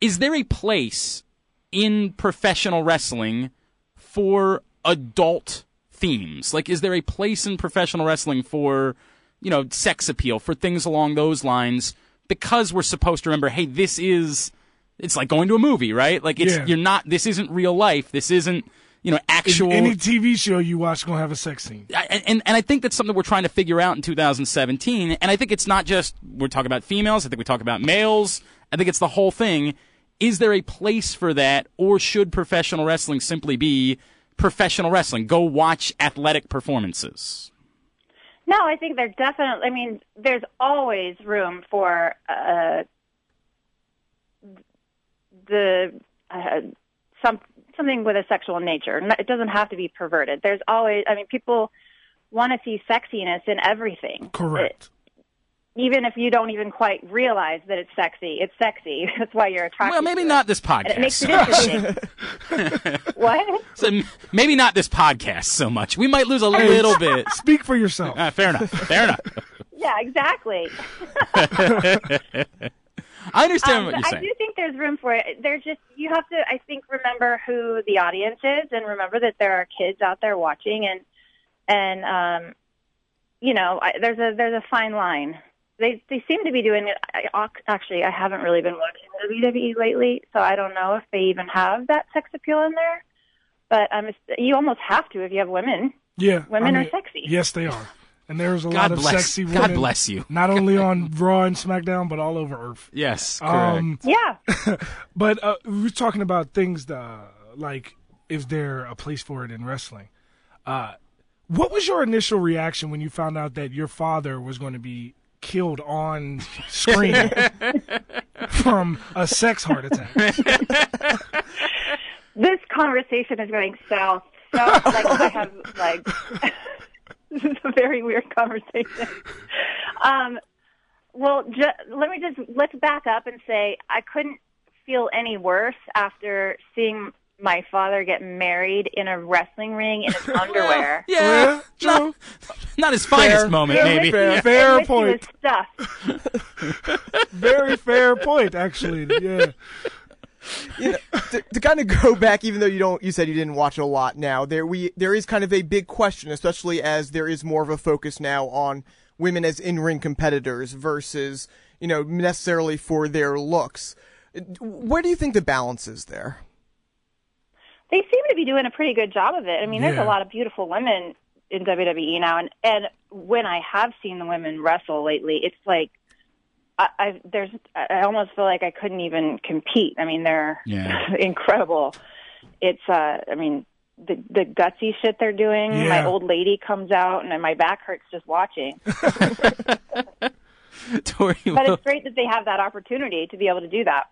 A: Is there a place in professional wrestling? for adult themes? Like, is there a place in professional wrestling for, you know, sex appeal, for things along those lines? Because we're supposed to remember, hey, this is, it's like going to a movie, right? Like, it's,
B: Yeah.
A: you're not, this isn't real life. This isn't, you know, actual.
B: Any TV show you watch gonna have a sex scene.
A: I- and and I think that's something we're trying to figure out in 2017. And I think it's not just we're talking about females. I think we talk about males. I think it's the whole thing. Is there a place for that, or should professional wrestling simply be professional wrestling? Go watch athletic performances.
G: No, I think they're definitely. I mean, there's always room for uh, the uh, some something with a sexual nature. N- It doesn't have to be perverted. There's always. I mean, people want to see sexiness in everything.
B: Correct.
G: Even if you don't even quite realize that it's sexy, it's sexy. That's why you're attracted.
A: Well, maybe
G: to it.
A: not this
G: And it
A: podcast.
G: makes it interesting. what?
A: So m- maybe not this podcast so much. We might lose a little bit.
B: Speak for yourself.
A: Ah, fair enough. Fair enough.
G: Yeah, exactly.
A: I understand
G: Um,
A: what you're
G: but I
A: saying.
G: do think there's room for it. There's just you have to, I think, remember who the audience is, and remember that there are kids out there watching, and and um, you know, I, there's a there's a fine line. They they seem to be doing it. I, ac- actually, I haven't really been watching WWE E lately, so I don't know if they even have that sex appeal in there. But um, it's- you almost have to if you have women.
B: Yeah,
G: Women are sexy.
B: Yes, they are, and there's a
A: God
B: lot of
A: bless-
B: sexy
A: God
B: women.
A: bless you.
B: Not only on Raw and SmackDown, but all over Earth.
A: yes, correct.
B: Um,
G: Yeah,
B: but uh, we were talking about things uh, like is there a place for it in wrestling? Uh, what was your initial reaction when you found out that your father was going to be killed on screen from a sex heart attack?
G: this conversation is going south. So like I have like this is a very weird conversation. Um, well, ju- let me just let's back up and say I couldn't feel any worse after seeing my father get married in a wrestling ring in his underwear.
A: Yeah, not, not his finest moment,
B: Fair.
A: maybe.
B: Fair.
G: And
B: Fair
G: whiskey
B: point.
G: Was stuffed.
B: Very fair point, actually. Yeah.
C: you know, to, to kind of go back, even though you don't, you said you didn't watch it a lot. Now there we there is kind of a big question, especially as there is more of a focus now on women as in ring competitors versus you know necessarily for their looks. Where do you think the balance is there?
G: they seem to be doing a pretty good job of it. I mean, there's
B: Yeah.
G: a lot of beautiful women in WWE now, and and when I have seen the women wrestle lately, it's like I, I there's I almost feel like I couldn't even compete. I mean, they're
A: Yeah.
G: incredible. It's uh, I mean, the the gutsy shit they're doing. My
B: Yeah.
G: old lady comes out, and my back hurts just watching.
A: Tori,
G: But
A: Wilson.
G: it's great that they have that opportunity to be able to do that.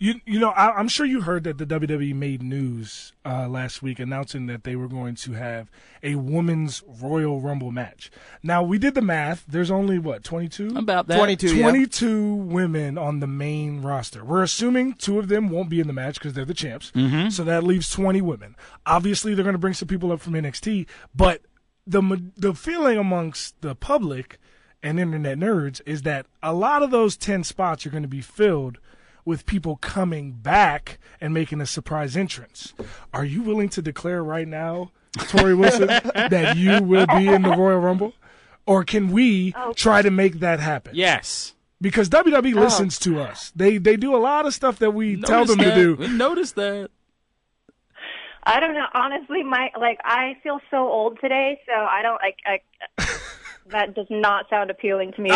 B: You you know I, I'm sure you heard that the WWE made news uh, last week announcing that they were going to have a women's Royal Rumble match. Now we did the math. There's only what 22
A: about that.
C: Twenty two.
B: 22 women on the main roster. We're assuming two of them won't be in the match because they're the champs. So that leaves 20 women. Obviously, they're going to bring some people up from NXT, but the ma- the feeling amongst the public and internet nerds is that a lot of those 10 spots are going to be filled with people coming back and making a surprise entrance. Are you willing to declare right now, Tori Wilson, that you will be in the Royal Rumble? Or can we try to make that happen?
A: Yes.
B: because WWE
G: Oh.
B: listens to us. They they do a lot of stuff that we tell
A: Noticed
B: them to
A: that.
B: do.
A: We noticed that.
G: I don't know. Honestly, my like I feel so old today, so I don't like I, that does not sound appealing to me.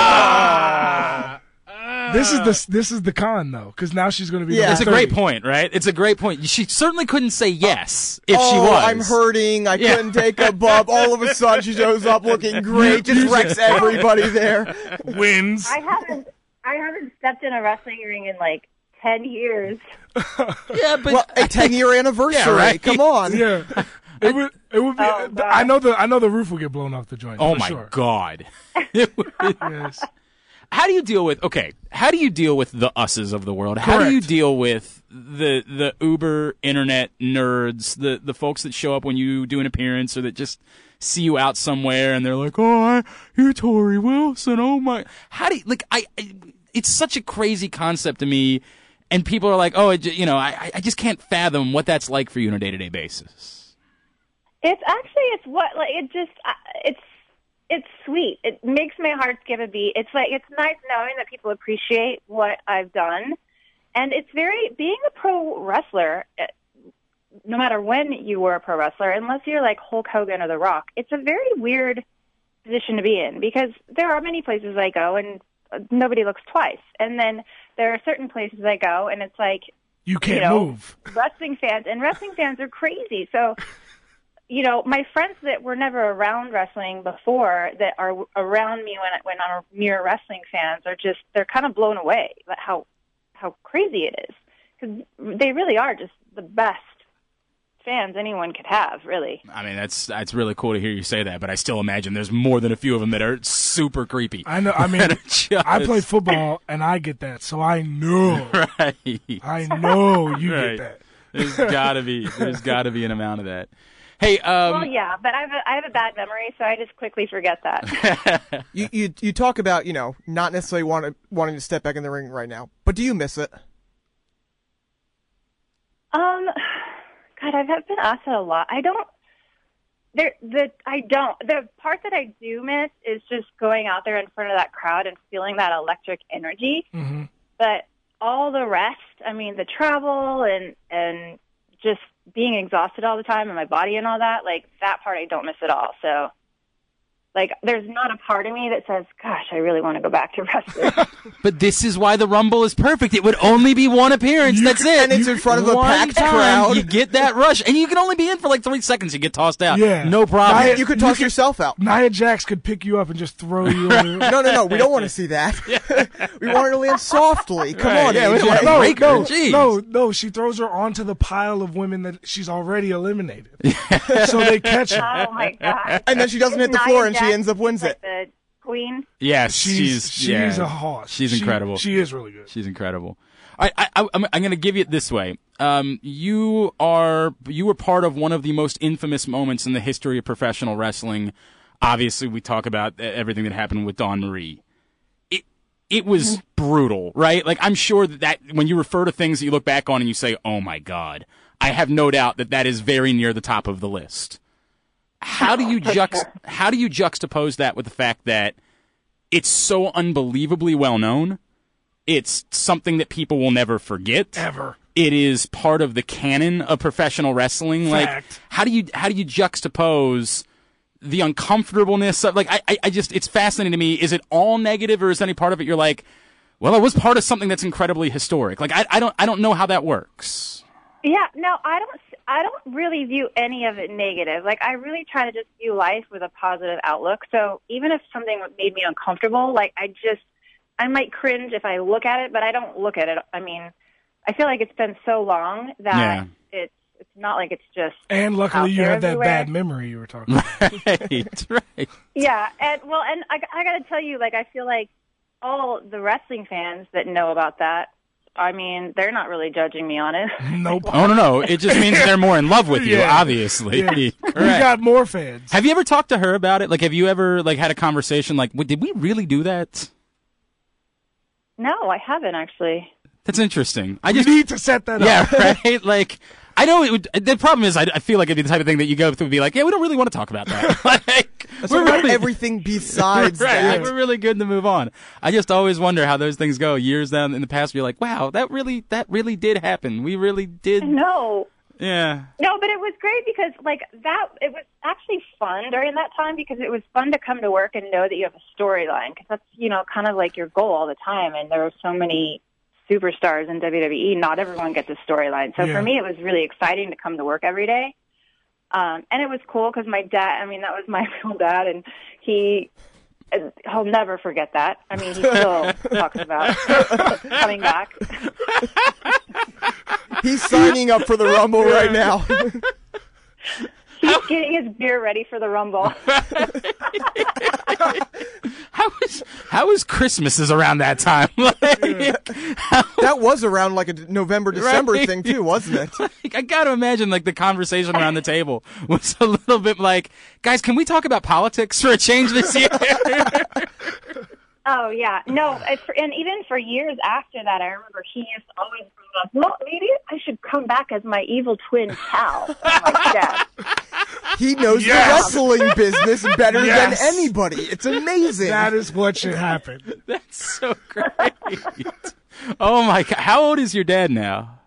B: This is the this is the con though, because now she's going to be.
C: Yeah.
B: number
A: Uh. It's a great
B: 30.
A: point, right? It's a great point. She certainly couldn't say yes if
C: oh,
A: she was.
C: I'm hurting. I couldn't take a bump. All of a sudden, she shows up looking great, just wrecks everybody there.
B: Wins.
G: I haven't I haven't stepped in a wrestling ring in like ten years.
A: Yeah, but
C: Well, a 10 year anniversary.
A: right.
C: Come on.
B: Yeah. It would. It would be.
G: Oh, God.
B: I know the. I know the roof will get blown off the joint.
A: oh
B: for
A: my
B: sure.
A: god.
B: Yes.
A: how do you deal with okay how do you deal with the usses of the world how do you
B: Correct.
A: deal with the the uber internet nerds the the folks that show up when you do an appearance or that just see you out somewhere and they're like oh I, you're tori wilson oh my how do you like i, I it's such a crazy concept to me and people are like oh it, j- you know I, I just can't fathom what that's like for you on a day-to-day basis
G: It's actually it's what like it just uh, it's it's sweet. It makes my heart skip a beat. It's like it's nice knowing that people appreciate what I've done, and it's very being a pro wrestler. uh, No matter when you were a pro wrestler, unless you're like Hulk Hogan or The Rock, it's a very weird position to be in because there are many places I go and uh, nobody looks twice, and then there are certain places I go and it's like
B: You can't
G: know,
B: move.
G: wrestling fans, and wrestling fans are crazy. So, you know, my friends that were never around wrestling before that are around me when I- when I'm mere wrestling fans are just they're kind of blown away at how how crazy it is because they really are just the best fans anyone could have, really.
A: i mean that's that's really cool to hear you say that but i still imagine there's more than a few of them that are super creepy
B: I know. I mean,
A: Just-
B: I play football and I get that, so I know.
A: right
B: I know you
A: Right.
B: get that.
A: There's gotta be. There's gotta be an amount of that. Hey, um,
G: well, yeah, but I have a, I have a bad memory, so I just quickly forget that.
C: You, you, you talk about, you know, not necessarily want to, wanting to step back in the ring right now, but do you miss it?
G: Um, God, I've had- been asked that a lot. I don't. There, the I don't. The part that I do miss is just going out there in front of that crowd and feeling that electric energy.
B: Mhm.
G: But all the rest, I mean, the travel and and just being exhausted all the time and my body and all that, like that part I don't miss at all. So, like, there's not a part of me that says, "Gosh, I really want to go back to wrestling."
A: but this is why the Rumble is perfect. It would only be one appearance. That's it.
C: and it's in front of a
A: One
C: packed
A: time,
C: crowd.
A: You get that rush, and you can only be in for like three seconds. You get tossed out.
B: Yeah.
A: no problem.
B: Diet-
C: You could
B: you
C: toss
B: could-
C: yourself out.
B: Nia Jax could pick you up and just throw you. over.
C: No, no, no. We don't want to see that. we want her to land softly. Come
A: Right,
C: on,
A: yeah, we
C: AJ.
A: don't wanna
B: no,
A: break her.
B: no,
A: Jeez.
B: no, no. She throws her onto the pile of women that she's already eliminated. so they catch her.
G: oh my God!
C: And then she doesn't hit the
G: Nia
C: floor and she
G: Jax
C: ends up wins
G: like
C: it.
G: The queen.
A: yes,
B: She's
A: she's
B: she's,
A: yeah.
B: a hoss.
A: She's
B: She-
A: incredible.
B: She is really good.
A: She's incredible. I, I, I I'm, I'm going to give you it this way. Um, you are you were part of one of the most infamous moments in the history of professional e-, wrestling. Obviously, we talk about uh, everything that happened with Don Marie. It it was brutal, right? Like I'm sure that, that when you refer to things that you look back on and you say, "Oh my god," I have no doubt that that is very near the top of the list. How do you juxt- how do you juxtapose that with the fact that it's so unbelievably well known? It's something that people will never forget
B: Ever.
A: it is part of the canon of professional wrestling. Like
B: Fact.
A: how do you how do you juxtapose the uncomfortableness of like I, I I just it's fascinating to me. Is it all negative or is any part of it you're like, well, I was part of something that's incredibly historic. Like I I don't I don't know how that works.
G: Yeah, no, I don't. I don't really view any of it negative. Like I really try to just view life with a positive outlook. So even if something made me uncomfortable, like I just, I might cringe if I look at it, but I don't look at it. I mean, I feel like it's been so long that it's it's not like it's just.
B: And luckily,
G: out
B: you
G: there
B: have that
G: everywhere.
B: bad memory you were talking about.
A: right, right.
G: Yeah, and well, and I, I got to tell you, like I feel like all the wrestling fans that know about that. I mean, they're not really judging me on it.
B: Nope.
A: Oh no no. It just means they're more in love with you,
B: Yeah.
A: obviously.
B: Yeah.
A: Correct.
B: We got more fans.
A: have you ever talked to her about it? Like, have you ever like had a conversation? Like, "Wait, did we really do that?
G: No, I haven't actually.
A: That's interesting. I
B: You
A: just
B: need to set that up.
A: Yeah, right. Like, I know it would. The problem is, I, I feel like it'd be the type of thing that you go through and be like, "Yeah, we don't really want to talk about that." like,
C: That's what about everything besides
A: right,
C: that.
A: like, we're really good to move on. I just always wonder how those things go. Years down in the past, you're like, "Wow, that really, that really did happen. We really did."
G: No,
A: Yeah,
G: No, but it was great because like that it was actually fun during that time because it was fun to come to work and know that you have a storyline because that's you know kind of like your goal all the time and there were so many superstars in WWE not everyone gets a storyline. So
B: Yeah.
G: for me it was really exciting to come to work every day. Um and it was cool cuz my dad I mean that was my real dad and he and He'll never forget that. I mean, he still talks about coming back.
C: He's signing up for the Rumble right now.
G: He's getting his beer ready for the Rumble.
A: how was how was Christmases around that time? like,
C: that was around like a d- November, December
A: Right.
C: thing too, wasn't it?
A: Like, I gotta imagine like the conversation around the table was a little bit like, guys, can we talk about politics for a change this year?
G: Oh yeah, no, I- for- and even for years after that, I remember he used to always bring up, "Well, maybe I should come back as my evil twin Cal." I'm like, "Dad,
C: He knows
B: Yes.
C: the wrestling business better
B: Yes.
C: than anybody. It's amazing.
B: That is what should happen.
A: That's so great. oh my god, how old is your dad now?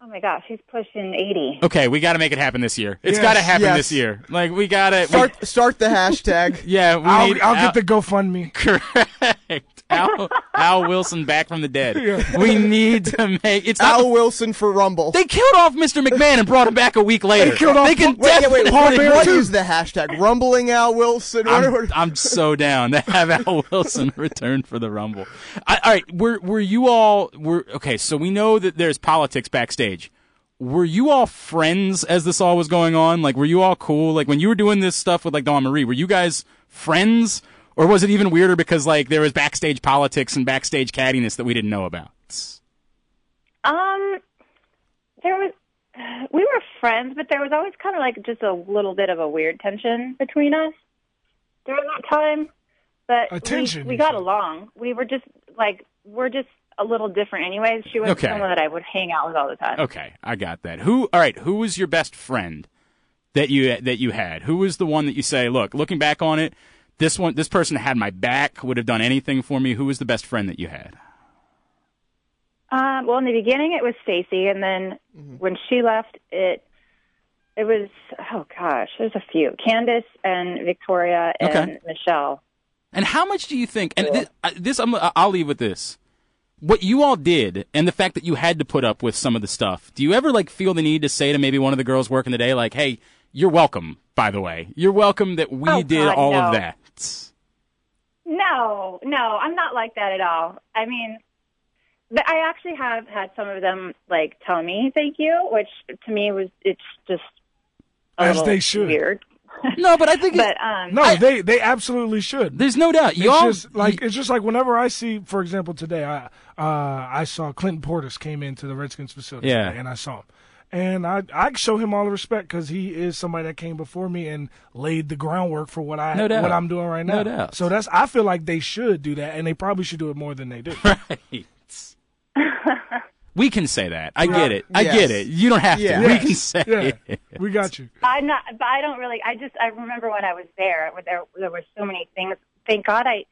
G: oh my gosh, he's pushing eighty.
A: Okay, we got to make it happen this year. It's
B: Yes,
A: got to happen
C: yes.
A: this year. Like we got to
C: start start the hashtag.
A: Yeah, we
B: I'll,
A: need
B: I'll
A: Al-
B: get the GoFundMe.
A: correct. Al, Al Wilson back from the dead. We need to make it's not.
C: Al Wilson for Rumble.
A: they killed off Mr. McMahon and brought him back a week later.
B: killed off
A: can
B: Paul- wait, yeah,
A: definitely
B: wait, Paul Bear
C: What
B: too.
C: is the hashtag? Rumbling Al Wilson. What-
A: I'm,
C: what-
A: I'm so down to have Al Wilson return for the Rumble. I, all right, were were you all were okay? So we know that there's politics backstage. Were you all friends as this all was going on? Like, were you all cool? Like when you were doing this stuff with like Dawn Marie, were you guys friends, or was it even weirder because like there was backstage politics and backstage cattiness that we didn't know about?
G: Um, there was we were friends, but there was always kind of like just a little bit of a weird tension between us during that time. But
B: A
G: we-
B: tension,
G: we,
B: you
G: got
B: said.
G: along. We were just like we're just a little different, anyways. She was
A: Okay.
G: someone that I would hang out with all the time.
A: Okay, I got that. Who? All right, who was your best friend that you that you had? Who was the one that you say, look, looking back on it, this one, this person had my back, would have done anything for me. Who was the best friend that you had?
G: Um, well, in the beginning, it was Stacy, and then
A: Mm-hmm.
G: when she left, it it was oh gosh, there's a few: Candace and Victoria and
A: Okay.
G: Michelle.
A: And how much do you think? And thi- I- this, I'm, I'll leave with this. What you all did, and the fact that you had to put up with some of the stuff. Do you ever like feel the need to say to maybe one of the girls working today, like, "Hey, you're welcome." By the way, you're welcome that we
G: Oh,
A: did
G: God,
A: all of
G: no.
A: that.
G: No, no, I'm not like that at all. I mean, but I actually have had some of them like tell me thank you, which to me was it's just a
B: As
G: little
B: they should.
G: weird.
A: No, but I think it-
G: But um,
B: No, they they absolutely should.
A: there's no doubt. You
B: It's
A: all
B: just like it's just like whenever I see, for example, today I uh, I saw Clinton Portis came into the Redskins facility,
A: Yeah.
B: today, and I saw him, And I I show him all the respect because he is somebody that came before me and laid the groundwork for what I
A: No doubt.
B: what I'm doing right
A: No
B: now.
A: doubt.
B: So that's I feel like they should do that, and they probably should do it more than they do.
A: Right. we can say that. I get it. I
C: Yes.
A: get it. You don't have
C: Yeah.
A: to. We can say
B: yeah,
A: it.
B: we got you.
G: I'm not, but I don't really. I just I remember when I was there, where there there were so many things. Thank God I,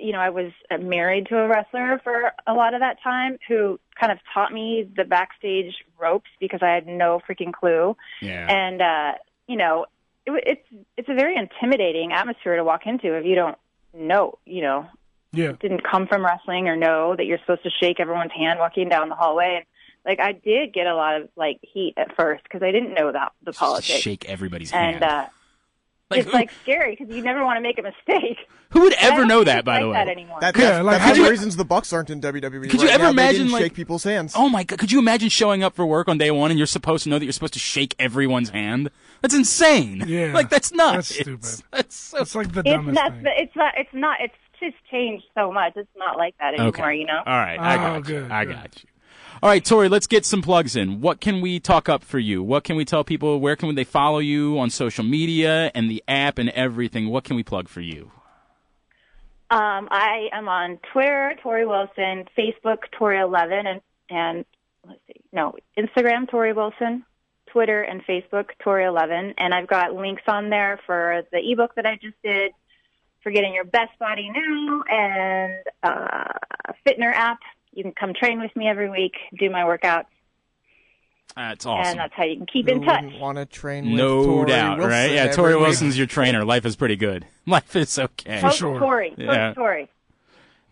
G: you know, I was uh, married to a wrestler for a lot of that time, who kind of taught me the backstage ropes because I had no freaking clue.
A: Yeah.
G: And uh, you know, it, wa- it's it's a very intimidating atmosphere to walk into if you don't know, you know,
B: Yeah,
G: didn't come from wrestling or know that you're supposed to shake everyone's hand walking down the hallway. And, like I did get a lot of like heat at first because I didn't know that the
A: Just
G: politics
A: shake everybody's
G: and
A: hand.
G: uh,
A: Like,
G: it's
A: who,
G: like scary because you never want to make a mistake.
A: who would
G: I
A: ever
G: don't
A: know
G: think
A: that?
G: it's
A: By
G: like
A: the way,
G: that anymore.
C: That,
B: Yeah,
C: that's,
B: like,
C: that's
B: how
C: one
B: do
C: of the
B: you-
C: reasons the Bucks aren't in WWE.
A: Could you
C: right
A: ever
C: now. they
A: imagine,
C: didn't
A: like-
C: shake people's hands?
A: Oh my god! Could you imagine showing up for work on day one and you're supposed to know that you're supposed to shake everyone's hand? That's insane.
B: Yeah.
A: like that's not.
B: That's stupid.
A: That's so.
B: it's like the
G: it's
B: dumbest
G: not.
B: thing.
G: It's not. It's not. It's just changed so much. It's not like that anymore.
A: Okay.
G: You know.
A: All right. I
B: Oh,
A: got you.
B: good,
A: I
B: good.
A: got you. All right, Tori. Let's get some plugs in. What can we talk up for you? What can we tell people? Where can they follow you on social media and the app and everything? What can we plug for you?
G: Um, I am on Twitter, Tori Wilson, Facebook, Tori Eleven, and and let's see, no, Instagram, Tori Wilson, Twitter and Facebook, Tori Eleven, and I've got links on there for the ebook that I just did for getting your best body now and uh, a Fitner app. You can come train with me every week, do my workouts,
A: That's
G: and
A: awesome.
G: that's how you can keep
C: Who
G: in touch.
C: wouldn't want to train with
A: No
C: Tori
A: doubt,
C: Wilson
A: right? Yeah,
C: every
A: Tori
C: week?
A: Wilson's your trainer. Life is pretty good. Life is okay.
G: Vote
B: sure.
G: Oh, Tori, vote
A: Yeah.
G: Tori.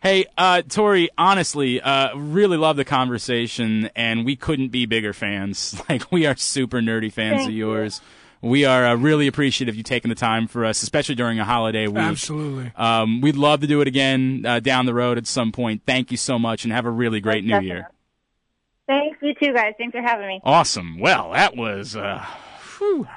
A: Hey, uh, Tori, honestly, uh, really love the conversation, and we couldn't be bigger fans. Like, we are super nerdy fans
G: Thank
A: of
G: you.
A: yours. We are uh, really appreciative you taking the time for us, especially during a holiday week.
B: Absolutely.
A: Um, we'd love to do it again uh, down the road at some point. Thank you so much, and have a really great new
G: Definitely.
A: year.
G: Thanks, you too, guys. Thanks for having me.
A: Awesome. Well, that was. Uh, whew.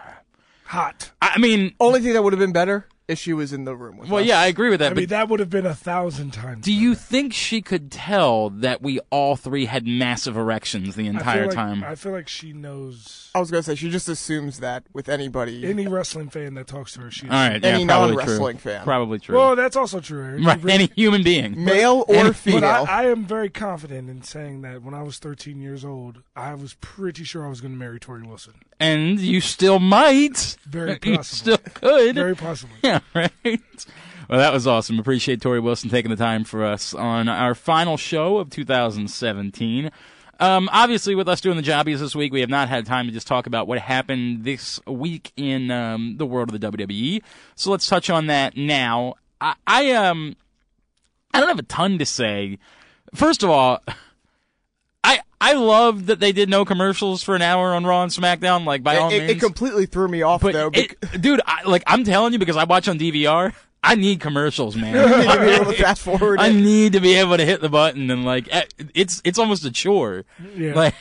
B: Hot.
A: I I mean,
C: Only thing that would have been better if she was in the room with
A: well,
C: us.
A: yeah, I agree with that.
B: I
A: but
B: mean, that would have been a thousand times.
A: do you think she could tell that we all three had massive erections the
B: I feel
A: entire
B: like-
A: time?
B: I feel like she knows
C: I was gonna say she just assumes that with anybody.
B: any wrestling fan that talks to her. She.
A: All right,
C: Any
A: yeah, probably true.
C: non-wrestling fan.
A: probably true.
B: Well, that's also true. Eric.
A: right, any human being.
C: male or female.
B: But I, I am very confident in saying that when I was 13 years old, I was pretty sure I was going to marry Tori Wilson.
A: and you still might.
B: Very
A: you
B: possible.
A: still could.
B: Very possibly.
A: yeah, right. Well, that was awesome. Appreciate Tori Wilson taking the time for us on our final show of 2017. Um, obviously, with us doing the jobbies this week, we have not had time to just talk about what happened this week in um, the world of the WWE. So let's touch on that now. I, I um, I don't have a ton to say. First of all, I I love that they did no commercials for an hour on Raw and SmackDown. Like by all
C: it, it-
A: means,
C: it completely threw me off
A: but
C: though. bec-
A: it, dude, I, like I'm telling you because I watch on DVR. I need commercials, man.
C: to be able to fast forward.
A: I
C: it.
A: need to be able to hit the button and like eh, it's it's almost a chore.
B: Yeah.
A: Like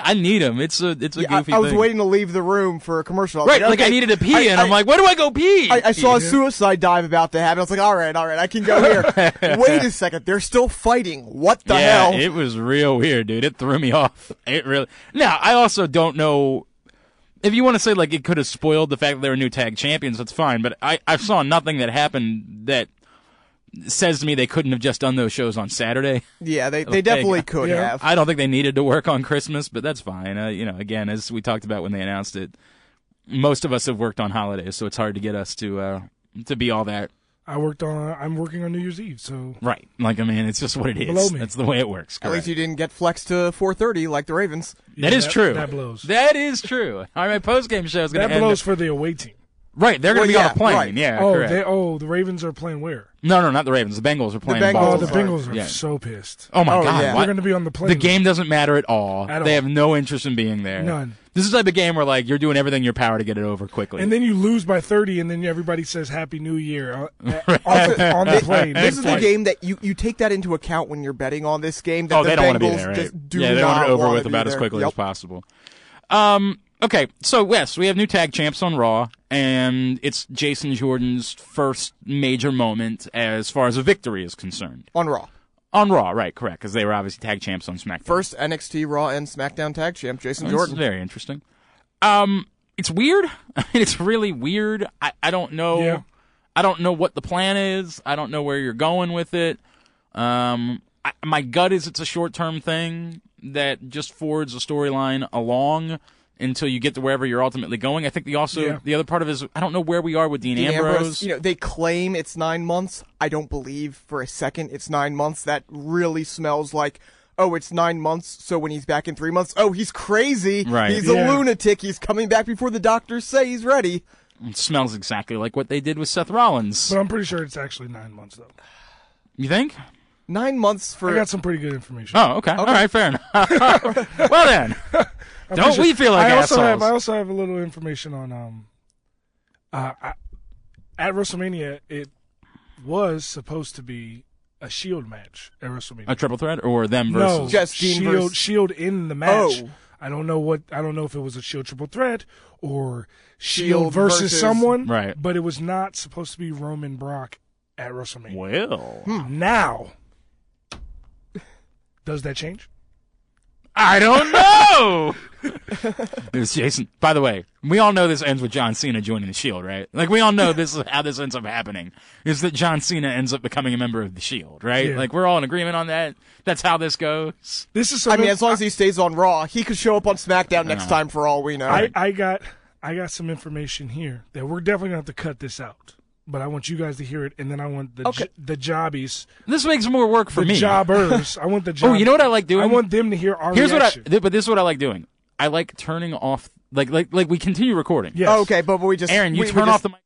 A: I need them. It's a it's a
C: I,
A: goofy.
C: I was
A: thing.
C: waiting to leave the room for a commercial. I was
A: Right, like I
C: okay,
A: needed to pee, and
C: I,
A: I'm like, where do I go pee?
C: I, I saw a suicide dive about to happen. I was like, all right, all right, I can go here. Wait a second, they're still fighting. What the
A: yeah,
C: hell?
A: it was real weird, dude. It threw me off. It really. Now, I also don't know if you want to say like it could have spoiled the fact that they were new tag champions. That's fine, but I I saw nothing that happened that says to me they couldn't have just done those shows on Saturday.
C: yeah, they, they definitely
A: God.
C: could
B: Yeah.
C: have.
A: I don't think they needed to work on Christmas, but that's fine. Uh, you know, again, as we talked about when they announced it, most of us have worked on holidays, so it's hard to get us to uh to be all that
B: I worked on. I'm working on New Year's Eve, so
A: right. Like I mean, it's just what it
B: Blow
A: is.
B: me.
A: That's the way it works.
C: At
A: correct?
C: least you didn't get flexed to 4:30 like the Ravens.
B: yeah,
A: that is true.
B: That blows. That,
A: That is true. All right, my post game show is going to end.
B: blows for the away team.
A: Right, they're going
C: Well,
A: to be
C: yeah,
A: on a plane.
C: right.
A: Yeah,
B: oh,
A: correct.
B: they. Oh, the Ravens are playing where?
A: No, no, not the Ravens. The Bengals are playing.
C: Bengals.
B: Oh,
A: Baltimore.
B: the Bengals are
A: Yeah.
B: so pissed.
A: Oh my
C: Oh,
A: god,
C: yeah.
A: what?
B: We're going to be on the plane.
A: the game doesn't matter at all.
B: At
A: they
B: all.
A: have no interest in being there.
B: None.
A: This is the type of game where like you're doing everything in your power to get it over quickly.
B: And then you lose by 30, and then everybody says Happy New Year uh, uh, on, the, on the plane.
C: This is the
B: Like,
C: game that you, you take that into account when you're betting on this game. That
A: oh,
C: the
A: they don't want to be
C: Bengals
A: there. Right?
C: Just do
A: yeah, they
C: not
A: want it over
C: wanna
A: with
C: be
A: about as
C: there.
A: quickly
C: Yep.
A: as possible. Um. Okay, so yes, we have new tag champs on Raw, and it's Jason Jordan's first major moment as far as a victory is concerned.
C: on Raw.
A: On Raw, right? Correct, because they were obviously tag champs on SmackDown.
C: First NXT Raw and SmackDown Tag Champ Jason
A: Oh, This is
C: Jordan.
A: very interesting. Um, it's weird. it's really weird. I, I don't know.
B: Yeah.
A: I don't know what the plan is. I don't know where you're going with it. Um, I, my gut is it's a short term thing that just forwards the storyline along until you get to wherever you're ultimately going. I think the also
B: Yeah.
A: the other part of it is I don't know where we are with Dean,
C: Dean
A: Ambrose.
C: You know, they claim it's nine months. I don't believe for a second it's nine months. That really smells like, oh, it's nine months. So when he's back in three months, oh, he's crazy.
A: Right.
C: He's
B: Yeah.
C: a lunatic. He's coming back before the doctors say he's ready.
A: It smells exactly like what they did with Seth Rollins.
B: But I'm pretty sure it's actually nine months though.
A: You think?
C: Nine months for
B: I got some pretty good information.
A: Oh, okay. All right, fair enough. well then,
B: I'm
A: don't
B: pretty
A: we Oh, feel like
B: I also
A: assholes?
B: have I also have a little information on um uh I, at WrestleMania it was supposed to be a Shield match at WrestleMania.
A: a triple threat or them versus
B: no,
C: Just Dean
B: Shield
C: versus-
B: Shield in the match.
C: Oh.
B: I don't know what I don't know if it was a Shield triple threat or Shield,
C: Shield
B: versus,
C: versus-
B: someone,
A: Right.
B: But it was not supposed to be Roman Brock at WrestleMania.
A: Well,
B: Now, does that change?
A: I don't know. it was Jason. By the way, we all know this ends with John Cena joining the Shield, right? Like we all know this is how this ends up happening. Is that John Cena ends up becoming a member of the Shield, right?
B: Yeah.
A: Like we're all in agreement on that. That's how this goes.
B: This is
C: I
B: something
C: mean, as long as he stays on Raw, he could show up on SmackDown next time for all we know.
B: I, I got I got some information here that we're definitely gonna have to cut this out. But I want you guys to hear it, and then I want the
C: Okay.
B: j- the jobbies,
A: This makes more work for
B: the
A: me.
B: jobbers. I want the job.
A: Oh, you know what I like doing?
B: I want them to hear our
A: Here's what I.
B: reaction.
A: th- But this is what I like doing. I like turning off. Like like like we continue recording.
B: yes.
C: Oh, Okay, but we just
A: Aaron, you
C: we- we
A: turn
C: just-
A: off the mic.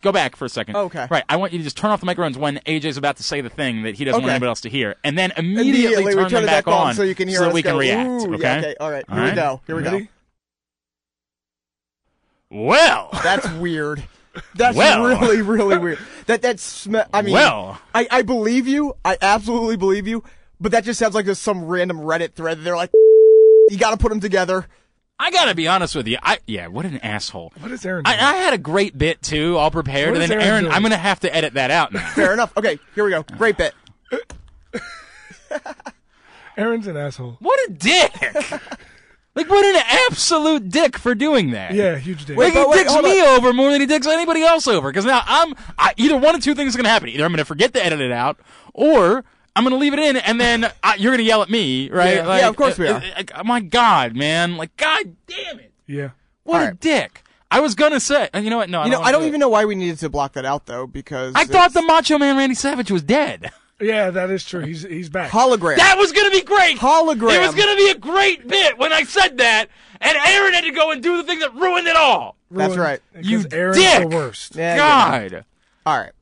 A: Go back for a second.
C: Oh, Okay.
A: Right. I want you to just turn off the microphones when AJ's about to say the thing that he doesn't want
C: Okay.
A: anybody else to hear, and then immediately,
C: we
A: turn, them
C: it
A: back, on,
C: so you can hear
A: so
C: us
A: we can
C: go,
A: react.
C: "Ooh,"
A: okay.
C: yeah, okay. All right.
A: All
C: Here
A: right.
C: we go. Here we go.
B: Ready?
A: Well.
C: That's weird. That's
A: Well.
C: really, really weird. That that sm- I mean,
A: Well.
C: I I believe you. I absolutely believe you. But that just sounds like there's some random Reddit thread. They're like, you got to put them together.
A: I gotta be honest with you. I yeah. What an asshole.
B: What is Aaron?
A: I,
B: Doing?
A: I had a great bit too, all prepared,
B: What
A: and
B: is
A: then
B: Aaron
A: Aaron,
B: doing?
A: I'm gonna have to edit that out now.
C: Fair enough. Okay, here we go. Great bit.
B: Aaron's an asshole.
A: what a dick! like what an absolute dick for doing that.
B: Yeah, huge dick.
A: Like,
C: Wait,
A: he
C: but wait,
A: dicks
C: hold
A: me over more than he dicks anybody else over. Because now I'm I, either one of two things is going to happen. Either I'm going to forget to edit it out, or I'm going to leave it in, and then I, you're going to yell at me, right?
C: Yeah. Yeah, of course we
A: uh,
C: are.
A: uh, uh, my God, man! Like, God damn it!
B: yeah,
A: What a
C: right.
A: dick! I was going to say, and you know what? No,
C: You know,
A: I
C: I
A: don't,
C: don't even know why we needed to block that out though, because
A: I thought
C: it's
A: the Macho Man Randy Savage was dead.
B: yeah, that is true. He's he's back.
C: hologram.
A: That was going to be great.
C: Hologram.
A: It was going to be a great bit when I said that, and Aaron had to go and do the thing that ruined it all.
C: That's right.
B: You
A: You
B: Aaron's
A: dick!
B: the worst.
C: Yeah, yeah.
A: God.
C: All right.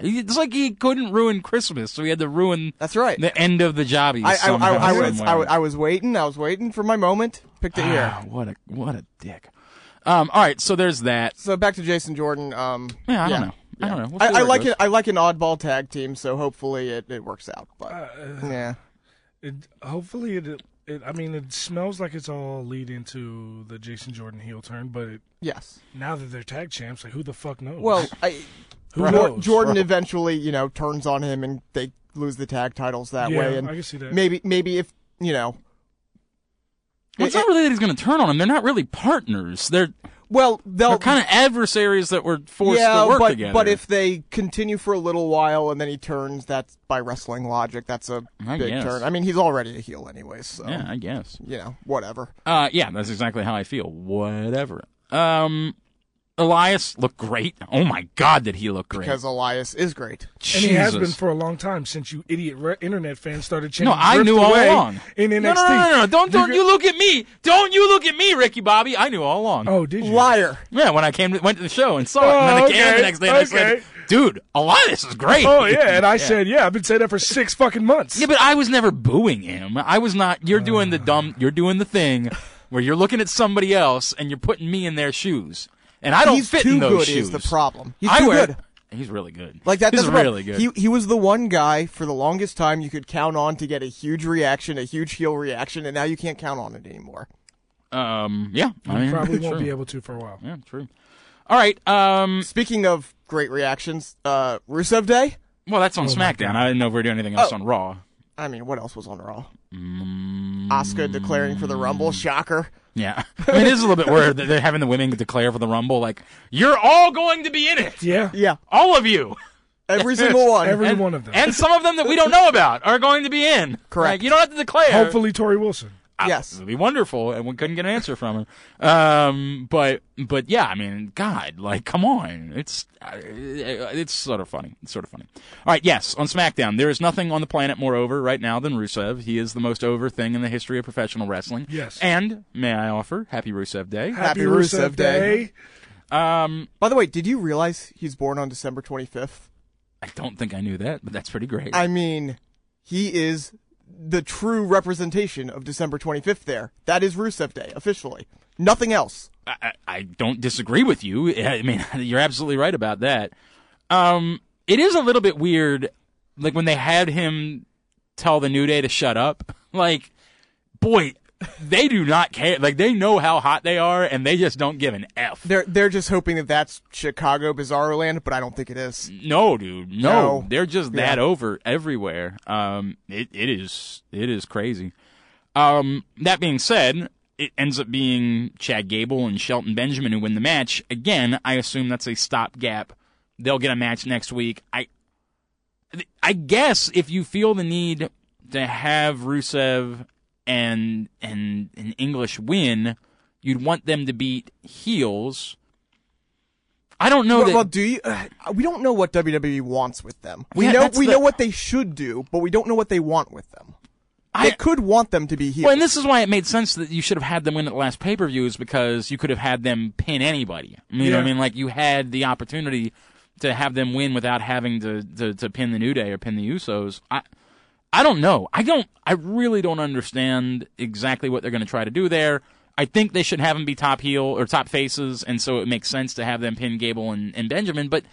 A: It's like he couldn't ruin Christmas, so he had to ruin
C: That's right.
A: the end of the job.
C: I, I,
A: somehow,
C: I, I, was,
A: somewhere.
C: I, was- I was waiting. I was waiting for my moment. Picked it here.
A: Ah, what a what a dick. Um, all right, so there's that.
C: So back to Jason Jordan. Um,
A: Yeah, I don't know. I don't know. We'll see
C: I, I
A: where it
C: like
A: goes.
C: it. I like an oddball tag team. So hopefully it, it works out. But
B: Uh,
C: yeah.
B: It, hopefully, it, it. I mean, it smells like it's all leading to the Jason Jordan heel turn, but it,
C: Yes.
B: now that they're tag champs, like who the fuck knows?
C: Well, I,
B: who
C: Jor-
B: knows?
C: Jordan eventually, you know, turns on him and they lose the tag titles that
B: Yeah,
C: way. And
B: I can see that.
C: Maybe, maybe if you know,
A: Well, it's not really that he's going to turn on him. They're not really partners. They're
C: well, they'll
A: they're kind of adversaries that were forced
C: yeah,
A: to work
C: but
A: together.
C: but if they continue for a little while and then he turns, that's by wrestling logic, that's a
A: I
C: big
A: guess.
C: turn. I mean, he's already a heel anyways, so
A: yeah, I guess.
C: you know, whatever.
A: Uh, yeah, that's exactly how I feel. Whatever. Um, Elias looked great. Oh my God, did he look great?
C: Because Elias is great.
B: and he has been
A: Jesus.
B: for a long time since you idiot re- internet fans started chanting.
A: No, I
B: "Drift
A: knew all
B: away"
A: along.
B: In NXT,
A: No, no, no, no, no! Don't,
B: You're
A: don't you look at me! Don't you look at me, Ricky Bobby! I knew all along.
B: go- Oh, did you?
C: Liar.
A: Yeah, when I came, to, went to the show and saw it,
B: Oh,
A: and then I came
B: okay,
A: in the next day and I said,
B: okay.
A: "Dude, a lot of this is great."
B: Oh yeah, and I said, yeah, I've been saying that for six fucking months.
A: yeah, but I was never booing him. I was not. You're doing the
B: Uh.
A: dumb. You're doing the thing where you're looking at somebody else and you're putting me in their shoes, and I don't
C: he's
A: fit
C: too
A: in those
C: good
A: shoes.
C: is the problem. He's
A: I
C: too
A: wear-
C: good.
A: He's really good.
C: Like that.
A: He's
C: that's the problem.
A: really good.
C: He he was the one guy for the longest time you could count on to get a huge reaction, a huge heel reaction, and now you can't count on it anymore.
A: um, yeah, I mean,
B: you probably won't
A: true.
B: be able to for a while.
A: Yeah, true. All right. Um,
C: Speaking of great reactions, uh, Rusev Day,
A: Well, that's on SmackDown. I didn't know if we were doing anything else on Raw.
C: I mean, what else was on Raw?
A: Mm.
C: Oscar declaring for the Rumble. Shocker.
A: Yeah, I mean, it is a little bit weird that they're having the women declare for the Rumble. Like, you're all going to be in it.
B: Yeah.
C: Yeah,
A: All of you,
C: every single one.
B: Every one of them.
A: and some of them that we don't know about, are going to be in.
C: Correct.
A: Like, you don't have to declare.
B: Hopefully, Tori Wilson.
C: yes.
A: it would be wonderful, and we couldn't get an answer from her. Um, but but yeah, I mean, God, like, come on, it's uh, it's sort of funny. It's sort of funny. All right, yes, on SmackDown, there is nothing on the planet more over right now than Rusev. He is the most over thing in the history of professional wrestling.
B: Yes.
A: and may I offer Happy Rusev Day?
C: Happy Rusev Day.
A: Um,
C: By the way, did you realize he's born on December 25th?
A: I don't think I knew that, but that's pretty great.
C: I mean, he is the true representation of December 25th there. That is Rusev Day, officially. Nothing else.
A: I, I- I don't disagree with you. I mean, you're absolutely right about that. Um, it is a little bit weird, like when they had him tell the New Day to shut up. Like, boy, they do not care. Like, they know how hot they are, and they just don't give an f.
C: They're they're just hoping that that's Chicago Bizarro Land, but I don't think it is.
A: no, dude, no,
C: No.
A: they're just that
C: Yeah.
A: over everywhere. Um, it it is it is crazy. Um, that being said, it ends up being Chad Gable and Shelton Benjamin who win the match. Again, I assume that's a stopgap. They'll get a match next week. I I guess if you feel the need to have Rusev and and an English win, you'd want them to beat heels. I don't know
C: Well,
A: that
C: well, do you? Uh, we don't know what WWE wants with them. We
A: Yeah,
C: know
A: that's
C: we
A: the-
C: know what they should do, but we don't know what they want with them.
A: I-
C: they could want them to be healed.
A: Well, and this is why it made sense that you should have had them win at the last pay per view is because you could have had them pin anybody. You know what I
B: Yeah.
A: mean? Like you had the opportunity to have them win without having to, to, to pin the New Day or pin the Usos. I I don't know. I don't. I really don't understand exactly what they're going to try to do there. I think they should have them be top heel or top faces, and so it makes sense to have them pin Gable and, and Benjamin. But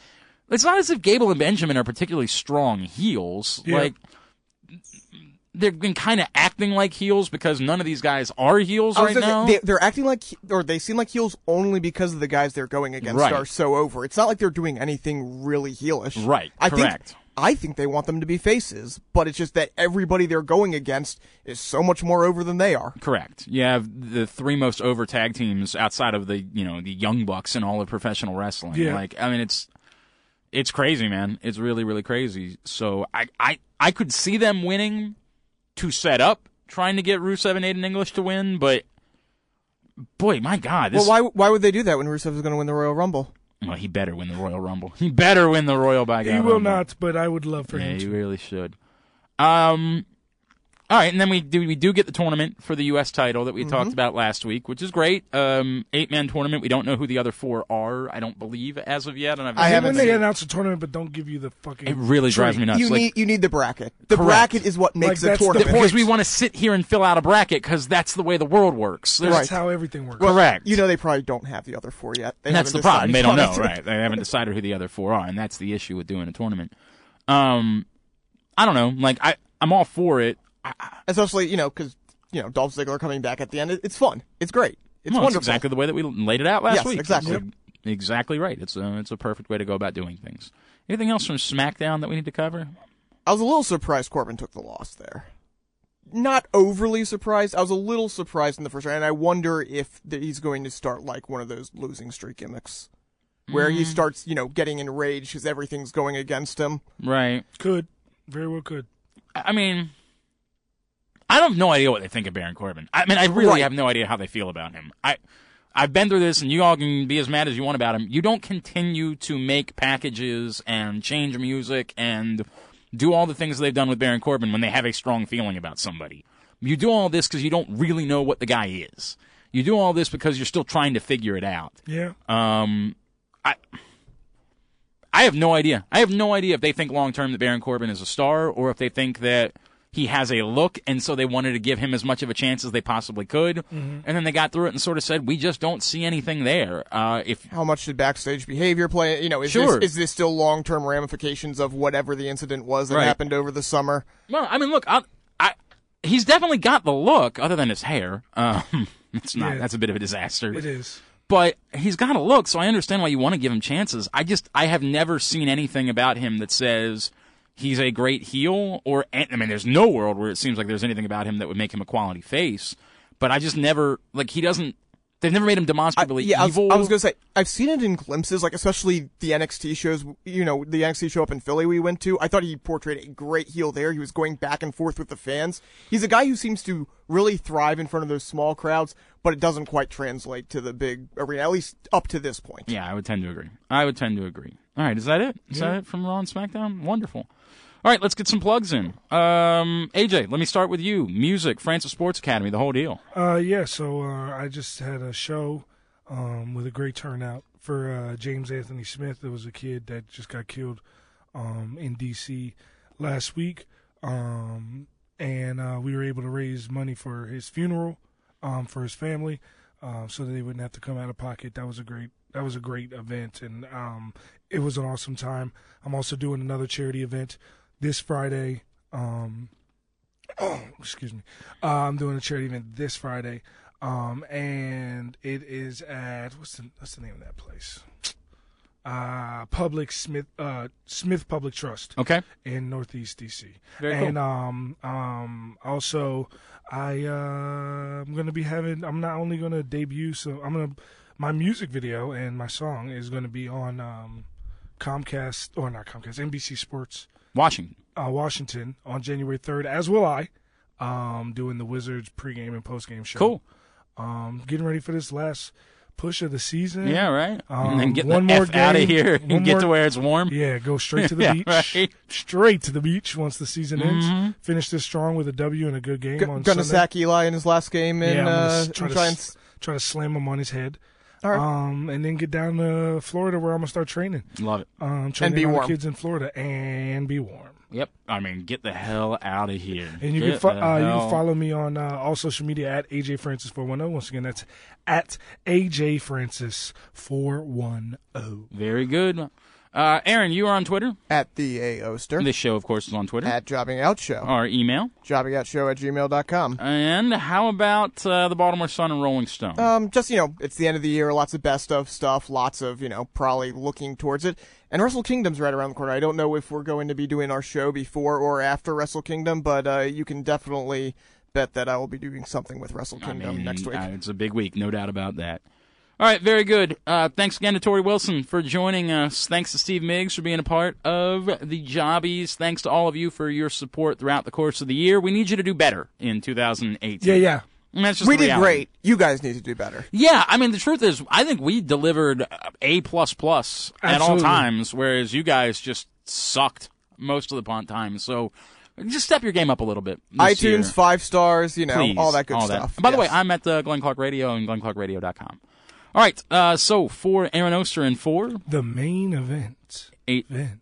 A: it's not as if Gable and Benjamin are particularly strong heels.
B: Yeah.
A: Like they've been kind of acting like heels because none of these guys are heels
C: I was
A: right
C: gonna say,
A: now.
C: they, they're acting like, he- or they seem like heels only because of the guys they're going against
A: Right.
C: are so over. It's not like they're doing anything really heelish.
A: Right,
C: I
A: correct.
C: Think, I think they want them to be faces, but it's just that everybody they're going against is so much more over than they are.
A: Correct. You have the three most over tag teams outside of the you know the Young Bucks and all of professional wrestling.
B: Yeah.
A: Like I mean, it's it's crazy, man. It's really really crazy. So I I I could see them winning to set up trying to get Rusev and Aiden English to win, but boy, my God, this
C: Well, why why would they do that when Rusev is going to win the Royal Rumble?
A: Well, he better win the Royal Rumble. He better win the Royal by
B: He
A: God
B: will
A: Rumble.
B: not, but I would love for
A: Yeah,
B: him
A: you
B: to.
A: really should. Um, all right, and then we do we do get the tournament for the U.S. title that we
C: Mm-hmm.
A: talked about last week, which is great. Um, eight man tournament. We don't know who the other four are. I don't believe as of yet, and I've
C: I
B: Is it
C: haven't
B: when they
C: seen-
B: announce a tournament, but don't give you the fucking.
A: It really drives me nuts.
C: you
A: like,
C: need you need the bracket. The
A: Correct.
C: bracket is what makes a
B: that's the
C: tournament.
A: because we want to sit here and fill out a bracket because that's the way the world works. There's-
B: That's how everything works.
A: Correct.
C: You know they probably don't have the other four yet. They
A: And that's the
C: haven't
A: problem. They don't
C: decided
A: know,
C: on it.
A: right? They haven't decided who the other four are, and that's the issue with doing a tournament. Um, I don't know. Like I, I'm all for it.
C: Especially you know because you know Dolph Ziggler coming back at the end. It- It's fun. It's great. It's
A: Well,
C: wonderful.
A: exactly the way that we laid it out last
C: Yes,
A: week.
C: exactly.
A: It's, uh, Exactly right. It's a, it's a perfect way to go about doing things. Anything else from SmackDown that we need to cover?
C: I was a little surprised Corbin took the loss there. Not overly surprised. I was a little surprised in the first round, and I wonder if th- he's going to start like one of those losing streak gimmicks, where
A: Mm-hmm.
C: he starts, you know, getting enraged because everything's going against him.
A: Right.
B: Could. Very well could.
A: I I mean, I have no idea what they think of Baron Corbin. I mean, I really
C: Right.
A: have no idea how they feel about him. I, I've been through this, and you all can be as mad as you want about him. You don't continue to make packages and change music and do all the things they've done with Baron Corbin when they have a strong feeling about somebody. You do all this because you don't really know what the guy is. You do all this because you're still trying to figure it out.
B: Yeah.
A: Um, I I have no idea. I have no idea if they think long term that Baron Corbin is a star, or if they think that he has a look, and so they wanted to give him as much of a chance as they possibly could.
B: Mm-hmm.
A: And then they got through it and sort of said, "We just don't see anything there." Uh, if
C: How much did backstage behavior play? You know, is
A: Sure.
C: this is this still long term ramifications of whatever the incident was that
A: Right.
C: happened over the summer?
A: well, I mean, look, I, I he's definitely got the look, other than his hair. Um, it's not.
B: Yeah.
A: That's a bit of a disaster.
B: It is.
A: but he's got a look, so I understand why you want to give him chances. I just I have never seen anything about him that says he's a great heel, or I mean, there's no world where it seems like there's anything about him that would make him a quality face. But I just never like he doesn't. They've never made him demonstrably
C: yeah, I was,
A: evil.
C: I was gonna say I've seen it in glimpses, like especially the NXT shows. You know, the NXT show up in Philly we went to. I thought he portrayed a great heel there. He was going back and forth with the fans. He's a guy who seems to really thrive in front of those small crowds, but it doesn't quite translate to the big arena, at least up to this point.
A: Yeah, I would tend to agree. I would tend to agree. All right, is that it? Is that it from Raw and SmackDown? Wonderful. All right, let's get some plugs in. Um, AJ, let me start with you. Music, France of Sports Academy, the whole deal.
B: Uh, yeah, so uh, I just had a show um, with a great turnout for uh, James Anthony Smith. There was a kid that just got killed um, in D.C. last week, um, and uh, we were able to raise money for his funeral um, for his family, um, so that they wouldn't have to come out of pocket. That was a great that was a great event, and um, it was an awesome time. I'm also doing another charity event this Friday. Um, excuse me. Uh, I'm doing a charity event this Friday, um, and it is at what's the what's the name of that place? Uh, Public Smith uh, Smith Public Trust
A: Okay.
B: in Northeast DC.
A: Very
B: and
A: cool.
B: um um also I uh I'm gonna be having I'm not only gonna debut so I'm gonna my music video and my song is gonna be on um Comcast or not Comcast NBC Sports
A: Washington.
B: uh, Washington on January 3rd, as will I, um, doing the Wizards pregame and postgame show.
A: Cool.
B: Um, getting ready for this last push of the season.
A: Yeah, right. and then
B: Um,
A: get
B: one
A: the
B: more
A: F out of
B: game,
A: here and
B: one
A: get
B: more-
A: to where it's warm.
B: Yeah, go straight to the
A: Yeah,
B: beach.
A: right. Mm-hmm.
B: Straight to the beach once the season ends. Finish this strong with a W and a good game
C: G-
B: on
C: gonna
B: Sunday.
C: sack Eli in his last game
B: yeah,
C: and
B: I'm gonna
C: uh,
B: s- try,
C: and
B: to
C: try and
B: s- try to slam him on his head.
C: All right.
B: Um, and then get down to Florida where I'm gonna start training.
A: Love it.
B: Um, training
C: be
B: all the
C: warm.
B: kids in Florida and be warm.
A: Yep. I mean, get the hell out of here.
B: And you can,
A: Get
B: fo-
A: the
B: uh, you
A: hell-
B: can follow me on uh, all social media at AJ Francis 410. Once again, that's at AJ Francis oh. 410.
A: Very good. Uh, Aaron, you are on Twitter.
C: at the A Oster
A: This show, of course, is on Twitter.
C: at jobbing out show,
A: Our email.
C: jobbing out show at gmail.com.
A: And how about uh, the Baltimore Sun and Rolling Stone?
B: Uh,
C: Um, just you know, it's the end of the year. Lots of best of stuff. Lots of you know, probably looking towards it. And Wrestle Kingdom's right around the corner. I don't know if we're going to be doing our show before or after Wrestle Kingdom, but uh, you can definitely bet that I will be doing something with Wrestle
A: I
C: Kingdom
A: mean,
C: next week.
A: uh, it's a big week, no doubt about that. All right, very good. Uh, thanks again to Tori Wilson for joining us. Thanks to Steve Miggs for being a part of the Jobbies. Thanks to all of you for your support throughout the course of the year. We need you to do better in 2018.
B: Yeah, yeah.
A: And that's just
C: we
A: the
C: did
A: reality.
C: great. You guys need to do better.
A: Yeah, I mean the truth is, I think we delivered uh, a plus plus at all
B: Absolutely.
A: times, whereas you guys just sucked most of the pon- time. So just step your game up a little bit. this
C: iTunes
A: year.
C: five stars. You know,
A: Please,
C: all that good stuff.
A: By the way,
C: Yes.
A: I'm at the Glenn Clark Radio and glennclarkradio.com. All right, uh, so for Aaron Oster and for
B: The main event.
A: eight.
B: Vent.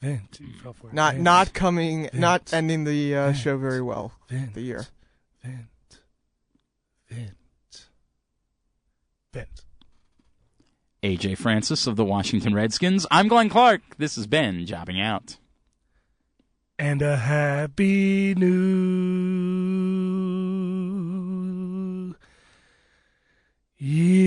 B: Vent. You fell for it.
C: not
B: Vent.
C: not coming, not ending the uh,
B: Vince.
C: show very well.
B: Vent.
C: the year.
B: Vent. Vent. Vent.
A: AJ Francis of the Washington Redskins. I'm Glenn Clark. This has been Jobbing Out.
B: And a happy new year.